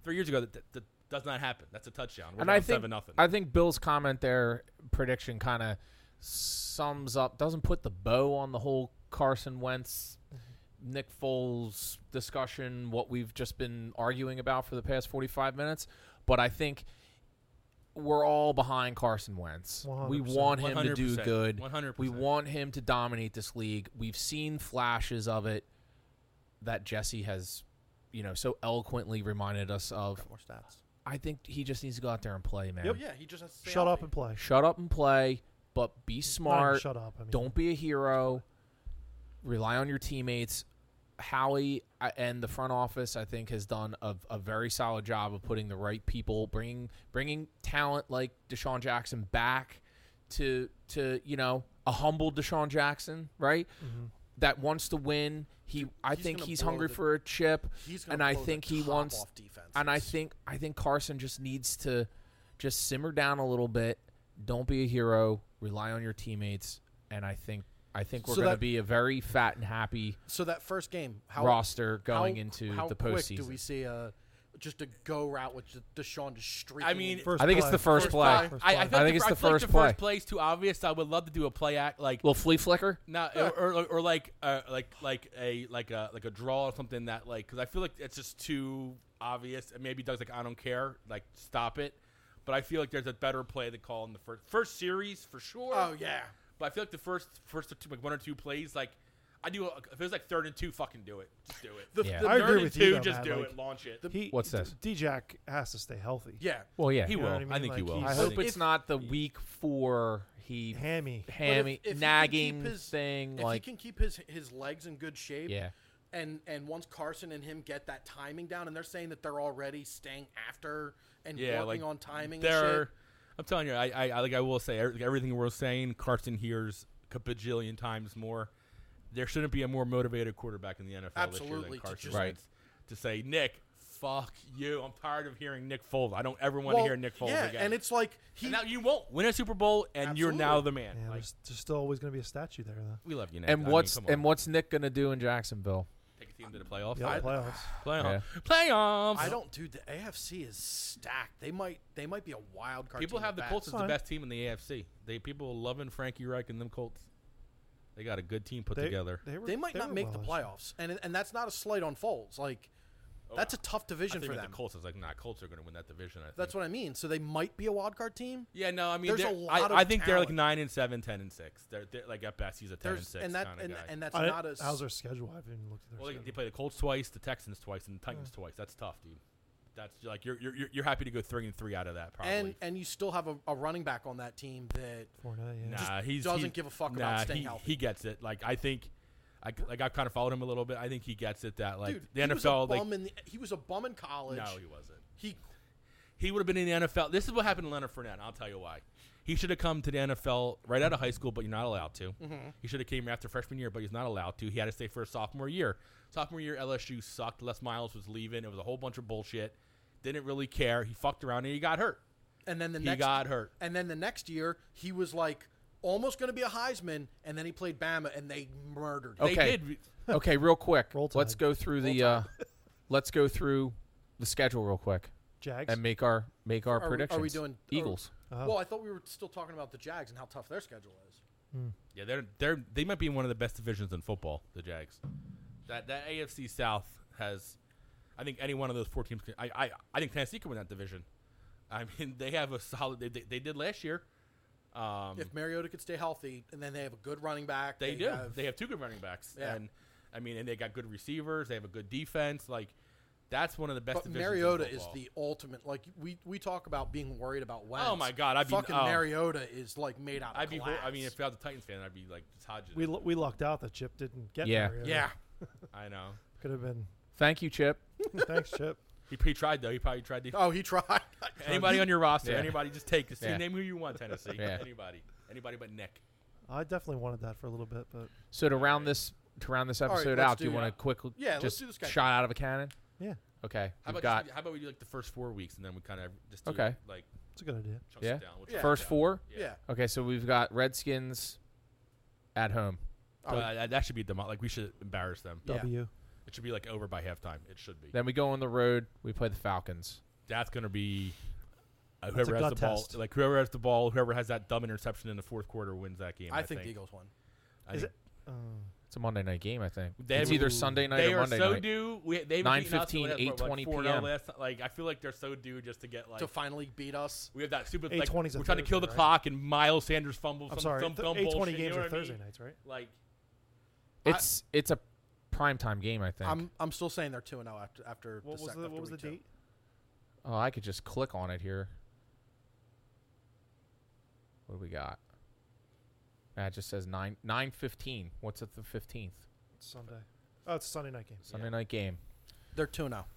Speaker 2: Three years ago, that, that, that does not happen. That's a touchdown. We're
Speaker 1: and
Speaker 2: down
Speaker 1: I think
Speaker 2: seven nothing.
Speaker 1: I think Bill's comment there prediction kind of sums up doesn't put the bow on the whole Carson Wentz
Speaker 2: Mm-hmm.
Speaker 1: Nick Foles discussion what we've just been arguing about for the past 45 minutes but I think we're all behind Carson Wentz. We
Speaker 4: 100%.
Speaker 1: want him to do
Speaker 2: 100%.
Speaker 1: good.
Speaker 2: 100%.
Speaker 1: We want him to dominate this league. We've seen flashes of it that Jesse has, you know, so eloquently reminded us of.
Speaker 3: Got more stats.
Speaker 1: I think he just needs to go out there and play, man.
Speaker 3: Yep. Yeah, he just has to stay
Speaker 4: shut up
Speaker 3: healthy.
Speaker 4: and play.
Speaker 1: Shut up and play, but be
Speaker 4: Not even
Speaker 1: smart.
Speaker 4: Shut up. I mean,
Speaker 1: Don't be a hero. Rely on your teammates. Howie I- and the front office, I think, has done a, a very solid job of putting the right people, bringing bringing talent like Deshaun Jackson back to to you know a humble Deshaun Jackson, right? That wants to win. He, I
Speaker 3: Mm-hmm. He's
Speaker 1: think
Speaker 3: gonna
Speaker 1: he's
Speaker 3: blow
Speaker 1: hungry
Speaker 3: the-
Speaker 1: for a chip,
Speaker 3: He's gonna
Speaker 1: and I
Speaker 3: blow the
Speaker 1: think he
Speaker 3: top
Speaker 1: wants
Speaker 3: off defenses.
Speaker 1: and I think I think Carson just needs to just simmer down a little bit. Don't be a hero. Rely on your teammates. And I think I think we're
Speaker 3: So
Speaker 1: going to
Speaker 3: that-
Speaker 1: be a very fat and happy
Speaker 3: so. That first game, how
Speaker 1: roster
Speaker 3: how-
Speaker 1: going into
Speaker 3: how
Speaker 1: the
Speaker 3: quick
Speaker 1: postseason.
Speaker 3: Do we see a just a go route with just Deshaun just streaking?
Speaker 2: I mean,
Speaker 3: in?
Speaker 4: First
Speaker 1: I think it's
Speaker 4: play.
Speaker 1: the first,
Speaker 2: First
Speaker 1: play.
Speaker 4: play.
Speaker 2: I, I, feel
Speaker 1: I
Speaker 2: like
Speaker 1: think it's
Speaker 2: the,
Speaker 1: the
Speaker 2: I feel like
Speaker 1: first
Speaker 2: the
Speaker 1: play.
Speaker 2: first play is too obvious. I would love to do a play act like
Speaker 1: Little flea flicker.
Speaker 2: No, or, or, or like uh, like like a like a like a draw or something that like because I feel like it's just too obvious. And maybe Doug's like, I don't care, like stop it. But I feel like there's a better play to call in the first first series for sure.
Speaker 3: oh yeah,
Speaker 2: But I feel like the first first two, like one or two plays, like I do. If it was like third and two, fucking do it. Just do it.
Speaker 3: the,
Speaker 1: Yeah.
Speaker 3: the
Speaker 4: I
Speaker 2: third
Speaker 4: agree
Speaker 2: and
Speaker 4: with
Speaker 2: two,
Speaker 4: you. though,
Speaker 2: just
Speaker 4: Matt,
Speaker 2: do
Speaker 4: like,
Speaker 2: it. Launch it.
Speaker 4: He,
Speaker 1: What's this?
Speaker 4: D-Jack has to stay healthy.
Speaker 3: yeah.
Speaker 1: Well, yeah.
Speaker 2: He
Speaker 4: know
Speaker 2: will. I,
Speaker 4: what I mean?
Speaker 2: think he
Speaker 4: Like,
Speaker 2: will.
Speaker 4: he's-
Speaker 1: I
Speaker 4: I
Speaker 1: hope
Speaker 4: think-
Speaker 1: it's not the week four he
Speaker 4: Hammy.
Speaker 1: hammy
Speaker 3: But if- if he can
Speaker 1: nagging
Speaker 3: keep his-
Speaker 1: thing.
Speaker 3: If
Speaker 1: Like
Speaker 3: he can keep his his legs in good shape,
Speaker 1: yeah,
Speaker 3: and and once Carson and him get that timing down, and they're saying that they're already staying after and
Speaker 2: Yeah,
Speaker 3: working
Speaker 2: like,
Speaker 3: on timing.
Speaker 2: there
Speaker 3: and shit.
Speaker 2: are- I'm telling you, I, I, I like I will say every- everything we're saying. Carson hears a bajillion times more. There shouldn't be a more motivated quarterback in the NFL this year
Speaker 3: Absolutely, to
Speaker 2: than Carson
Speaker 3: just-
Speaker 1: Right.
Speaker 2: Wentz. To say Nick, fuck you. I'm tired of hearing Nick Foles. I don't ever want to
Speaker 3: Well,
Speaker 2: hear Nick Foles
Speaker 3: yeah,
Speaker 2: again.
Speaker 3: and it's like he.
Speaker 2: And now you won't win a Super Bowl, and you're now
Speaker 3: Absolutely.
Speaker 2: the man.
Speaker 4: Yeah,
Speaker 2: Like,
Speaker 4: there's, there's still always going to be a statue there, though.
Speaker 2: we love you, Nick.
Speaker 1: and
Speaker 2: I mean,
Speaker 1: what's
Speaker 2: come on.
Speaker 1: and what's Nick going to do in Jacksonville?
Speaker 2: Take a team to the playoffs.
Speaker 4: Yeah, playoffs.
Speaker 2: Playoffs.
Speaker 1: Yeah.
Speaker 2: Playoffs.
Speaker 3: I don't, dude. The AFC is stacked. They might, they might be a wild card.
Speaker 2: People
Speaker 3: team
Speaker 2: have the
Speaker 3: at
Speaker 2: Colts
Speaker 3: best.
Speaker 2: as the
Speaker 4: Fine.
Speaker 2: best team in the AFC. They people loving Frankie Reich and them Colts. They got a good team put
Speaker 4: They,
Speaker 2: together.
Speaker 4: They, were,
Speaker 3: They might not
Speaker 4: were
Speaker 3: make the
Speaker 4: well this year.
Speaker 3: playoffs, and and that's not a slight on Foles. Like, that's a tough
Speaker 2: Oh, I
Speaker 3: division
Speaker 2: think
Speaker 3: for
Speaker 2: with
Speaker 3: them.
Speaker 2: the Colts. I was like, nah, Colts are going to win that division. I think.
Speaker 3: That's what I mean. So they might be a wild card team.
Speaker 2: Yeah, no, I mean,
Speaker 3: There's a
Speaker 2: they're-
Speaker 3: lot of
Speaker 2: I, I think they're like
Speaker 3: talent.
Speaker 2: nine and seven, ten and six. They're, they're like at best he's a ten and
Speaker 3: There's
Speaker 2: six
Speaker 3: and that
Speaker 2: kind of
Speaker 3: and,
Speaker 2: guy.
Speaker 3: and that's
Speaker 4: I
Speaker 3: not a
Speaker 4: didn't- How's their schedule? I haven't even looked at their
Speaker 2: well, they, they
Speaker 4: schedule.
Speaker 2: play the Colts twice, the Texans twice, and the Titans
Speaker 3: Mm.
Speaker 2: twice. That's tough, dude. That's like you're you're you're- you're happy to go three and three out of that probably.
Speaker 3: and and you still have a, a running back on that team that
Speaker 4: Fournette, yeah.
Speaker 2: nah, he's,
Speaker 3: doesn't
Speaker 2: he's-
Speaker 3: give a fuck
Speaker 2: nah,
Speaker 3: about staying
Speaker 2: he,
Speaker 3: healthy.
Speaker 2: He gets it. Like I think, I like I've kind of followed him a little bit. I think he gets it that like
Speaker 3: dude.
Speaker 2: the
Speaker 3: he
Speaker 2: NFL
Speaker 3: was a
Speaker 2: like
Speaker 3: bum in the, he was a bum in college.
Speaker 2: no he wasn't.
Speaker 3: he
Speaker 2: He would have been in the NFL. This is what happened to Leonard Fournette. I'll tell you why. He should have come to the NFL right out of high school, but you're not allowed to.
Speaker 3: Mm-hmm.
Speaker 2: He should have came after freshman year, but he's not allowed to. He had to stay for his sophomore year. Sophomore year, LSU sucked. Les Miles was leaving. It was a whole bunch of bullshit. Didn't really care. He fucked around and he got hurt.
Speaker 3: and then the
Speaker 2: He
Speaker 3: next
Speaker 2: got hurt.
Speaker 3: and then the next year he was like almost going to be a Heisman, and then he played Bama and they murdered. him.
Speaker 2: They
Speaker 1: Okay.
Speaker 2: did.
Speaker 1: okay, real quick.
Speaker 4: Roll
Speaker 1: Let's
Speaker 4: Tide.
Speaker 1: go through the uh, let's go through the schedule real quick
Speaker 4: Jags.
Speaker 1: and make our make our
Speaker 3: Are we- are we
Speaker 1: predictions.
Speaker 3: doing- are-
Speaker 1: Eagles?
Speaker 4: Uh-huh.
Speaker 3: Well, I thought we were still talking about the Jags and how tough their schedule is.
Speaker 2: Yeah, they're they're they might be in one of the best divisions in football. The Jags. That that AFC South has, I think any one of those four teams. Can, I I I think Tennessee can win that division. I mean, they have a solid. They, they, they did last year. Um,
Speaker 3: If Mariota could stay healthy, and then they have a good running back,
Speaker 2: they, do.
Speaker 3: Have,
Speaker 2: they have two good running backs,
Speaker 3: Yeah.
Speaker 2: and I mean, and they got good receivers. They have a good defense. Like, that's one of the best.
Speaker 3: but
Speaker 2: divisions in
Speaker 3: Mariota is
Speaker 2: football.
Speaker 3: the ultimate. Like we we talk about being worried about Wentz.
Speaker 2: my God, I'd be-
Speaker 3: fucking
Speaker 2: oh.
Speaker 3: Mariota is like made out. Of
Speaker 2: I'd be. hor-
Speaker 3: glass.
Speaker 2: I mean, if I was a Titans fan, I'd be like it's Hodges.
Speaker 4: we, lu- we lucked out that Chip didn't get
Speaker 1: Yeah.
Speaker 4: Mariota.
Speaker 3: yeah,
Speaker 2: I know.
Speaker 4: Could have been.
Speaker 1: Thank you, Chip.
Speaker 4: Thanks, Chip.
Speaker 2: He, he tried though. He probably tried to.
Speaker 3: oh, he tried.
Speaker 2: Anybody on your roster,
Speaker 1: Yeah.
Speaker 2: anybody, just take this.
Speaker 1: Yeah.
Speaker 2: Name who you want, Tennessee.
Speaker 1: Yeah.
Speaker 2: Anybody, anybody but Nick.
Speaker 4: I definitely wanted that for a little bit, but
Speaker 1: So to round this to round this
Speaker 3: right,
Speaker 1: episode
Speaker 3: let's
Speaker 1: out, do you
Speaker 3: do- uh,
Speaker 1: want to quickly
Speaker 3: Yeah, let's
Speaker 1: just
Speaker 3: do this guy.
Speaker 1: shot out of a cannon?
Speaker 4: yeah,
Speaker 1: Okay,
Speaker 2: How
Speaker 1: we've
Speaker 2: about
Speaker 1: got
Speaker 2: just, how about we do like the first four weeks and then we kind of just do,
Speaker 1: Okay.
Speaker 2: like
Speaker 4: it's a good idea.
Speaker 2: chunks
Speaker 1: Yeah.
Speaker 2: it down. We'll
Speaker 3: Yeah.
Speaker 2: chunk
Speaker 1: first
Speaker 2: it down.
Speaker 1: four.
Speaker 2: Yeah.
Speaker 3: yeah.
Speaker 1: Okay, so we've got Redskins at home.
Speaker 2: Uh, that- that should be demo- like we should embarrass them.
Speaker 3: Yeah.
Speaker 4: W.
Speaker 2: It should be like over by halftime. It should be.
Speaker 1: Then we go on the road. We play the Falcons.
Speaker 2: That's gonna be uh, whoever has
Speaker 4: gut
Speaker 2: the ball.
Speaker 4: test.
Speaker 2: Like whoever has the ball, whoever has that dumb interception in the fourth quarter wins that game. I,
Speaker 3: I, think, the Eagles won.
Speaker 2: I
Speaker 4: Is
Speaker 2: think-
Speaker 4: it? Uh,
Speaker 1: It's a Monday night game, I think.
Speaker 2: They
Speaker 1: it's
Speaker 2: have-
Speaker 1: either Sunday night
Speaker 2: They
Speaker 1: or
Speaker 2: are
Speaker 1: Monday
Speaker 2: so
Speaker 1: night.
Speaker 2: due. We, they
Speaker 1: 9:15, 8:20 p.m..
Speaker 2: Like I feel like they're so due just to get like
Speaker 3: to finally beat us.
Speaker 2: We have that stupid. Like, we're
Speaker 4: 8:20 's a
Speaker 2: trying to kill the
Speaker 4: Thursday, right?
Speaker 2: clock, and Miles Sanders fumbles.
Speaker 4: I'm
Speaker 2: some,
Speaker 4: sorry.
Speaker 2: Some
Speaker 4: th-
Speaker 2: dumb bullshit,
Speaker 4: 820
Speaker 2: you
Speaker 4: games
Speaker 2: know what
Speaker 4: are
Speaker 2: I mean?
Speaker 4: Thursday nights, right?
Speaker 2: Like,
Speaker 1: It's it's a primetime game, I think.
Speaker 3: I'm I'm still saying they're two and zero after after.
Speaker 4: What
Speaker 3: the
Speaker 4: was
Speaker 3: sec-
Speaker 4: the
Speaker 3: after
Speaker 4: What was the
Speaker 3: week two.
Speaker 4: date?
Speaker 1: oh, I could just click on it here. What do we got? That it just says nine nine fifteen. What's at the fifteenth?
Speaker 4: It's Sunday. Oh, it's a Sunday night game.
Speaker 1: Sunday night game.
Speaker 3: They're two and oh. zero.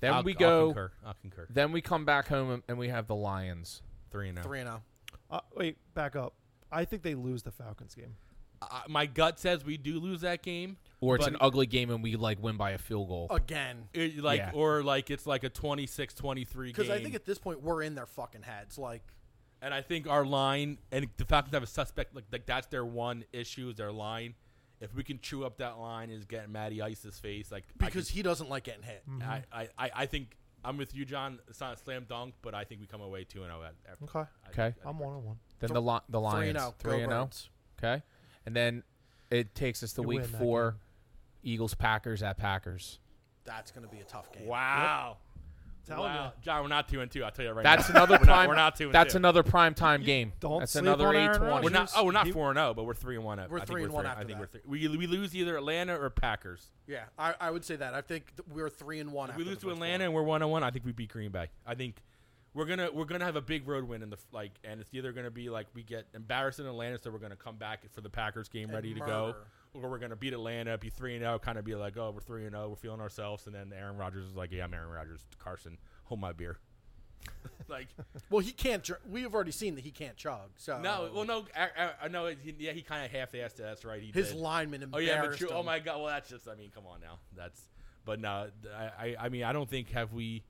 Speaker 1: Then
Speaker 2: I'll-
Speaker 1: we
Speaker 2: I'll
Speaker 1: go.
Speaker 2: concur. I'll concur.
Speaker 1: Then we come back home and- and we have the Lions.
Speaker 2: Three and oh.
Speaker 3: Three and oh. zero.
Speaker 4: Uh, wait, back up. I think they lose the Falcons game.
Speaker 2: Uh, my gut says we do lose that game,
Speaker 1: Or it's
Speaker 2: but Oh,
Speaker 1: an ugly game and we like win by a field goal.
Speaker 3: again.
Speaker 2: it- like,
Speaker 1: Yeah.
Speaker 2: or like it's like a 26-23
Speaker 3: Because
Speaker 2: game.
Speaker 3: I think at this point we're in their fucking heads. Like
Speaker 2: and I think our line and the Falcons have a suspect. Like, like that's their one issue is their line. If we can chew up that line, is getting Matty Ice's face like I
Speaker 3: because
Speaker 2: can-
Speaker 3: he doesn't like getting hit.
Speaker 1: Mm-hmm.
Speaker 2: I, I, I, I think I'm with you, John. It's not a slam dunk, but I think we come away two and zero. at- at-
Speaker 4: Okay.
Speaker 2: I-
Speaker 1: Okay.
Speaker 2: I-
Speaker 4: I'm one on one.
Speaker 1: Then the li- the
Speaker 3: Three
Speaker 1: Lions
Speaker 3: and zero.
Speaker 1: three
Speaker 3: Go
Speaker 1: and oh.
Speaker 3: Birds.
Speaker 1: Okay, and then it takes us to
Speaker 4: You
Speaker 1: week
Speaker 4: win that
Speaker 1: four. Eagles Packers at Packers.
Speaker 3: That's gonna be a tough game.
Speaker 2: Wow.
Speaker 4: Telling
Speaker 2: wow.
Speaker 4: you.
Speaker 2: John, we're not two and two. I'll tell you right
Speaker 1: That's
Speaker 2: now.
Speaker 1: another
Speaker 2: we're
Speaker 1: prime.
Speaker 2: not, we're not two and
Speaker 1: that's
Speaker 2: two.
Speaker 1: another prime time game.
Speaker 4: don't
Speaker 1: that's
Speaker 4: sleep
Speaker 1: another
Speaker 4: on Aaron
Speaker 2: We're not.
Speaker 4: Rodgers.
Speaker 2: Oh, we're not
Speaker 4: He-
Speaker 2: four and zero, but we're three and one.
Speaker 3: We're three and one
Speaker 2: I
Speaker 3: after that.
Speaker 2: think we're three. We, we lose either Atlanta or Packers.
Speaker 3: Yeah, I, I would say that. I think th- we're three and one.
Speaker 2: If
Speaker 3: after
Speaker 2: we
Speaker 3: the
Speaker 2: lose to
Speaker 3: first
Speaker 2: Atlanta
Speaker 3: one.
Speaker 2: and we're one on one. I think we beat Green Bay. I think we're gonna we're gonna have a big road win in the f- like, and it's either gonna be like we get embarrassed in Atlanta, so we're gonna come back for the Packers game
Speaker 3: And
Speaker 2: ready to go,
Speaker 3: murder.
Speaker 2: or we're gonna beat Atlanta, be three and zero, kind of be like, oh, we're three and zero, we're feeling ourselves, and then Aaron Rodgers is like, yeah, I'm Aaron Rodgers, Carson, hold my beer. like
Speaker 3: Well, he can't. Dr- we have already seen that he can't chug. So
Speaker 2: no, well no, I, I, no, he, yeah, he kind of half-assed it. That's right, he
Speaker 3: his
Speaker 2: did.
Speaker 3: lineman
Speaker 2: Oh
Speaker 3: embarrassed
Speaker 2: yeah, but true.
Speaker 3: him.
Speaker 2: Oh my god. Well, that's just. I mean, come on now. That's. But no, th- I. I, I mean, I don't think have we,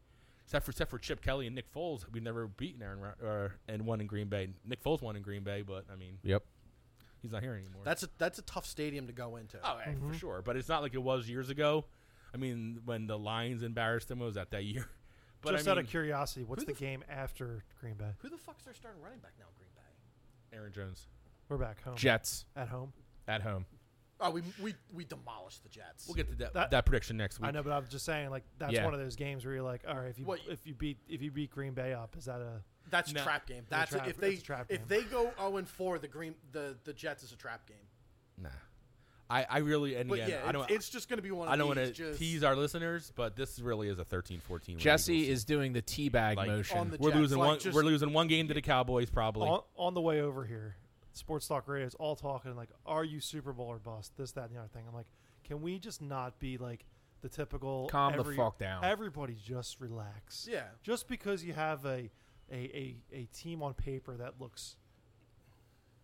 Speaker 2: except for except for Chip Kelly and Nick Foles, we've never beaten Aaron Rod- or and won in Green Bay. Nick Foles won in Green Bay, but I mean,
Speaker 1: Yep.
Speaker 2: he's not here anymore.
Speaker 3: That's a that's a tough stadium to go into.
Speaker 2: oh, hey, for sure. But it's not like it was years ago. I mean, when the Lions embarrassed them, what was that that year? But
Speaker 4: Just
Speaker 2: I
Speaker 4: out
Speaker 2: mean,
Speaker 4: of curiosity, what's
Speaker 3: who
Speaker 4: the
Speaker 3: the
Speaker 4: game after Green Bay?
Speaker 3: Who the fuck's their starting running back now? Green Bay.
Speaker 2: Aaron Jones
Speaker 4: We're back home.
Speaker 1: Jets
Speaker 4: At home.
Speaker 1: at home.
Speaker 3: Oh, we we we demolished the Jets.
Speaker 2: We'll get to that, that,
Speaker 4: That-
Speaker 2: prediction next week.
Speaker 4: I know, but I'm just saying, like that's
Speaker 1: Yeah.
Speaker 4: one of those games where you're like, all right, if you
Speaker 3: What-
Speaker 4: if you beat if you beat Green Bay up, is that a
Speaker 3: That's
Speaker 2: No.
Speaker 3: trap game. That's
Speaker 4: trap-
Speaker 3: if they
Speaker 4: it's a trap
Speaker 3: if
Speaker 4: game.
Speaker 3: they go zero and four, the green the the Jets is a trap game.
Speaker 2: Nah, I, I really and
Speaker 3: But
Speaker 2: again,
Speaker 3: yeah,
Speaker 2: I don't
Speaker 3: it's, it's just going to be one. of
Speaker 2: I don't
Speaker 3: want to
Speaker 2: to tease our listeners, but this really is a 13-14. win
Speaker 1: Jesse
Speaker 2: Eagles.
Speaker 1: is doing the teabag
Speaker 2: Like,
Speaker 1: motion.
Speaker 3: on the-
Speaker 2: We're
Speaker 3: Jets,
Speaker 2: losing
Speaker 3: like,
Speaker 2: one.
Speaker 3: just-
Speaker 2: we're losing one game to the Cowboys probably.
Speaker 4: on, on the way over here? Sports Talk Radio is all talking like, are you Super Bowl or bust? This, that, and the other thing. I'm like, can we just not be like the typical?
Speaker 1: Calm the
Speaker 4: every-
Speaker 1: fuck down.
Speaker 4: Everybody just relax.
Speaker 3: Yeah.
Speaker 4: Just because you have a a a, a team on paper that looks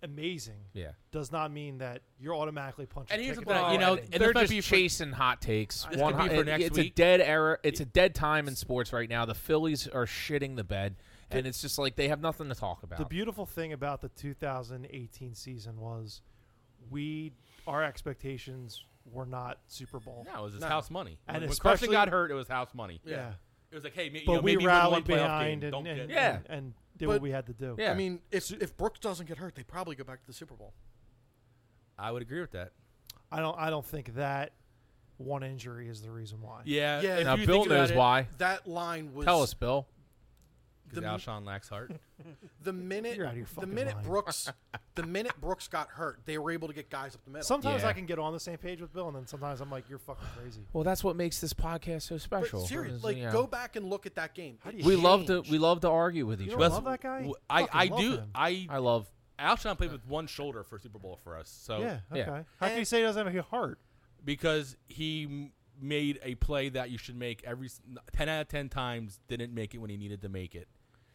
Speaker 4: amazing
Speaker 1: yeah.
Speaker 4: does not mean that you're automatically punching.
Speaker 2: And here's
Speaker 4: ticket
Speaker 2: the thing,
Speaker 4: to
Speaker 2: you know,
Speaker 4: Miami.
Speaker 2: and
Speaker 1: they're
Speaker 2: this might
Speaker 1: just
Speaker 2: be for-
Speaker 1: chasing hot takes.
Speaker 2: This
Speaker 1: One
Speaker 2: could be
Speaker 1: hot-
Speaker 2: for
Speaker 1: it-
Speaker 2: next
Speaker 1: it's
Speaker 2: week.
Speaker 1: a dead era. It's a dead time in sports right now. The Phillies are shitting the bed, and it's just like they have nothing to talk about.
Speaker 4: The beautiful thing about the 2018 season was we our expectations were not Super Bowl.
Speaker 2: No, it was just
Speaker 3: No.
Speaker 2: house money.
Speaker 4: And
Speaker 2: when, when
Speaker 4: especially-
Speaker 2: Carson got hurt, it was house money.
Speaker 4: Yeah.
Speaker 2: It was like, hey, ma- you
Speaker 4: But
Speaker 2: know,
Speaker 4: we
Speaker 2: maybe you win one
Speaker 4: rallied
Speaker 2: playoff
Speaker 4: behind
Speaker 2: game.
Speaker 4: and,
Speaker 2: Don't
Speaker 4: and,
Speaker 2: get-
Speaker 1: Yeah.
Speaker 4: and, and did
Speaker 3: But-
Speaker 4: what we had to do.
Speaker 1: Yeah.
Speaker 3: I mean, if if Brooks doesn't get hurt, they probably go back to the Super Bowl.
Speaker 2: I would agree with that.
Speaker 4: I don't I don't think that one injury is the reason why.
Speaker 2: Yeah,
Speaker 3: Yeah.
Speaker 2: if
Speaker 1: now
Speaker 2: you
Speaker 1: Bill
Speaker 2: think about
Speaker 1: knows
Speaker 2: it,
Speaker 1: why.
Speaker 3: That line was
Speaker 1: Tell us, Bill.
Speaker 2: 'cause Alshon Laxhart.
Speaker 3: the minute
Speaker 4: You're out of your
Speaker 3: the
Speaker 4: fucking
Speaker 3: minute
Speaker 4: mind.
Speaker 3: Brooks the minute Brooks got hurt, they were able to get guys up the middle.
Speaker 4: Sometimes
Speaker 1: Yeah.
Speaker 4: I can get on the same page with Bill and then sometimes I'm like you're fucking crazy.
Speaker 1: Well, that's what makes this podcast so
Speaker 3: but
Speaker 1: special.
Speaker 3: seriously,
Speaker 1: is,
Speaker 3: like
Speaker 1: you know,
Speaker 3: go back and look at that game.
Speaker 4: How do you
Speaker 1: We love to
Speaker 4: change?
Speaker 1: we love to argue with each
Speaker 4: You
Speaker 1: other.
Speaker 4: don't love that guy?
Speaker 2: w- I,
Speaker 4: Fucking
Speaker 2: I
Speaker 4: love
Speaker 2: do.
Speaker 4: him.
Speaker 2: I,
Speaker 1: I love.
Speaker 2: Alshon played with one shoulder for Super Bowl for us. So
Speaker 4: Yeah, okay.
Speaker 1: Yeah.
Speaker 4: How can you
Speaker 3: And-
Speaker 4: say he doesn't have a heart?
Speaker 2: because he m- made a play that you should make every s- n- ten out of ten times, didn't make it when he needed to make it,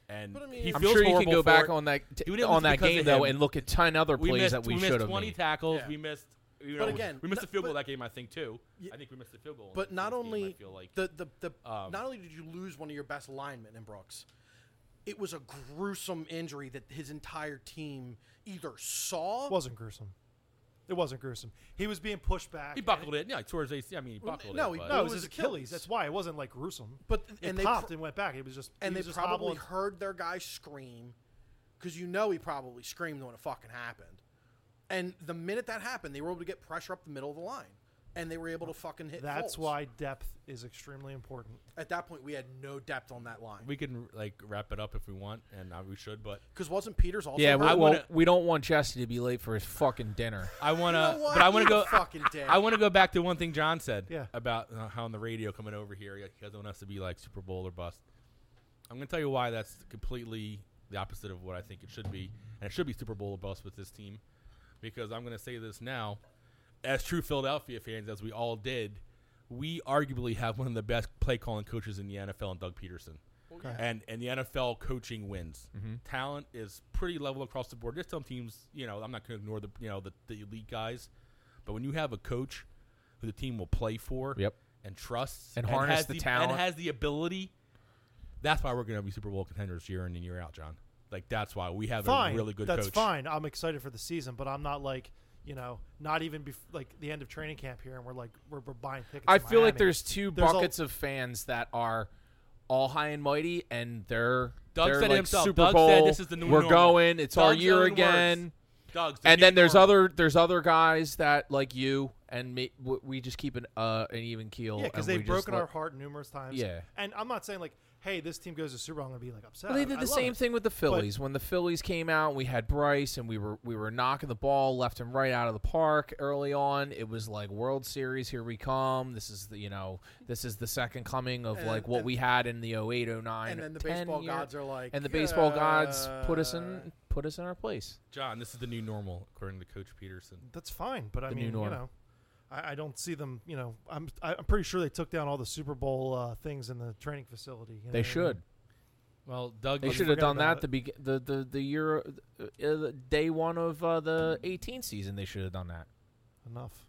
Speaker 2: and
Speaker 3: But I mean-
Speaker 2: he
Speaker 1: I'm
Speaker 2: feels
Speaker 1: sure you
Speaker 2: horrible
Speaker 1: can go
Speaker 2: for
Speaker 1: back
Speaker 2: it.
Speaker 1: on that t-
Speaker 2: We didn't
Speaker 1: on
Speaker 2: lose
Speaker 1: that
Speaker 2: because
Speaker 1: game
Speaker 2: of
Speaker 1: though,
Speaker 2: him.
Speaker 1: and look at ten other
Speaker 2: We
Speaker 1: plays
Speaker 2: missed,
Speaker 1: that we,
Speaker 2: we
Speaker 1: should
Speaker 2: missed
Speaker 1: have
Speaker 2: twenty
Speaker 1: made.
Speaker 2: tackles.
Speaker 3: Yeah.
Speaker 2: We missed. You know,
Speaker 3: But again,
Speaker 2: we missed
Speaker 3: no-
Speaker 2: the field goal
Speaker 3: but-
Speaker 2: that game. I think too. I think we missed the field goal. in
Speaker 3: But
Speaker 2: the
Speaker 3: not
Speaker 2: game,
Speaker 3: only
Speaker 2: I feel like
Speaker 3: the the, the
Speaker 2: Um,
Speaker 3: not only did you lose one of your best linemen in Brooks, it was a gruesome injury that his entire team either saw.
Speaker 4: Wasn't gruesome. It wasn't gruesome. He was being pushed back.
Speaker 2: he buckled it. Yeah, towards AC. I mean, he
Speaker 3: Well,
Speaker 2: buckled
Speaker 3: no,
Speaker 2: it.
Speaker 3: he-
Speaker 2: but-
Speaker 4: No, it was
Speaker 3: was
Speaker 4: his
Speaker 3: Achilles.
Speaker 4: Achilles. That's why it wasn't like gruesome.
Speaker 3: But-
Speaker 4: it
Speaker 3: and they
Speaker 4: popped
Speaker 3: pro-
Speaker 4: and went back. It was just he
Speaker 3: and they
Speaker 4: was just
Speaker 3: probably
Speaker 4: hobbling.
Speaker 3: heard their guy scream because you know he probably screamed when it fucking happened. And the minute that happened, they were able to get pressure up the middle of the line, and they were able to fucking hit.
Speaker 4: That's
Speaker 3: Foles.
Speaker 4: why depth is extremely important.
Speaker 3: at that point we had no depth on that line
Speaker 2: we can like wrap it up if we want, and uh, we should. But
Speaker 3: because wasn't Peters also?
Speaker 1: Yeah,
Speaker 3: hurt?
Speaker 1: well,
Speaker 2: I wanna-
Speaker 1: we don't want Jesse to be late for his fucking dinner.
Speaker 2: I want
Speaker 3: You
Speaker 2: to.
Speaker 3: know what?
Speaker 2: but I want to
Speaker 3: You're a
Speaker 2: go.
Speaker 3: fucking dick.
Speaker 2: I want to go back to one thing John said.
Speaker 4: Yeah.
Speaker 2: About uh, how on the radio coming over here, he doesn't want us to be like Super Bowl or bust. I'm going to tell you why that's completely the opposite of what I think it should be, and it should be Super Bowl or bust with this team, because I'm going to say this now, as true Philadelphia fans as we all did, we arguably have one of the best play calling coaches in the NFL, and Doug Peterson.
Speaker 4: Oh,
Speaker 2: And and the NFL coaching wins.
Speaker 1: Mm-hmm.
Speaker 2: Talent is pretty level across the board. There's some teams, you know, I'm not going to ignore the you know the, the elite guys, but when you have a coach who the team will play for,
Speaker 1: Yep.
Speaker 2: and trusts,
Speaker 1: And harness
Speaker 2: has
Speaker 1: the
Speaker 2: and
Speaker 1: talent.
Speaker 2: has the ability, that's why we're going to be Super Bowl contenders year in and year out, John. Like that's why we have
Speaker 4: Fine,
Speaker 2: a really good
Speaker 4: That's
Speaker 2: coach.
Speaker 4: fine. I'm excited for the season, but I'm not like you know, not even bef- like the end of training camp here, and we're like we're, we're buying tickets.
Speaker 1: I
Speaker 4: to
Speaker 1: feel like
Speaker 4: Miami.
Speaker 1: there's two
Speaker 4: There's a-
Speaker 1: buckets of fans that are all high and mighty, and they're
Speaker 2: Doug
Speaker 1: they're
Speaker 2: said it
Speaker 1: like
Speaker 2: himself.
Speaker 1: Super
Speaker 2: Doug
Speaker 1: Bowl.
Speaker 2: said this is the new
Speaker 1: We're
Speaker 2: normal."
Speaker 1: going. It's our
Speaker 2: Doug's
Speaker 1: year
Speaker 2: own
Speaker 1: again.
Speaker 2: words. Doug's the
Speaker 1: And
Speaker 2: new
Speaker 1: then there's
Speaker 2: normal.
Speaker 1: other there's other guys that like you and me. w- We just keep an uh, an even keel.
Speaker 4: yeah, because
Speaker 1: and we
Speaker 4: they've
Speaker 1: just
Speaker 4: broken
Speaker 1: let-
Speaker 4: our heart numerous times.
Speaker 1: Yeah.
Speaker 4: and I'm not saying like, hey, this team goes to Super Bowl, I'm gonna be like upset.
Speaker 1: Well, they did
Speaker 4: I
Speaker 1: the
Speaker 4: love
Speaker 1: same
Speaker 4: it.
Speaker 1: thing with the Phillies. when the Phillies came out, we had Bryce, and we were we were knocking the ball left and right out of the park early on. It was like World Series, here we come. This is the you know this is the second coming of
Speaker 3: And-
Speaker 1: like what
Speaker 3: and-
Speaker 1: we had in the 08, 09,
Speaker 3: and then the
Speaker 1: 10
Speaker 3: baseball
Speaker 1: year-
Speaker 3: gods are like,
Speaker 1: and the baseball gods put us
Speaker 3: "Uh,
Speaker 1: in put us in our place.
Speaker 2: John, this is the new normal according to Coach Peterson.
Speaker 4: That's fine, but I
Speaker 1: The new
Speaker 4: mean, you
Speaker 1: norm.
Speaker 4: know, I, I don't see them. You know, I'm I- I'm pretty sure they took down all the Super Bowl uh, things in the training facility. you know what I
Speaker 1: They
Speaker 4: mean?
Speaker 1: should
Speaker 2: Well, Doug,
Speaker 1: they
Speaker 2: was-
Speaker 1: should have
Speaker 4: forget
Speaker 1: done
Speaker 4: about
Speaker 1: that the, be- the the the year uh, uh, day one of uh, the 18 season. They should have done that.
Speaker 4: enough.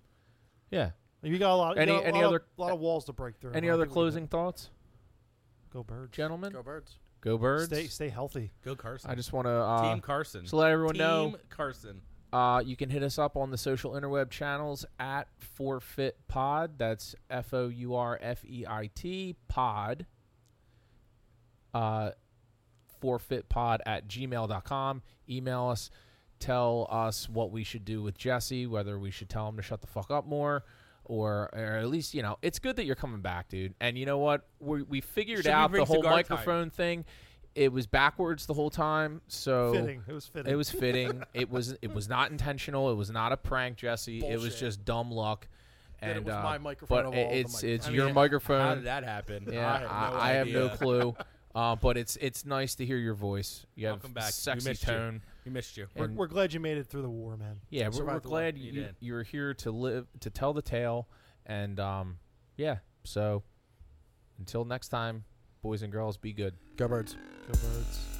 Speaker 1: Yeah.
Speaker 4: You got a lot. you
Speaker 1: Any-
Speaker 4: got a
Speaker 1: any
Speaker 4: lot
Speaker 1: other-
Speaker 4: of, lot of walls to break through.
Speaker 1: Any
Speaker 4: I
Speaker 1: other
Speaker 4: think we can
Speaker 1: closing thoughts,
Speaker 4: Go birds.
Speaker 1: gentlemen?
Speaker 3: go birds.
Speaker 1: Go birds.
Speaker 4: Stay stay healthy.
Speaker 2: go Carson.
Speaker 1: I just want to uh,
Speaker 2: Team Carson.
Speaker 1: just to let everyone
Speaker 2: Team
Speaker 1: know
Speaker 2: Carson.
Speaker 1: Uh, you can hit us up on the social interweb channels at Forfeit Pod. That's F O U R F E I T Pod. Uh, forfeitpod at gmail.com. Email us. Tell us what we should do with Jesse, whether we should tell him to shut the fuck up more. Or, or at least you know it's good that you're coming back, dude. And you know what? We, we figured
Speaker 2: Should we
Speaker 1: out the
Speaker 2: bring
Speaker 1: whole
Speaker 2: cigar time?
Speaker 1: microphone thing. It was backwards the whole time, so
Speaker 4: Fitting. It was fitting.
Speaker 1: Oh. it was fitting. it was it was not intentional. It was not a prank, Jesse. It was
Speaker 3: Bullshit.
Speaker 1: just dumb luck.
Speaker 3: Then it
Speaker 1: And
Speaker 3: was
Speaker 1: uh,
Speaker 3: my microphone
Speaker 1: but
Speaker 3: of
Speaker 1: it-
Speaker 3: all the
Speaker 1: it's it's
Speaker 2: I
Speaker 1: your
Speaker 2: mean, How
Speaker 1: microphone.
Speaker 2: did that happen?
Speaker 1: yeah,
Speaker 2: I have no,
Speaker 1: I, I have no
Speaker 2: idea.
Speaker 1: clue. Uh, but it's it's nice to hear your voice. You have
Speaker 2: Welcome back. We
Speaker 1: sexy
Speaker 2: missed you.
Speaker 1: tone.
Speaker 2: We missed you.
Speaker 4: we're,
Speaker 1: and-
Speaker 4: we're glad you made it through the war, man.
Speaker 1: Yeah, we're, we're
Speaker 3: Survived the war.
Speaker 1: glad
Speaker 2: You
Speaker 1: you,
Speaker 2: did.
Speaker 1: you're here to live to tell the tale, and um, yeah. So until next time, boys and girls, be good.
Speaker 3: Go birds.
Speaker 4: Go birds.